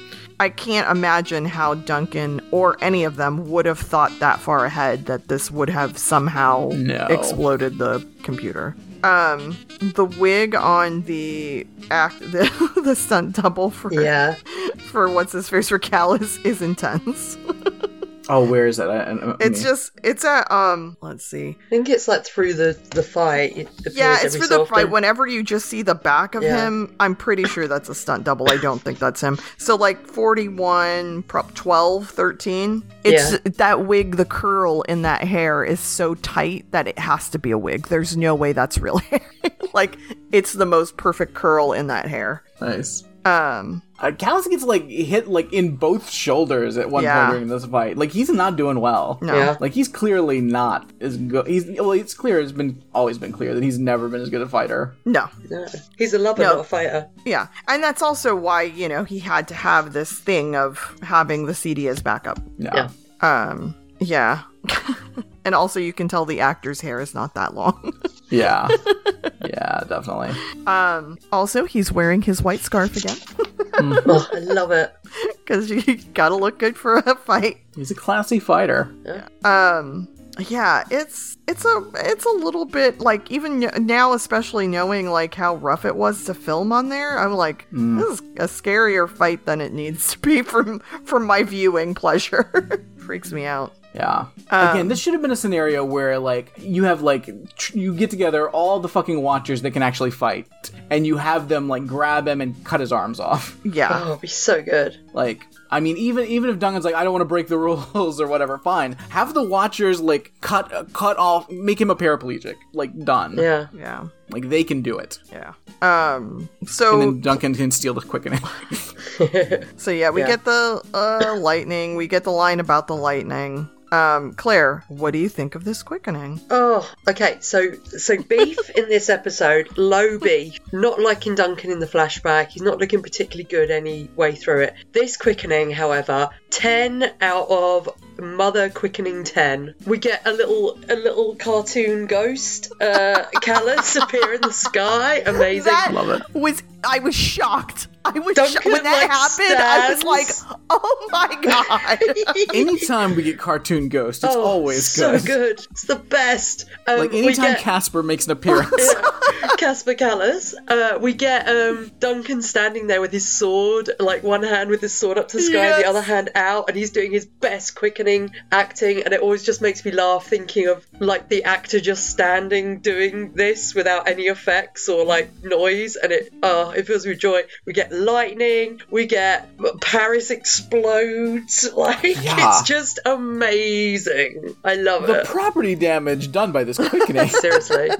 Speaker 3: I can't imagine how Duncan or any of them would have thought that far ahead that this would have somehow
Speaker 4: No.
Speaker 3: exploded the computer. Um, the wig on the act the, the stunt double for
Speaker 2: Yeah.
Speaker 3: for what's his face for Callus is intense.
Speaker 4: Oh, where is that? I, I, I
Speaker 3: It's
Speaker 4: mean-
Speaker 3: just it's at um let's see
Speaker 2: I think it's like through the the fight. It appears
Speaker 3: yeah it's
Speaker 2: every
Speaker 3: for
Speaker 2: so
Speaker 3: the
Speaker 2: often.
Speaker 3: fight whenever you just see the back of
Speaker 2: Yeah.
Speaker 3: him i'm pretty sure that's a stunt double i don't think that's him so like 41 prop 12 13 it's
Speaker 2: Yeah.
Speaker 3: that wig the curl in that hair is so tight that it has to be a wig there's no way that's real hair like it's the most perfect curl in that hair
Speaker 4: nice.
Speaker 3: um
Speaker 4: Uh, Callus gets like hit like in both shoulders at one
Speaker 3: Yeah.
Speaker 4: point during this fight. Like he's not doing well.
Speaker 3: no
Speaker 2: Yeah.
Speaker 4: Like he's clearly not as good. He's well. It's clear. It's been always been clear that he's never been as good a fighter.
Speaker 3: no
Speaker 2: No. He's a lover,
Speaker 3: No.
Speaker 2: not a fighter.
Speaker 3: yeah and that's also why you know he had to have this thing of having the cd as backup
Speaker 4: No.
Speaker 2: Yeah.
Speaker 3: Um, yeah. and also you can tell the actor's hair is not that long.
Speaker 4: Yeah. yeah. Definitely.
Speaker 3: Um, also he's wearing his white scarf again
Speaker 2: Oh, I love it.
Speaker 3: cuz you got to look good for a fight.
Speaker 4: He's a classy fighter.
Speaker 3: Um, yeah, it's it's a it's a little bit like even n- now especially knowing like how rough it was to film on there, I'm like
Speaker 4: Mm.
Speaker 3: this is a scarier fight than it needs to be from from my viewing pleasure. Freaks me out.
Speaker 4: Yeah. Again,
Speaker 2: Um,
Speaker 4: this should have been a scenario where like you have like tr- you get together all the fucking watchers that can actually fight, and you have them like grab him and cut his arms off.
Speaker 3: Yeah.
Speaker 2: Oh, it'd be so good.
Speaker 4: Like, I mean, even even if Duncan's like, I don't want to break the rules or whatever, fine. Have the Watchers like cut uh, cut off, make him a paraplegic. Like done.
Speaker 2: Yeah.
Speaker 3: Yeah.
Speaker 4: Like they can do it,
Speaker 3: Yeah. Um so
Speaker 4: and
Speaker 2: Oh.
Speaker 4: then Duncan can steal the quickening.
Speaker 3: So yeah, we
Speaker 2: Yeah.
Speaker 3: get the uh, lightning. We get the line about the lightning. Um, Claire, what do you think of this quickening?
Speaker 2: Oh, okay. So, so beef in this episode, low beef. Not liking Duncan in the flashback. He's not looking particularly good any way through it. This quickening, however, ten out of mother quickening ten. We get a little, a little cartoon ghost, uh, Callus appear in the sky. Amazing.
Speaker 4: Love it.
Speaker 3: Was I was shocked. I was
Speaker 2: Duncan,
Speaker 3: shocked when that
Speaker 2: like,
Speaker 3: happened. I was
Speaker 2: stands.
Speaker 3: like, oh my god.
Speaker 4: anytime we get cartoon ghost, it's
Speaker 2: Oh,
Speaker 4: always
Speaker 2: so
Speaker 4: good.
Speaker 2: good. It's the best. Um,
Speaker 4: Like
Speaker 2: we
Speaker 4: anytime
Speaker 2: get-
Speaker 4: Casper makes an appearance,
Speaker 2: Casper Callas. Uh, we get um, Duncan standing there with his sword, like one hand with his sword up to the sky, and
Speaker 3: Yes.
Speaker 2: the other hand out, and he's doing his best quickening planning, acting, and it always just makes me laugh thinking of like the actor just standing doing this without any effects or like noise, and it uh, it fills me with joy. We get lightning, we get Paris explodes, like
Speaker 4: Yeah.
Speaker 2: it's just amazing. I love
Speaker 4: The
Speaker 2: it.
Speaker 4: property damage done by this quickening.
Speaker 2: Seriously.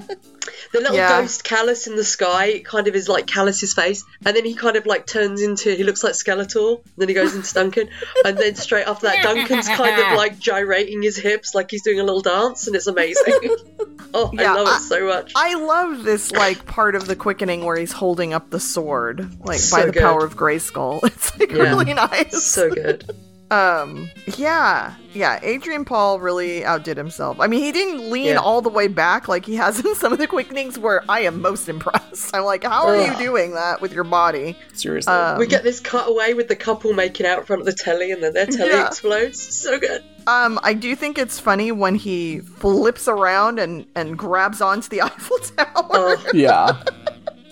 Speaker 2: The little
Speaker 3: Yeah.
Speaker 2: ghost callus in the sky kind of is like Callus's face, and then he kind of like turns into he looks like Skeletor, and then he goes into Duncan, and then straight after that, Duncan's kind of like gyrating his hips like he's doing a little dance, and it's amazing. oh,
Speaker 3: Yeah,
Speaker 2: I love
Speaker 3: I-
Speaker 2: it so much.
Speaker 3: I love this like part of the quickening where he's holding up the sword, like by
Speaker 2: So
Speaker 3: the
Speaker 2: good.
Speaker 3: power of Grayskull. It's like
Speaker 2: Yeah.
Speaker 3: really nice.
Speaker 2: so good.
Speaker 3: um, yeah, yeah. Adrian Paul really outdid himself. I mean, he didn't lean
Speaker 2: Yeah.
Speaker 3: all the way back like he has in some of the quickenings. Where I am most impressed. I'm like, how are
Speaker 2: Ugh.
Speaker 3: you doing that with your body?
Speaker 4: Seriously.
Speaker 3: Um,
Speaker 2: we get this cutaway with the couple making out in front of the telly, and then their telly
Speaker 3: Yeah.
Speaker 2: explodes. So good.
Speaker 3: Um, I do think it's funny when he flips around and and grabs onto the Eiffel Tower.
Speaker 2: Oh,
Speaker 4: yeah.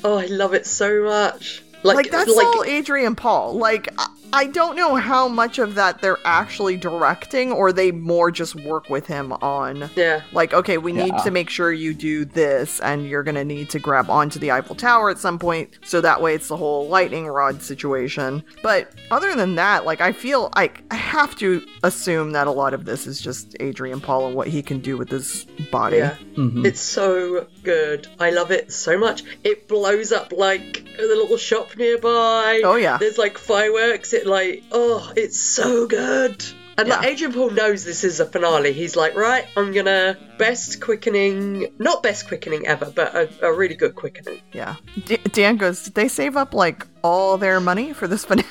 Speaker 2: oh, I love it so much.
Speaker 3: like,
Speaker 2: Like,
Speaker 3: that's
Speaker 2: like
Speaker 3: all Adrian Paul. Like I, I don't know how much of that they're actually directing or they more just work with him on
Speaker 2: yeah,
Speaker 3: like okay, we need
Speaker 4: Yeah.
Speaker 3: to make sure you do this and you're going to need to grab onto the Eiffel Tower at some point so that way it's the whole lightning rod situation. But other than that, like I feel like I have to assume that a lot of this is just Adrian Paul and what he can do with his body.
Speaker 2: yeah.
Speaker 4: Mhm.
Speaker 2: It's so good. I love it so much. It blows up like the little shop nearby.
Speaker 3: Oh yeah.
Speaker 2: There's like fireworks. It like oh, it's so good. And like
Speaker 3: Yeah.
Speaker 2: Adrian Paul knows this is a finale. He's like, right, I'm gonna best quickening, not best quickening ever, but a, a really good quickening.
Speaker 3: Yeah. D- Dan goes, did they save up like all their money for this finale?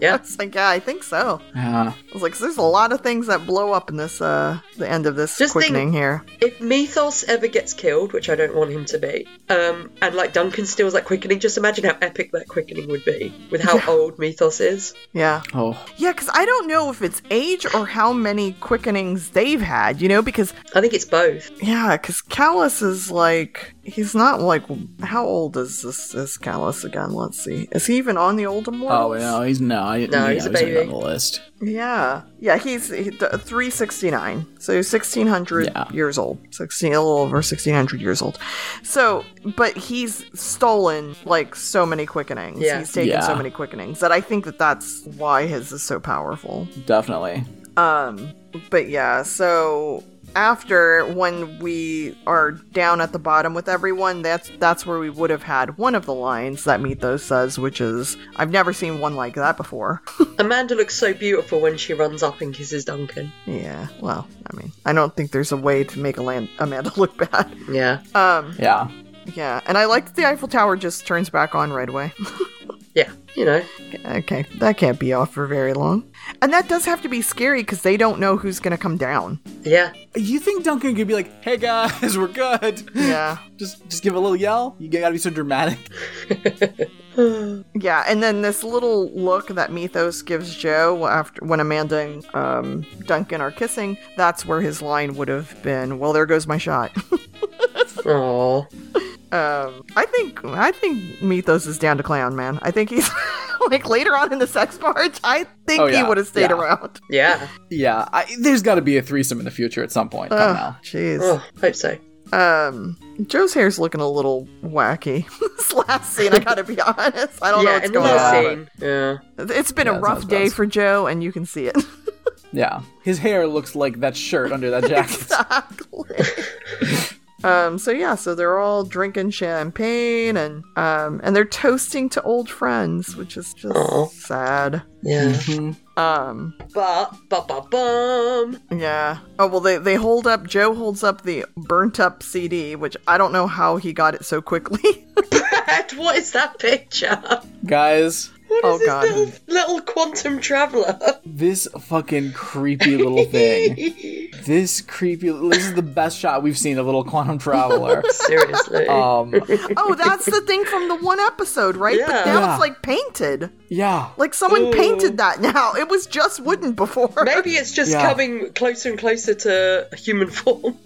Speaker 2: Yeah.
Speaker 3: I was like, yeah, I think so.
Speaker 4: Yeah.
Speaker 3: I was like, there's a lot of things that blow up in this, uh, the end of this
Speaker 2: Just think-
Speaker 3: quickening here.
Speaker 2: If Mythos ever gets killed, which I don't want him to be, um, and like Duncan steals that quickening, just imagine how epic that quickening would be with how old Mythos is.
Speaker 3: Yeah.
Speaker 4: Oh,
Speaker 3: Yeah, because I don't know if it's age or how many quickenings they've had, you know, because,
Speaker 2: I think it's both.
Speaker 3: yeah, because Callus is like, he's not like, how old is this, this Callus again? Let's see. Is he even on the Old
Speaker 4: oh
Speaker 3: Immortals?
Speaker 4: no, he's no, I,
Speaker 2: No,
Speaker 4: yeah,
Speaker 2: he's a
Speaker 4: not
Speaker 2: baby.
Speaker 4: on the list.
Speaker 3: Yeah. Yeah, he's he, th- 369. So 1600
Speaker 4: Yeah.
Speaker 3: years old. 16 a little over 1600 years old. So, but he's stolen like so many quickenings.
Speaker 2: Yeah.
Speaker 3: He's taken so
Speaker 4: Yeah.
Speaker 3: many quickenings that I think that that's why his is so powerful.
Speaker 4: Definitely.
Speaker 3: Um, but yeah, so after when we are down at the bottom with everyone, that's that's where we would have had one of the lines that Mythos says, which is, "I've never seen one like that before."
Speaker 2: Amanda looks so beautiful when she runs up and kisses Duncan.
Speaker 3: Yeah, well, I mean, I don't think there's a way to make Alan- Amanda look bad.
Speaker 2: Yeah.
Speaker 3: Um,
Speaker 4: Yeah.
Speaker 3: yeah, and I like that the Eiffel Tower just turns back on right away.
Speaker 2: Yeah. You know.
Speaker 3: okay, that can't be off for very long. And that does have to be scary because they don't know who's going to come down.
Speaker 2: Yeah.
Speaker 4: You think Duncan could be like, "Hey guys, we're good."
Speaker 3: Yeah.
Speaker 4: just just give a little yell. You gotta be so dramatic.
Speaker 3: Yeah, and then this little look that Mythos gives Joe after when Amanda and um, Duncan are kissing, that's where his line would have been, well, there goes my shot.
Speaker 2: Oh.
Speaker 3: Um, I think I think Mythos is down to clown, man. I think he's like later on in the sex part. I think
Speaker 4: Oh,
Speaker 3: he
Speaker 4: yeah,
Speaker 3: would have stayed
Speaker 4: yeah.
Speaker 3: around.
Speaker 2: Yeah.
Speaker 4: Yeah, I, there's got to be a threesome in the future at some point. Come
Speaker 3: Oh,
Speaker 4: now.
Speaker 3: jeez.
Speaker 2: Oh, hope so.
Speaker 3: Um, Joe's hair's looking a little wacky. this last scene, I gotta be honest. I don't know
Speaker 2: yeah,
Speaker 3: what's
Speaker 2: in the
Speaker 3: going
Speaker 2: last
Speaker 3: on.
Speaker 2: scene. Yeah.
Speaker 3: It's been
Speaker 4: Yeah,
Speaker 3: a
Speaker 4: it
Speaker 3: rough
Speaker 4: sounds
Speaker 3: day
Speaker 4: best.
Speaker 3: for Joe, and you can see it.
Speaker 4: Yeah, his hair looks like that shirt under that jacket.
Speaker 3: exactly. um, so yeah, so they're all drinking champagne and um, and they're toasting to old friends, which is just
Speaker 2: Aw.
Speaker 3: sad.
Speaker 2: Yeah.
Speaker 4: Mhm.
Speaker 3: Um,
Speaker 2: But, but, but, bum.
Speaker 3: Yeah. Oh well, they they hold up. Joe holds up the burnt up CD, which I don't know how he got it so quickly.
Speaker 2: Brad, what is that picture? What is
Speaker 4: Guys,
Speaker 3: oh
Speaker 2: this
Speaker 3: god.
Speaker 2: little, little quantum traveller?
Speaker 4: this fucking creepy little thing. This creepy. This is the best shot we've seen of little quantum traveler.
Speaker 2: Seriously.
Speaker 4: Um,
Speaker 3: Oh, that's the thing from the one episode, right?
Speaker 2: Yeah.
Speaker 3: But now
Speaker 4: Yeah.
Speaker 3: it's like painted.
Speaker 4: yeah,
Speaker 3: Like someone
Speaker 2: Ooh.
Speaker 3: painted that. Now it was just wooden before.
Speaker 2: Maybe it's just
Speaker 4: Yeah.
Speaker 2: coming closer and closer to human form.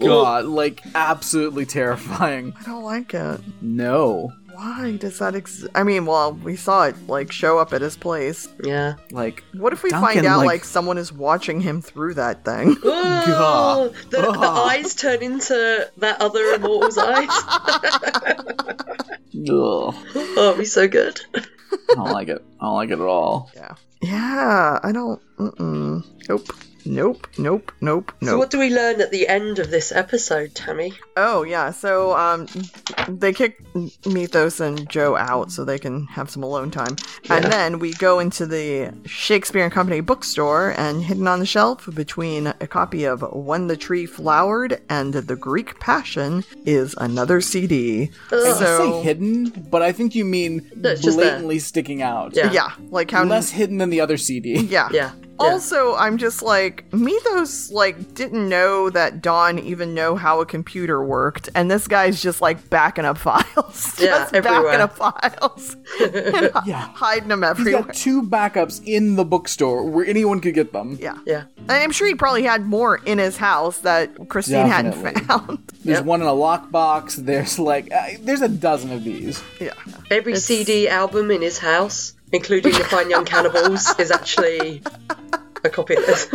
Speaker 4: God, like absolutely terrifying.
Speaker 3: I don't like it.
Speaker 4: No.
Speaker 3: Why does that exist? I mean, well, we saw it like show up at his place.
Speaker 2: Yeah.
Speaker 4: Like,
Speaker 3: What if we
Speaker 4: Duncan,
Speaker 3: find out
Speaker 4: like-
Speaker 3: like... someone is watching him through that thing?
Speaker 2: Oh, the, the
Speaker 4: Ah.
Speaker 2: eyes turn into that other immortal's eyes.
Speaker 4: ugh.
Speaker 2: Oh, it'd be so good.
Speaker 4: I don't like it. I don't like it at all.
Speaker 3: yeah. Yeah. I don't. Mm-mm. Nope. Nope. Nope. Nope. Nope.
Speaker 2: So, what do we learn at the end of this episode, Tammy?
Speaker 3: Oh yeah, so um, they kick Mythos and Joe out so they can have some alone time, and then we go into the Shakespeare and Company bookstore, and hidden on the shelf between a copy of "When the Tree Flowered" and "The Greek Passion" is another CD.
Speaker 2: Ugh.
Speaker 4: You
Speaker 3: So-
Speaker 4: say hidden, but I think you mean
Speaker 2: it's just there.
Speaker 4: blatantly sticking out.
Speaker 2: Yeah. Um,
Speaker 3: Yeah, like how
Speaker 4: Less hidden than the other CD.
Speaker 2: Yeah.
Speaker 3: yeah.
Speaker 2: yeah.
Speaker 3: Also, I'm just like Mythos like didn't know that Don even know how a computer worked, and this guy's just like backing up files,
Speaker 2: Yeah,
Speaker 3: just
Speaker 2: everywhere.
Speaker 3: backing up files, and hi-
Speaker 4: Yeah.
Speaker 3: hiding them
Speaker 4: He's
Speaker 3: everywhere.
Speaker 4: got two backups in the bookstore where anyone could get them.
Speaker 3: yeah,
Speaker 2: Yeah.
Speaker 3: and I'm sure he probably had more in his house that Christine
Speaker 4: Definitely.
Speaker 3: hadn't found.
Speaker 4: There's
Speaker 2: Yep.
Speaker 4: one in a lockbox. There's like, uh, there's a dozen of these.
Speaker 3: yeah,
Speaker 2: Every CD album in his house, including The Fine Young Cannibals, is actually a copy of this.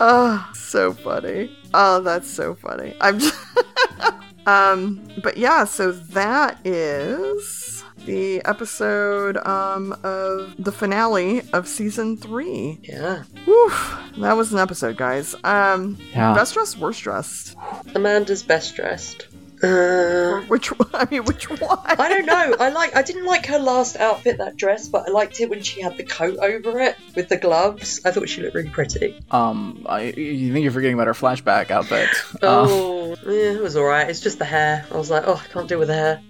Speaker 3: oh, so funny. Oh, that's so funny. I'm just. Um, but yeah, so that is the episode um, of the finale of season three.
Speaker 2: yeah.
Speaker 3: Woof. That was an episode, guys. Um,
Speaker 4: Yeah.
Speaker 3: best dressed, worst dressed.
Speaker 2: Amanda's best dressed. Uh,
Speaker 3: Which one- I mean, which one?
Speaker 2: I don't know. I like. I didn't like her last outfit, that dress, but I liked it when she had the coat over it with the gloves. I thought she looked really pretty.
Speaker 4: Um, I, you think you're forgetting about her flashback outfit? Uh,
Speaker 2: Oh, yeah, it was all right. It's just the hair. I was like, oh, I can't deal with the hair.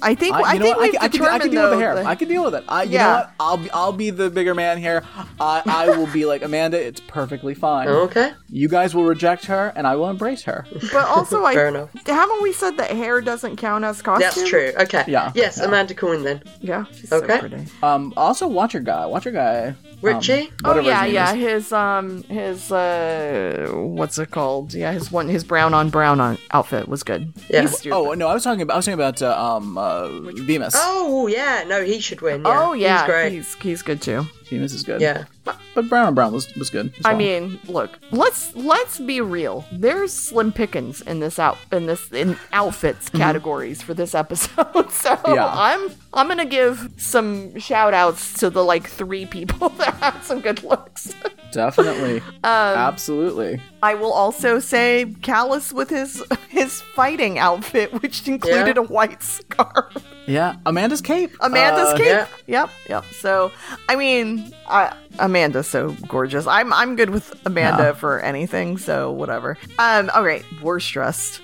Speaker 3: I think
Speaker 4: I,
Speaker 3: I,
Speaker 4: you know
Speaker 3: think
Speaker 4: what? I
Speaker 3: we've
Speaker 4: can- I, can,
Speaker 3: determined
Speaker 4: I can deal with the
Speaker 3: though
Speaker 4: hair.
Speaker 3: that-
Speaker 4: I can deal with it. I, you know
Speaker 3: Yeah.
Speaker 4: what? I'll be, I'll be the bigger man here. I, I will be like Amanda. It's perfectly fine.
Speaker 2: Okay,
Speaker 4: You guys will reject her, and I will embrace her.
Speaker 3: but also, I
Speaker 2: fair enough.
Speaker 3: haven't we said that hair doesn't count as costume?
Speaker 2: That's true. Okay.
Speaker 4: Yeah,
Speaker 2: Yes,
Speaker 4: yeah.
Speaker 2: Amanda Coin then.
Speaker 3: Yeah. She's
Speaker 2: Okay.
Speaker 3: So pretty.
Speaker 4: Um, also Watcher guy, Watcher guy,
Speaker 2: Richie?
Speaker 4: Um, whatever
Speaker 3: oh yeah,
Speaker 4: his name
Speaker 3: yeah.
Speaker 4: is.
Speaker 3: His um, his uh, what's it called? Yeah, his one, his brown on brown on outfit was good.
Speaker 2: Yeah.
Speaker 3: He's stupid.
Speaker 4: Oh no, I was talking about I was talking about uh, um uh, Bemis.
Speaker 2: Oh yeah, no, he should win. Yeah.
Speaker 3: Oh, yeah,
Speaker 2: he's great.
Speaker 3: he's he's good too.
Speaker 4: Bemis is good.
Speaker 2: Yeah,
Speaker 4: but Brown and Brown was was good. as
Speaker 3: I
Speaker 4: well.
Speaker 3: mean, look, let's let's be real. There's slim pickings in this out in this in outfits categories for this episode. So
Speaker 4: Mm-hmm. Yeah.
Speaker 3: I'm I'm gonna give some shout outs to the like three people that had some good looks.
Speaker 4: definitely,
Speaker 3: um,
Speaker 4: absolutely.
Speaker 3: I will also say Callus with his his fighting outfit, which included
Speaker 2: Yeah.
Speaker 3: a white scarf.
Speaker 4: Yeah, Amanda's cape.
Speaker 3: Amanda's
Speaker 4: Uh,
Speaker 3: cape.
Speaker 2: yeah.
Speaker 3: Yep, yep. So, I mean, I, Amanda's so gorgeous. I'm I'm good with Amanda
Speaker 4: Yeah.
Speaker 3: for anything. So whatever. Um. All right. Worst dressed.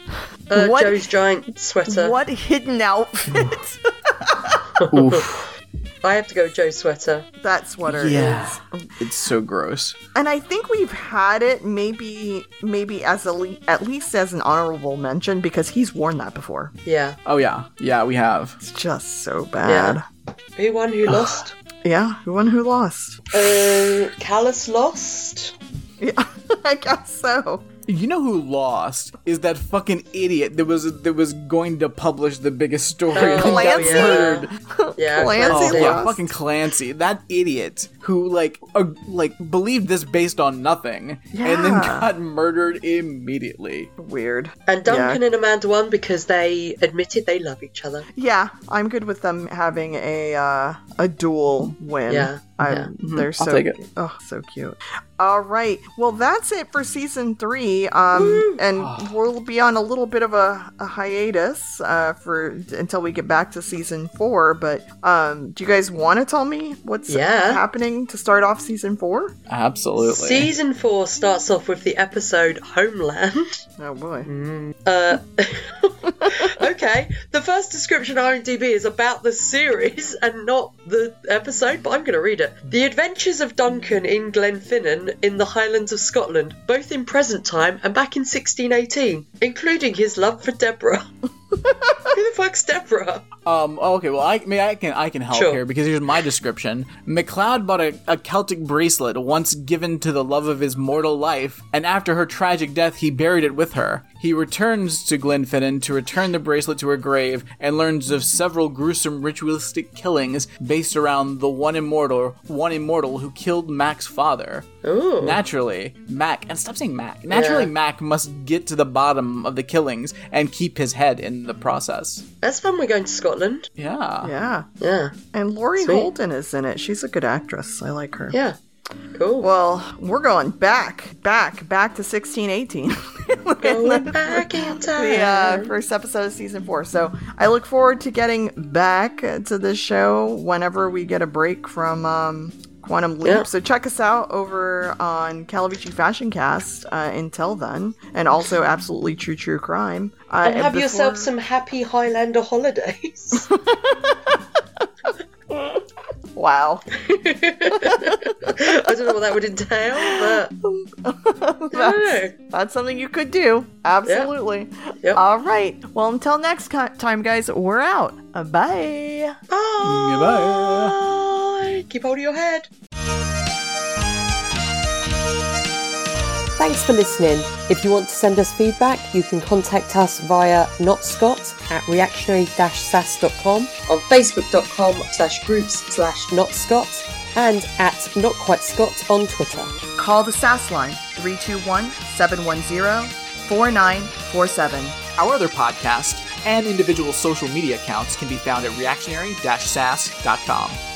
Speaker 2: uh,
Speaker 3: what
Speaker 2: Joe's giant sweater.
Speaker 3: what hidden outfit?
Speaker 4: Oof,
Speaker 2: I have to go with Joe's sweater.
Speaker 3: that sweater
Speaker 4: Yeah.
Speaker 3: is.
Speaker 4: it's so gross.
Speaker 3: And I think we've had it maybe maybe as a le- at least as an honorable mention because he's worn that before.
Speaker 2: Yeah.
Speaker 4: Oh yeah, yeah, we have.
Speaker 3: It's just so bad.
Speaker 2: Who won? Who lost?
Speaker 3: Yeah. who won? Who lost?
Speaker 2: uh, Callus lost.
Speaker 3: Yeah. I guess so.
Speaker 4: You know who lost is that fucking idiot that was that was going to publish the biggest story. and got
Speaker 3: Uh, Clancy?
Speaker 4: murdered.
Speaker 2: Yeah,
Speaker 3: Clancy
Speaker 4: Oh
Speaker 2: Clancy.
Speaker 4: yeah,
Speaker 3: lost.
Speaker 4: fucking Clancy, that idiot who like uh, like believed this based on nothing, and then
Speaker 3: Yeah.
Speaker 4: got murdered immediately.
Speaker 3: Weird.
Speaker 2: And Duncan and Amanda won because they admitted they love each other.
Speaker 3: Yeah, I'm good with them having a uh, a dual win.
Speaker 2: Yeah,
Speaker 3: I'm,
Speaker 2: yeah.
Speaker 3: they're so
Speaker 4: take it.
Speaker 3: oh so cute. All right, well that's it for season three. Um,
Speaker 4: Ah.
Speaker 3: and we'll be on a little bit of a, a hiatus uh, for until we get back to season four. But um, do you guys want to tell me what's
Speaker 2: Yeah.
Speaker 3: happening to start off season four?
Speaker 4: Absolutely.
Speaker 2: Season four starts off with the episode Homeland.
Speaker 3: Oh boy.
Speaker 2: Uh, okay, the first description on IMDb is about the series and not the episode, but I'm going to read it. The Adventures of Duncan in Glenfinnan in the Highlands of Scotland, both in present time and back in 1618, including his love for Deborah. Who the fuck's Deborah?
Speaker 4: Um, okay, well, I may I can I can help
Speaker 2: Sure.
Speaker 4: here because here's my description. McLeod bought a, a Celtic bracelet once given to the love of his mortal life, and after her tragic death, he buried it with her. He returns to Glenfinnan to return the bracelet to her grave, and learns of several gruesome ritualistic killings based around the one immortal, one immortal who killed Mac's father.
Speaker 2: Ooh.
Speaker 4: Naturally, Mac, and stop saying Mac. Naturally,
Speaker 2: Yeah.
Speaker 4: Mac must get to the bottom of the killings and keep his head in the process.
Speaker 2: That's fun, we're going to Scotland.
Speaker 4: Yeah.
Speaker 3: Yeah.
Speaker 2: Yeah,
Speaker 3: And Laurie
Speaker 2: Sweet.
Speaker 3: Holden is in it. She's a good actress. I like her.
Speaker 2: yeah. Cool.
Speaker 3: Well, we're going back, back, back to 1618.
Speaker 2: Going Oh, back in time.
Speaker 3: the uh, first episode of season four. So I look forward to getting back uh, to this show whenever we get a break from um, Quantum Leap.
Speaker 2: Yeah.
Speaker 3: So check us out over on Calavici Fashion Cast uh, until then, and also absolutely True True Crime. Uh,
Speaker 2: and have
Speaker 3: before-
Speaker 2: yourself some happy Highlander holidays.
Speaker 3: Wow.
Speaker 2: I don't know what that would entail, but
Speaker 3: That's, that's something you could do. Absolutely.
Speaker 2: Yep.
Speaker 3: All right. Well, until next co- time, guys, we're out. Uh, Bye.
Speaker 2: Bye. Keep hold of your head.
Speaker 6: Thanks for listening. If you want to send us feedback, you can contact us via notscott at reactionary-sas.com,
Speaker 2: On facebook.com slash groups
Speaker 6: slash notscott, and at not quite scott on Twitter.
Speaker 3: Call the SAS line 321 710 4947.
Speaker 4: Our other podcast and individual social media accounts can be found at reactionary-sas.com.